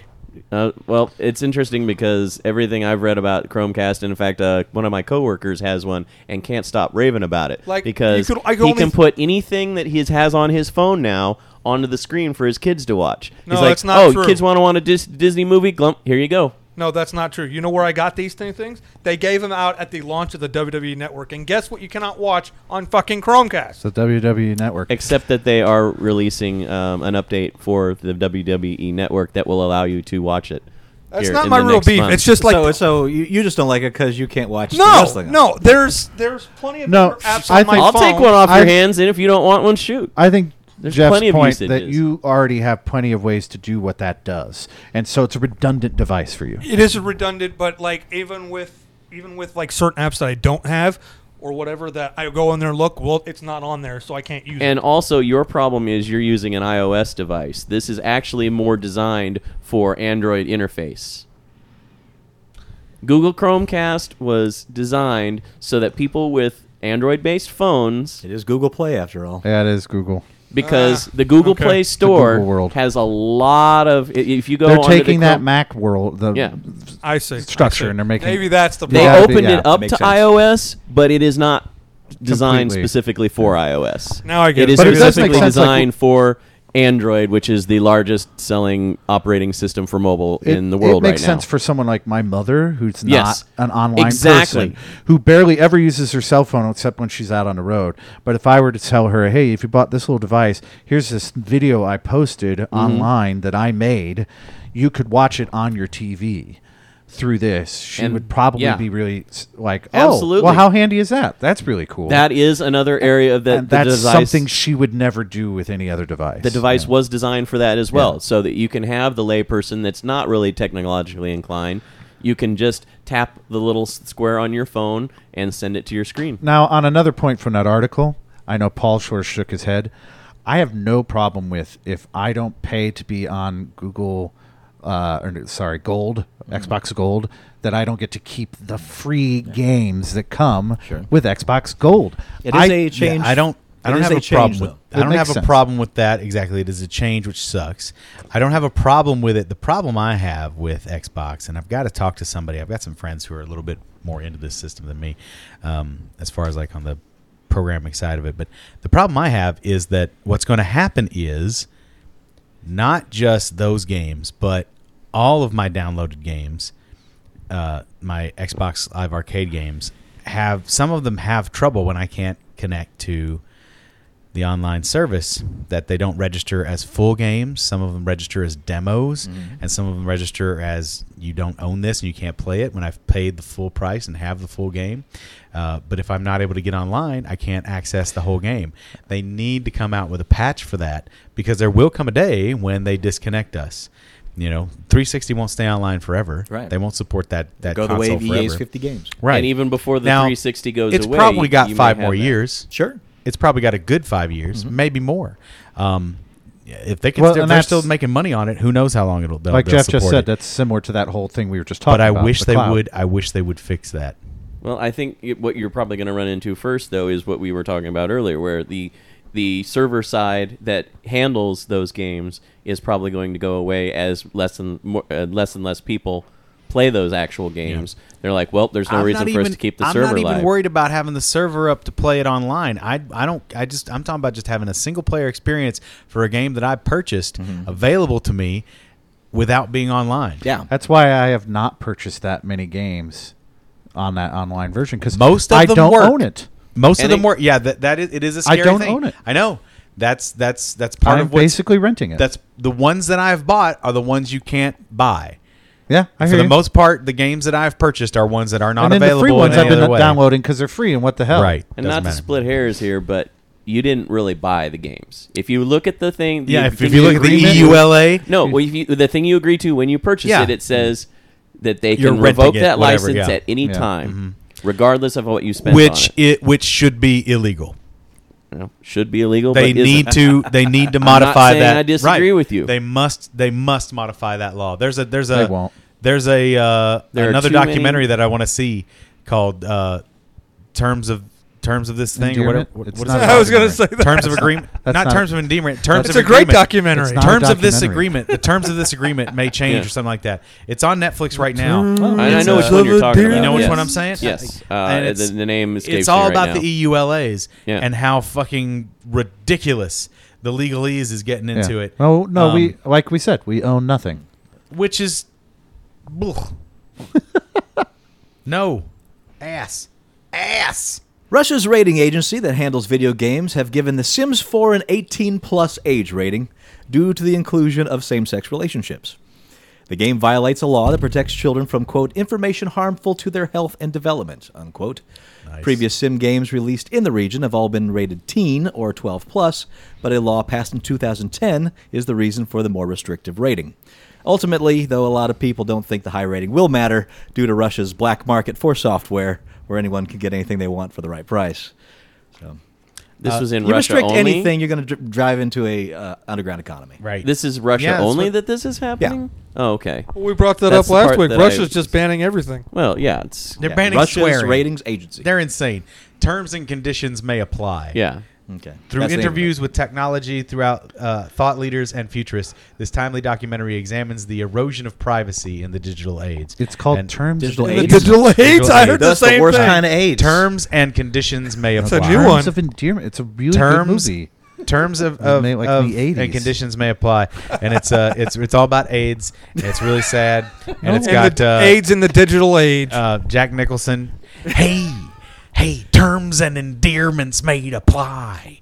Speaker 6: Uh, well, it's interesting because everything I've read about Chromecast, and in fact, uh, one of my coworkers has one and can't stop raving about it.
Speaker 7: Like,
Speaker 6: because
Speaker 7: you could- I could
Speaker 6: he
Speaker 7: only-
Speaker 6: can put anything that he has on his phone now onto the screen for his kids to watch.
Speaker 7: No,
Speaker 6: He's like,
Speaker 7: that's not
Speaker 6: oh,
Speaker 7: true.
Speaker 6: kids want to want a Dis- Disney movie? Glump, here you go.
Speaker 7: No, that's not true. You know where I got these thi- things? They gave them out at the launch of the WWE Network, and guess what? You cannot watch on fucking Chromecast.
Speaker 3: the WWE Network.
Speaker 6: Except that they are releasing um, an update for the WWE network that will allow you to watch it.
Speaker 7: That's
Speaker 6: here
Speaker 7: not
Speaker 6: in
Speaker 7: my
Speaker 6: the
Speaker 7: real
Speaker 6: next
Speaker 7: beef.
Speaker 6: month.
Speaker 7: It's just like
Speaker 8: so, so you, you just don't like it because you can't watch the
Speaker 7: no,
Speaker 8: wrestling.
Speaker 7: no. There's there's plenty of
Speaker 3: No,
Speaker 7: other apps
Speaker 3: I
Speaker 7: on my
Speaker 3: think-
Speaker 6: I'll
Speaker 7: phone.
Speaker 6: take one off
Speaker 3: I-
Speaker 6: your hands, and if you don't want one, shoot.
Speaker 3: I think
Speaker 6: There's
Speaker 3: Jeff's
Speaker 6: plenty of
Speaker 3: point that
Speaker 6: usages.
Speaker 3: you already have plenty of ways to do what that does, and so it's a redundant device for you.
Speaker 7: it is redundant, but like even with even with like certain apps that I don't have or whatever that I go in there and look, well, it's not on there, so I can't use
Speaker 6: And
Speaker 7: it.
Speaker 6: also, your problem is you're using an iOS device. This is actually more designed for Android interface. Google Chromecast was designed so that people with Android-based phones,
Speaker 8: It is Google Play after all.
Speaker 3: Yeah, it is Google.
Speaker 6: because the Google
Speaker 7: okay.
Speaker 6: Play Store
Speaker 3: Google world.
Speaker 6: has a lot of. i- If you go,
Speaker 3: They're
Speaker 6: onto
Speaker 3: taking
Speaker 6: the
Speaker 3: that
Speaker 6: Chrome-
Speaker 3: Mac world. The,
Speaker 6: Yeah.
Speaker 7: I see I
Speaker 3: Structure,
Speaker 7: see.
Speaker 3: and they're making-
Speaker 7: maybe that's the
Speaker 6: They
Speaker 3: Yeah,
Speaker 7: problem.
Speaker 3: but-
Speaker 6: opened
Speaker 3: yeah,
Speaker 6: it up to
Speaker 8: makes sense.
Speaker 6: iOS, but it is not designed
Speaker 3: Completely.
Speaker 6: specifically for iOS.
Speaker 7: Now I get it.
Speaker 6: It is
Speaker 7: But it does make
Speaker 6: specifically
Speaker 3: sense, like-
Speaker 6: designed for Android, which is the largest selling operating system for mobile
Speaker 3: It-
Speaker 6: in the world
Speaker 3: It makes
Speaker 6: right
Speaker 3: sense
Speaker 6: now.
Speaker 3: for someone like my mother, who's
Speaker 6: Yes.
Speaker 3: not an online
Speaker 6: Exactly.
Speaker 3: person, who barely ever uses her cell phone except when she's out on the road. But if I were to tell her, hey, if you bought this little device, here's this video I posted
Speaker 6: Mm-hmm.
Speaker 3: online that I made, you could watch it on your TV through this, she
Speaker 6: And-
Speaker 3: would probably
Speaker 6: yeah.
Speaker 3: be really s- like, oh,
Speaker 6: Absolutely.
Speaker 3: well, how handy is that? That's really cool.
Speaker 6: that is another area of that
Speaker 3: and
Speaker 6: the
Speaker 3: that's
Speaker 6: device,
Speaker 3: something she would never do with any other device.
Speaker 6: the device
Speaker 3: Yeah.
Speaker 6: was designed for that as well, so that you can have the layperson that's not really technologically inclined. You can just tap the little s- square on your phone and send it to your screen.
Speaker 3: Now, on another point from that article, I know Paul Shore shook his head. I have no problem with if I don't pay to be on Google, uh, or no, sorry, Gold, Xbox Gold, that I don't get to keep the free games that come with Xbox Gold.
Speaker 8: It is
Speaker 3: I-
Speaker 8: a change.
Speaker 4: I don't. I
Speaker 8: It
Speaker 4: don't
Speaker 8: is
Speaker 4: have
Speaker 8: a
Speaker 4: a,
Speaker 8: change,
Speaker 4: problem
Speaker 8: though.
Speaker 4: with.
Speaker 3: It
Speaker 4: I don't
Speaker 3: makes
Speaker 4: have a
Speaker 3: sense.
Speaker 4: problem with that exactly. It is a change, which sucks. I don't have a problem with it. The problem I have with Xbox, and I've got to talk to somebody. I've got some friends who are a little bit more into this system than me, um, as far as like on the programming side of it. But the problem I have is that what's going to happen is not just those games, but all of my downloaded games, uh, my Xbox Live Arcade games, have some of them have trouble when I can't connect to the online service that they don't register as full games. Some of them register as demos, and some of them register as you don't own this and you can't play it. When I've paid the full price and have the full game, uh, but if I'm not able to get online, I can't access the whole game. They need to come out with a patch for that because there will come a day when they disconnect us. You know, 360 won't stay online forever.
Speaker 8: Right.
Speaker 4: They won't support that that
Speaker 8: Go the way
Speaker 4: console
Speaker 8: of EA's
Speaker 4: forever.
Speaker 8: 50 games.
Speaker 4: Right.
Speaker 6: E And even before the
Speaker 4: Now,
Speaker 6: 360 goes
Speaker 4: it's
Speaker 6: away,
Speaker 4: probably got
Speaker 6: you may
Speaker 4: five
Speaker 6: have
Speaker 4: more
Speaker 6: that.
Speaker 4: years
Speaker 8: Sure.
Speaker 4: it's probably got a good five years, maybe more. Um, if they can,
Speaker 3: Well,
Speaker 4: still,
Speaker 3: and
Speaker 4: they're
Speaker 3: that's-
Speaker 4: still making money on it. Who knows how long it'll they'll,
Speaker 3: like
Speaker 4: they'll
Speaker 3: Jeff just
Speaker 4: support
Speaker 3: said,
Speaker 4: it.
Speaker 3: that's similar to that whole thing we were just talking
Speaker 4: But I
Speaker 3: about.
Speaker 4: wish
Speaker 3: the
Speaker 4: they
Speaker 3: cloud.
Speaker 4: would. I wish they would fix that.
Speaker 6: Well, I think it, what you're probably going to run into first, though, is what we were talking about earlier, where the the server side that handles those games is probably going to go away as less and more, uh, less and less people play those actual games. They're like, well, there's no reason for us to keep the
Speaker 4: I'm
Speaker 6: server
Speaker 4: not even
Speaker 6: live.
Speaker 4: worried about having the server up to play it online. I I don't. I just I'm talking about just having a single player experience for a game that I purchased
Speaker 6: Mm-hmm.
Speaker 4: available to me without being online.
Speaker 8: Yeah.
Speaker 3: That's why I have not purchased that many games on that online version because
Speaker 4: Most of
Speaker 3: I
Speaker 4: them
Speaker 3: don't
Speaker 4: work.
Speaker 3: own it.
Speaker 4: Most
Speaker 6: And
Speaker 4: of them
Speaker 6: it-
Speaker 4: were. Yeah, that, that is. It is a
Speaker 3: I
Speaker 4: scary
Speaker 3: don't
Speaker 4: thing.
Speaker 3: own it.
Speaker 4: I know. That's that's that's part
Speaker 3: I'm
Speaker 4: of what's
Speaker 3: basically renting it.
Speaker 4: that's the ones that I've bought are the ones you can't buy.
Speaker 3: yeah. I
Speaker 4: For
Speaker 3: hear
Speaker 4: the
Speaker 3: you.
Speaker 4: most part, the games that I've purchased are ones that are not
Speaker 3: and then the
Speaker 4: available.
Speaker 3: free ones
Speaker 4: in
Speaker 3: I've
Speaker 4: any
Speaker 3: been
Speaker 4: other way.
Speaker 3: downloading because they're free. And what the hell?
Speaker 4: Right.
Speaker 6: and
Speaker 4: doesn't
Speaker 6: not
Speaker 4: matter.
Speaker 6: to split hairs here, but you didn't really buy the games. If you look at the thing,
Speaker 4: Yeah,
Speaker 6: the
Speaker 4: if,
Speaker 6: thing
Speaker 4: if you look at the E
Speaker 6: agreement-
Speaker 4: EULA,
Speaker 6: No, well, if you, the thing you agree to when you purchase
Speaker 4: Yeah.
Speaker 6: it, it says that they
Speaker 4: You're
Speaker 6: can
Speaker 4: renting
Speaker 6: revoke
Speaker 4: it,
Speaker 6: that
Speaker 4: whatever,
Speaker 6: license
Speaker 4: yeah. Mm-hmm.
Speaker 6: at any
Speaker 3: Yeah.
Speaker 6: time, regardless of what you spend.
Speaker 4: which
Speaker 6: on it.
Speaker 4: it which should be illegal.
Speaker 6: You know, should be illegal.
Speaker 4: They
Speaker 6: but isn't.
Speaker 4: need to they need to
Speaker 6: not
Speaker 4: modify
Speaker 6: saying
Speaker 4: that.
Speaker 6: I disagree
Speaker 4: Right.
Speaker 6: with you.
Speaker 4: They must they must modify that law. There's a there's a
Speaker 3: They won't.
Speaker 4: there's a uh,
Speaker 6: There are
Speaker 4: another
Speaker 6: too many-
Speaker 4: documentary that I want to see called uh, terms of terms of this thing or whatever.
Speaker 3: Endearment?
Speaker 4: What,
Speaker 3: It's
Speaker 4: what is
Speaker 3: not
Speaker 4: that?
Speaker 3: a
Speaker 7: I was gonna say that.
Speaker 4: terms of agreement, not,
Speaker 3: That's not-
Speaker 4: terms of endearment. Terms
Speaker 7: It's
Speaker 4: of
Speaker 7: a great
Speaker 4: agreement.
Speaker 7: documentary. It's
Speaker 3: not a
Speaker 4: terms of this
Speaker 3: documentary.
Speaker 4: agreement. The terms of this agreement may change
Speaker 6: Yeah.
Speaker 4: or something like that. It's on Netflix right now.
Speaker 6: I, I
Speaker 4: It's
Speaker 6: know
Speaker 4: a-
Speaker 6: which one you're talking about.
Speaker 4: You know which
Speaker 6: yes.
Speaker 4: one I'm saying?
Speaker 6: Yes. Uh,
Speaker 4: And
Speaker 6: the,
Speaker 4: it's-
Speaker 6: the name escapes
Speaker 4: It's all
Speaker 6: me right
Speaker 4: about
Speaker 6: now.
Speaker 4: the E EULAs
Speaker 6: Yeah.
Speaker 4: and how fucking ridiculous the legalese is getting
Speaker 3: Yeah.
Speaker 4: into it.
Speaker 3: Oh no,
Speaker 4: Um,
Speaker 3: we like we said we own nothing.
Speaker 4: which is Ugh. no ass ass.
Speaker 8: Russia's rating agency that handles video games have given The Sims 4 an 18 plus age rating due to the inclusion of same sex relationships. The game violates a law that protects children from, quote, information harmful to their health and development, unquote. Previous sim games released in the region have all been rated teen or 12 plus, but a law passed in 2010 is the reason for the more restrictive rating. Ultimately, though, a lot of people don't think the high rating will matter due to Russia's black market for software, where anyone can get anything they want for the right price. So,
Speaker 6: This
Speaker 4: uh,
Speaker 6: was in
Speaker 8: you
Speaker 6: Russia
Speaker 8: restrict
Speaker 6: only.
Speaker 8: anything, you're going to dr- drive into a uh, underground economy.
Speaker 4: Right.
Speaker 6: This is Russia
Speaker 3: Yeah, that's
Speaker 6: only
Speaker 3: what-
Speaker 6: that this is happening. Oh, okay.
Speaker 7: Well, we brought that
Speaker 6: That's
Speaker 7: up
Speaker 6: the
Speaker 7: last
Speaker 6: part
Speaker 7: week.
Speaker 6: that
Speaker 7: Russia's
Speaker 6: I-
Speaker 7: just banning everything.
Speaker 6: Well, yeah, it's
Speaker 4: They're
Speaker 6: yeah.
Speaker 4: banning
Speaker 8: Russia's
Speaker 4: swearing.
Speaker 8: ratings agency.
Speaker 4: They're insane. Terms and conditions may apply.
Speaker 6: Yeah.
Speaker 8: okay.
Speaker 4: Through
Speaker 8: That's the name of it.
Speaker 4: interviews with technology throughout uh, thought leaders and futurists, this timely documentary examines the erosion of privacy in the digital age.
Speaker 3: It's called
Speaker 4: And
Speaker 3: terms.
Speaker 8: digital
Speaker 7: The
Speaker 8: AIDS.
Speaker 7: digital AIDS.
Speaker 4: AIDS.
Speaker 7: I heard the
Speaker 8: That's
Speaker 7: same
Speaker 8: the worst
Speaker 7: thing.
Speaker 8: kind of AIDS.
Speaker 4: Terms and conditions may
Speaker 7: a
Speaker 4: apply.
Speaker 7: new one.
Speaker 3: Terms of endearment. It's a really good
Speaker 4: terms
Speaker 3: movie.
Speaker 4: terms of,
Speaker 3: was
Speaker 4: of,
Speaker 3: made, like, in
Speaker 4: of-
Speaker 3: the 80s.
Speaker 4: and conditions may apply and it's uh it's it's all about aids and it's really sad and it's
Speaker 7: And
Speaker 4: got
Speaker 7: the
Speaker 4: uh,
Speaker 7: AIDS in the digital age.
Speaker 4: uh jack nicholson hey hey terms and endearments may apply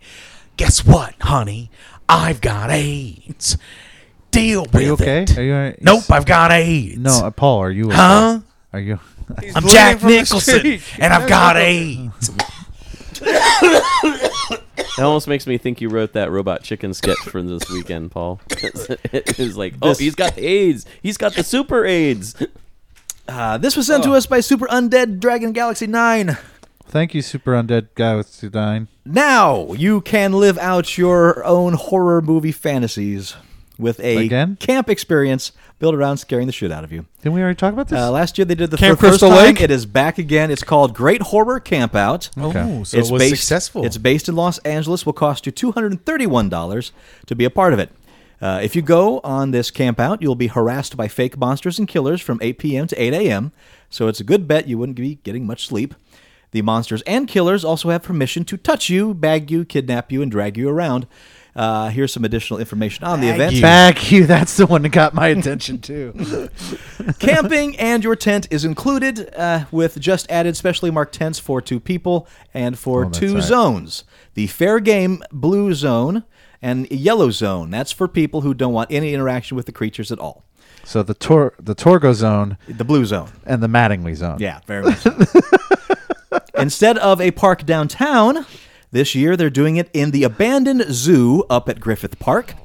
Speaker 4: guess what honey i've got aids deal
Speaker 3: Are you okay? Are you all right?
Speaker 4: i've got aids
Speaker 3: No, uh, Paul. Are you? okay?
Speaker 4: Huh?
Speaker 3: Are you?
Speaker 7: He's bleeding from the street.
Speaker 4: aids
Speaker 6: That almost makes me think you wrote that robot chicken sketch from this weekend, Paul. it was like, oh, he's got the AIDS. He's got the super AIDS.
Speaker 8: Uh, this was
Speaker 7: Oh.
Speaker 8: sent to us by Super Undead Dragon Galaxy 9.
Speaker 3: Thank you, Super Undead Guy with two nine.
Speaker 8: Now you can live out your own horror movie fantasies with a
Speaker 3: Again?
Speaker 8: camp experience built around scaring the shit out of you.
Speaker 3: Didn't we already talk about this?
Speaker 8: Uh, last year they did the
Speaker 7: Camp
Speaker 8: fir- first
Speaker 7: Crystal
Speaker 8: time.
Speaker 7: Lake?
Speaker 8: It is back again. It's called Great Horror Camp Out.
Speaker 4: oh so it was
Speaker 8: based,
Speaker 4: successful
Speaker 8: It's based in Los Angeles. Will cost you two hundred and thirty-one dollars to be a part of it. Uh, if you go on this camp out, you'll be harassed by fake monsters and killers from 8 p.m. to 8 a.m. So it's a good bet you wouldn't be getting much sleep. The monsters and killers also have permission to touch you, bag you, kidnap you, and drag you around. Uh, here's some additional information on the event.
Speaker 3: Back you. That's the one that got my attention too.
Speaker 8: Camping and your tent is included uh, with just added specially marked tents for two people and for two
Speaker 3: right.
Speaker 8: zones. The fair game blue zone and yellow zone. That's for people who don't want any interaction with the creatures at all.
Speaker 3: so the tor the Torgo zone
Speaker 8: The blue zone.
Speaker 3: and the Mattingly zone.
Speaker 8: Yeah, very much. so. Instead of a park downtown, this year they're doing it in the abandoned zoo up at Griffith Park.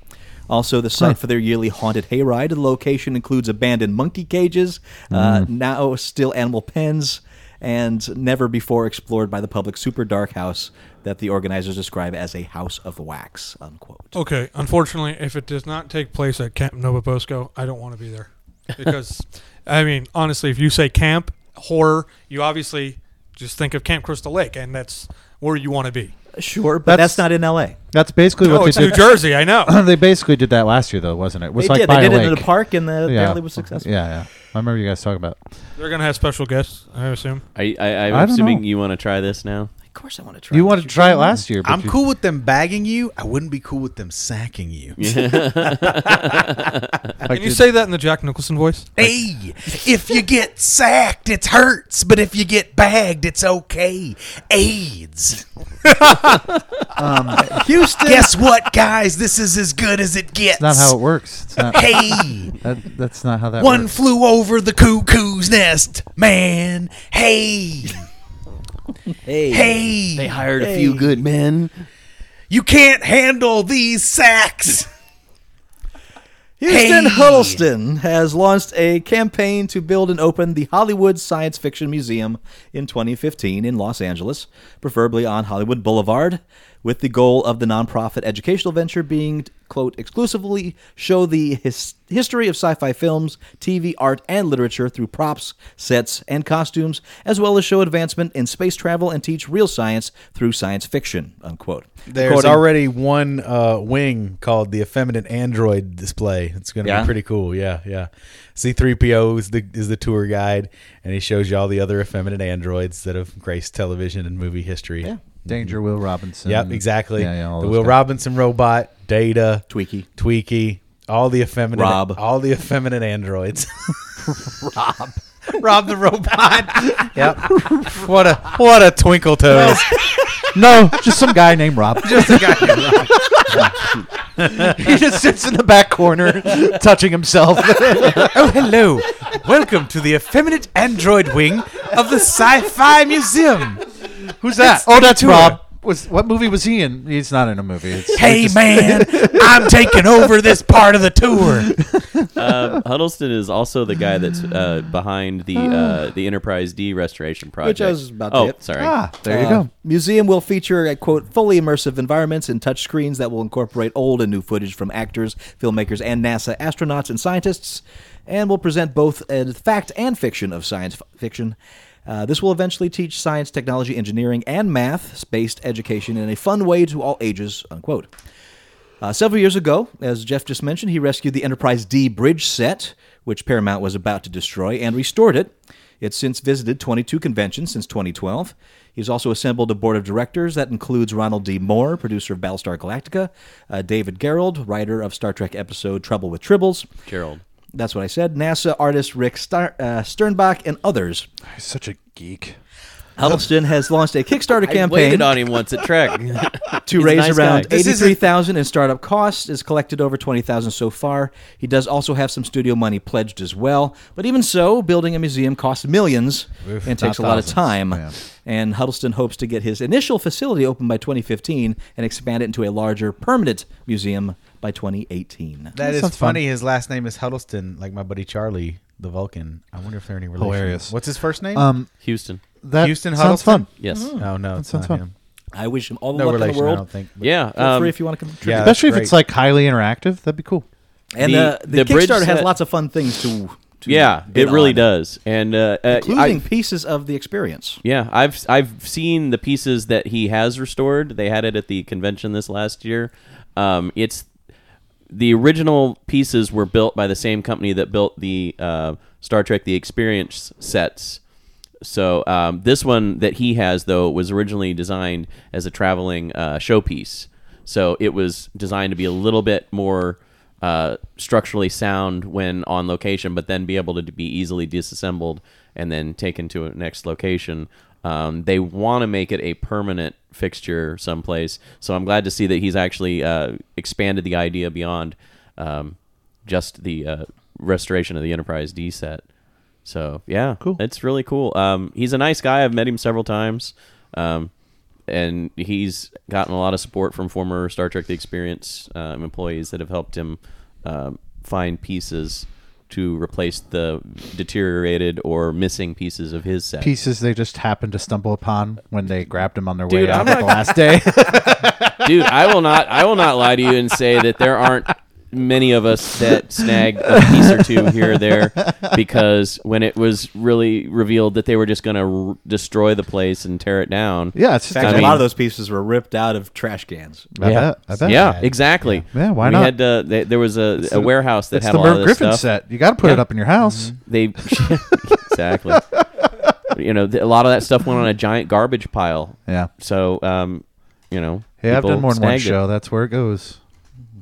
Speaker 8: Also, the site for their yearly haunted hayride. The location includes abandoned monkey cages, uh, now still animal pens, and never before explored by the public super dark house that the organizers describe as a house of wax. Unquote.
Speaker 7: Okay, unfortunately, if it does not take place at Camp Nova Bosco, I don't want to be there because, I mean, honestly, if you say camp horror, you obviously just think of Camp Crystal Lake, and that's where you want to be.
Speaker 8: Sure, but
Speaker 3: That's-
Speaker 8: that's, not in L.A.
Speaker 3: That's basically
Speaker 7: No,
Speaker 3: what
Speaker 7: it's
Speaker 3: they
Speaker 7: New
Speaker 3: did.
Speaker 7: Jersey. I know.
Speaker 3: they basically did that last year, though, wasn't it? it was
Speaker 8: They
Speaker 3: like
Speaker 8: did.
Speaker 3: by
Speaker 8: They did
Speaker 3: a
Speaker 8: it in
Speaker 3: lake.
Speaker 8: the park, and the,
Speaker 3: Yeah.
Speaker 8: apparently was successful.
Speaker 3: Yeah, yeah. I remember you guys talking about.
Speaker 7: They're gonna have special guests, I assume.
Speaker 6: I, I, I'm
Speaker 3: I don't
Speaker 6: assuming
Speaker 3: know.
Speaker 6: you want to try this now.
Speaker 8: Of course, I want to try.
Speaker 3: You
Speaker 8: this.
Speaker 3: wanted to try it last year. But
Speaker 4: i'm
Speaker 3: you-
Speaker 4: cool with them bagging you i wouldn't be cool with them sacking you
Speaker 7: Can you say that in the Jack Nicholson voice?
Speaker 4: Hey, if you get sacked, it hurts, but if you get bagged, it's okay. AIDS. Um,
Speaker 8: Houston.
Speaker 4: Guess what, guys? This is as good as it gets.
Speaker 3: That's not how it works. It's not.
Speaker 4: Hey,
Speaker 3: that, that's not how that
Speaker 4: one
Speaker 3: works.
Speaker 4: flew over the cuckoo's nest, man. Hey,
Speaker 8: Hey.
Speaker 4: hey,
Speaker 6: hired a few good men.
Speaker 4: you can't handle these sacks.
Speaker 8: Houston
Speaker 4: Hey.
Speaker 8: Huddleston has launched a campaign to build and open the Hollywood Science Fiction Museum in 2015 in Los Angeles, preferably on Hollywood Boulevard, with the goal of the nonprofit educational venture being, quote, exclusively show the his- history of sci fi films, TV, art, and literature through props, sets, and costumes, as well as show advancement in space travel and teach real science through science fiction, unquote. According-
Speaker 4: one uh, wing called the effeminate android display. It's going
Speaker 8: Yeah?
Speaker 4: cool. Yeah, yeah. C3PO is the is the tour guide and he shows you all the other effeminate androids that have graced television and movie history. Yeah.
Speaker 3: Danger Will Robinson.
Speaker 4: Yep, exactly.
Speaker 3: Mm-hmm. Yeah, yeah, all
Speaker 4: the
Speaker 3: those
Speaker 4: Will
Speaker 3: guys.
Speaker 4: Robinson robot, Data,
Speaker 8: Tweaky.
Speaker 4: Tweaky, all the effeminate,
Speaker 8: Rob.
Speaker 4: all the effeminate androids. Rob, Rob the robot. yep. What a what a twinkle toes.
Speaker 3: No, just some guy named Rob.
Speaker 4: Just a guy.
Speaker 3: he just sits in the back corner, touching himself.
Speaker 4: oh, hello. Welcome to the effeminate android wing of the Sci-Fi Museum.
Speaker 3: Who's that? Oh, that's Rob. was what movie was he in? He's not in a movie. It's,
Speaker 4: Hey man, I'm taking over this part of the tour.
Speaker 6: Uh, Huddleston is also the guy that's uh, behind the
Speaker 8: Ah.
Speaker 6: uh, the Enterprise D restoration project.
Speaker 8: Which I was about to
Speaker 6: oh,
Speaker 8: hit.
Speaker 6: sorry.
Speaker 3: ah, there you
Speaker 8: Uh,
Speaker 3: go.
Speaker 8: Museum will feature, I quote, fully immersive environments and touch screens that will incorporate old and new footage from actors, filmmakers, and NASA astronauts and scientists, and will present both uh, fact and fiction of science f- fiction. Uh, this will eventually teach science, technology, engineering, and math based education in a fun way to all ages, unquote. Uh, several years ago, as Jeff just mentioned, he rescued the Enterprise D bridge set, which Paramount was about to destroy, and restored it. It's since visited 22 conventions since 2012. He's also assembled a board of directors that includes Ronald D. Moore, producer of Battlestar Galactica, uh, David Gerald, writer of Star Trek episode Trouble with Tribbles.
Speaker 6: Gerald.
Speaker 8: That's what I said. NASA artist Rick Star- uh, Sternbach and others.
Speaker 3: He's such a geek.
Speaker 8: Huddleston has launched a Kickstarter
Speaker 6: I
Speaker 8: campaign
Speaker 6: waited on him once at
Speaker 8: to
Speaker 6: Trek. He's a
Speaker 8: raise
Speaker 6: nice
Speaker 8: around
Speaker 6: guy.
Speaker 3: This isn't-
Speaker 8: eighty-three thousand in startup costs. Is collected over twenty thousand so far. He does also have some studio money pledged as well. But even so, building a museum costs millions and takes a lot of
Speaker 3: thousands.
Speaker 8: time.
Speaker 3: Yeah.
Speaker 8: And Huddleston hopes to get his initial facility open by 2015 and expand it into a larger permanent museum by 2018.
Speaker 4: That is
Speaker 3: sounds fun.
Speaker 4: funny. His last name is Huddleston, like my buddy Charlie, the Vulcan. I wonder if they're any relation.
Speaker 3: Hilarious.
Speaker 4: What's his first
Speaker 8: Uh,
Speaker 4: name?
Speaker 3: Um,
Speaker 6: Houston.
Speaker 3: that
Speaker 4: Houston
Speaker 3: sounds
Speaker 4: Huddleston?
Speaker 3: fun.
Speaker 6: Yes.
Speaker 8: Ah.
Speaker 4: oh no, it's
Speaker 3: sounds
Speaker 4: not
Speaker 3: fun.
Speaker 4: him.
Speaker 8: I wish him all the
Speaker 4: No
Speaker 8: luck
Speaker 4: relation.
Speaker 8: in the world.
Speaker 4: I don't think. but-
Speaker 6: Yeah.
Speaker 8: Feel
Speaker 6: um,
Speaker 8: free if you want to contribute.
Speaker 4: Yeah, that's
Speaker 3: Especially if
Speaker 4: great.
Speaker 3: it's like highly interactive, that'd be cool.
Speaker 8: And
Speaker 6: The-
Speaker 8: uh, the,
Speaker 6: the bridge
Speaker 8: Kickstarter has
Speaker 6: set-
Speaker 8: lots of fun things to. to
Speaker 6: yeah,
Speaker 8: bid
Speaker 6: it really
Speaker 8: on,
Speaker 6: does. And uh, uh,
Speaker 8: including
Speaker 6: I-
Speaker 8: pieces of the experience.
Speaker 6: Yeah, I've I've seen the pieces that he has restored. They had it at the convention this last year. Um, it's the original pieces were built by the same company that built the uh, Star Trek: The Experience sets. So um, this one that he has though was originally designed as a traveling uh, showpiece. So it was designed to be a little bit more uh, structurally sound when on location, but then be able to be easily disassembled and then taken to a next location. Um, they want to make it a permanent fixture someplace. So I'm glad to see that he's actually uh, expanded the idea beyond um, just the uh, restoration of the Enterprise D set. So yeah, cool. It's really cool. Um, he's a nice guy. I've met him several times, um, and he's gotten a lot of support from former Star Trek: The Experience um, employees that have helped him um, find pieces to replace the deteriorated or missing pieces of his set.
Speaker 3: Pieces they just happened to stumble upon when they grabbed him on their
Speaker 6: Dude,
Speaker 3: way out
Speaker 6: I'm
Speaker 3: on the last day.
Speaker 6: Dude, I will not. I will not lie to you and say that there aren't many of us that snagged a piece or two here or there because when it was really revealed that they were just going to r- destroy the place and tear it down.
Speaker 3: yeah, it's just
Speaker 8: In fact,
Speaker 6: I
Speaker 8: a
Speaker 6: mean-
Speaker 8: lot of those pieces were ripped out of trash cans.
Speaker 3: I
Speaker 6: yeah.
Speaker 3: bet, I bet.
Speaker 6: Yeah, exactly.
Speaker 3: Yeah, why
Speaker 6: we
Speaker 3: not?
Speaker 6: Had, uh, they, there was a, a warehouse that
Speaker 3: It's
Speaker 6: had
Speaker 3: the
Speaker 6: a lot
Speaker 3: Merv
Speaker 6: of this
Speaker 3: Griffin
Speaker 6: stuff.
Speaker 3: set. You got to put it up in your house.
Speaker 8: Mm-hmm.
Speaker 6: They exactly. you know, th- a lot of that stuff went on a giant garbage pile.
Speaker 3: Yeah.
Speaker 6: So, um, you know,
Speaker 3: Hey, I've
Speaker 6: people
Speaker 3: done more than one
Speaker 6: snagged it.
Speaker 3: show. That's where it goes.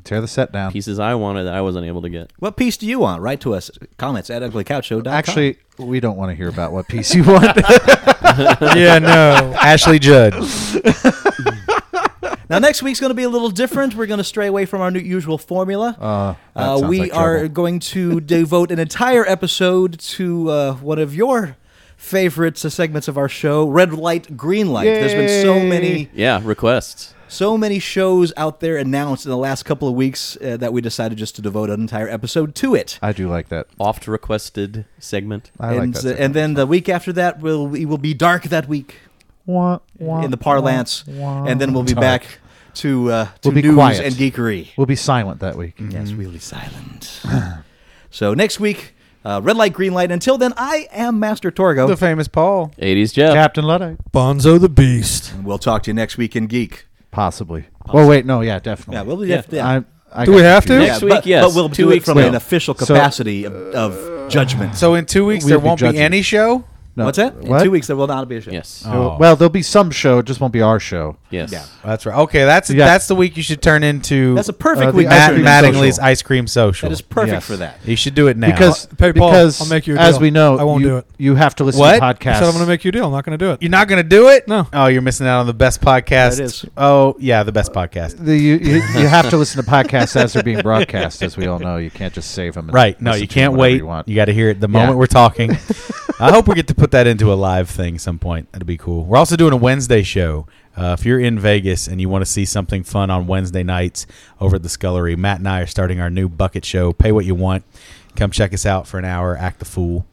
Speaker 3: Tear the set down.
Speaker 6: Pieces I wanted that I wasn't able to get.
Speaker 8: What piece do you want? Write to us. Comments at uglycouchshow.com.
Speaker 3: Actually, we don't want to hear about what piece you want.
Speaker 5: yeah, no.
Speaker 4: Ashley Judd.
Speaker 8: now next week's going to be a little different. We're going to stray away from our new usual formula.
Speaker 3: Uh, that
Speaker 8: Uh,
Speaker 3: sounds
Speaker 8: we
Speaker 3: like
Speaker 8: are
Speaker 3: trouble.
Speaker 8: going to devote an entire episode to uh, one of your favorite uh, segments of our show, Red Light, Green Light. There's been so many
Speaker 6: Yeah, requests.
Speaker 8: so many shows out there announced in the last couple of weeks uh, that we decided just to devote an entire episode to it.
Speaker 3: I do like that.
Speaker 6: oft requested segment.
Speaker 3: I
Speaker 8: and,
Speaker 3: like that.
Speaker 8: uh,
Speaker 3: segment.
Speaker 8: and then the week after that will we will be dark that week.
Speaker 3: Wah, wah,
Speaker 8: in the parlance,
Speaker 3: wah, wah.
Speaker 8: and then we'll be back to uh, to
Speaker 3: We'll be
Speaker 8: news
Speaker 3: quiet. Mm.
Speaker 8: and geekery.
Speaker 3: we'll be silent that week.
Speaker 8: Yes, we'll be silent. so next week, uh, red light, green light. Until then, I am Master Torgo,
Speaker 4: The famous Paul.
Speaker 6: 80s Jeff.
Speaker 3: Captain Luddite,
Speaker 7: Bonzo the Beast.
Speaker 8: and we'll talk to you next week in geek.
Speaker 3: possibly. Oh wait, no, yeah, definitely.
Speaker 8: Yeah, we'll be
Speaker 6: Yeah.
Speaker 8: yeah.
Speaker 3: I, I
Speaker 7: Do
Speaker 3: got
Speaker 7: we have
Speaker 3: confused.
Speaker 7: to?
Speaker 6: Next
Speaker 8: Yeah,
Speaker 6: week,
Speaker 8: but,
Speaker 6: yes.
Speaker 8: but we'll
Speaker 6: Two
Speaker 8: do it
Speaker 6: weeks
Speaker 8: from
Speaker 6: will.
Speaker 8: an official
Speaker 3: So-
Speaker 8: capacity of, of judgment.
Speaker 4: So in two weeks
Speaker 3: We'll
Speaker 4: there
Speaker 3: be
Speaker 4: won't be
Speaker 3: judging.
Speaker 4: any show.
Speaker 3: No,
Speaker 8: What's that?
Speaker 3: What?
Speaker 8: In two weeks, there will not be a show.
Speaker 6: Yes.
Speaker 4: Oh.
Speaker 3: Well, there'll be some show. It just won't be our show.
Speaker 6: yes.
Speaker 8: Yeah.
Speaker 4: That's right. Okay, that's
Speaker 3: Yeah.
Speaker 4: that's the week you should turn into.
Speaker 8: That's a
Speaker 3: Uh,
Speaker 8: perfect
Speaker 3: the
Speaker 8: week.
Speaker 3: ice
Speaker 4: Matt
Speaker 8: Master
Speaker 3: cream
Speaker 8: Torgo.
Speaker 4: Mattingly's
Speaker 3: social.
Speaker 4: ice cream social.
Speaker 8: That is perfect
Speaker 3: Yes.
Speaker 8: for that.
Speaker 4: you should do it now
Speaker 3: Because
Speaker 7: Hey, Uh, Paul,
Speaker 3: because
Speaker 7: I'll make you a
Speaker 3: as
Speaker 7: deal.
Speaker 3: we know,
Speaker 7: I won't
Speaker 3: you,
Speaker 7: do it.
Speaker 3: you have to listen
Speaker 4: What?
Speaker 3: to
Speaker 7: I
Speaker 3: podcasts.
Speaker 7: said I'm going to make you a deal. I'm not going to do it.
Speaker 4: You're not going to do it?
Speaker 7: No.
Speaker 4: Oh, you're missing out on the best podcast.
Speaker 8: That is.
Speaker 4: Oh, yeah, the best podcast.
Speaker 3: the, you, you, you have to listen to podcasts as they're being broadcast, as we all know. You can't just save them.
Speaker 4: Right. No, you can't wait. You,
Speaker 3: You want.
Speaker 4: got to hear it the moment we're talking. I hope we get to put that into a live thing some point. That'd be cool. We're also doing a Wednesday show. Uh, if you're in Vegas and you want to see something fun on Wednesday nights over at the Scullery, Matt and I are starting our new bucket show. Pay what you want. Come check us out for an hour. Act the fool.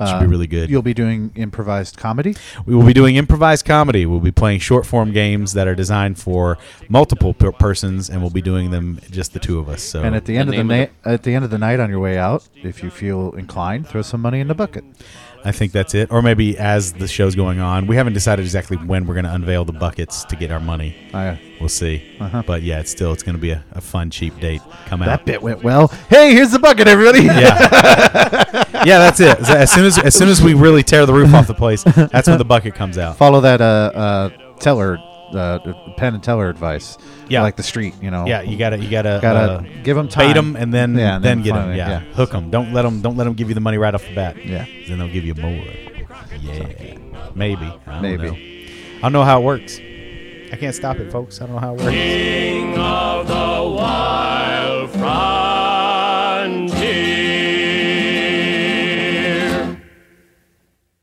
Speaker 4: It should be really good.
Speaker 3: Uh, You'll be doing improvised comedy.
Speaker 4: We will be doing improvised comedy. We'll be playing short form games that are designed for multiple per- persons, and we'll be doing them just the two of us. So
Speaker 3: And at the end
Speaker 6: The
Speaker 3: of the
Speaker 6: name
Speaker 3: night,
Speaker 6: of
Speaker 3: at the end of the night, on your way out, if you feel inclined, throw some money in the bucket.
Speaker 4: I think that's it. Or maybe as the show's going on, we haven't decided exactly when we're going to unveil the buckets to get our money.
Speaker 3: I-
Speaker 4: We'll see. But yeah, it's still it's going to be a, a fun cheap date. Come
Speaker 3: Uh-huh. that
Speaker 4: out.
Speaker 3: bit went well. Hey, here's the bucket, everybody.
Speaker 4: Yeah. yeah, that's it. As soon as as soon as we really tear the roof off the place, that's when the bucket comes out.
Speaker 3: Follow that uh, uh, teller, uh, pen and teller advice.
Speaker 4: Yeah.
Speaker 3: like the street, you know.
Speaker 4: Yeah, you gotta, you gotta,
Speaker 3: Gotta
Speaker 4: uh,
Speaker 3: give 'em
Speaker 4: bait
Speaker 3: time.
Speaker 4: 'em and then,
Speaker 3: Yeah, and
Speaker 4: then,
Speaker 3: then
Speaker 4: get 'em.
Speaker 3: finally,
Speaker 4: Yeah,
Speaker 3: yeah.
Speaker 4: hook 'em. Don't let 'em- don't let 'em give you the money right off the bat.
Speaker 3: Yeah.
Speaker 4: then they'll give you more. Yeah, maybe, I don't
Speaker 3: Maybe.
Speaker 4: Know. I don't know how it works. I can't stop it, folks. I don't know how it works.
Speaker 2: King of the wild fry.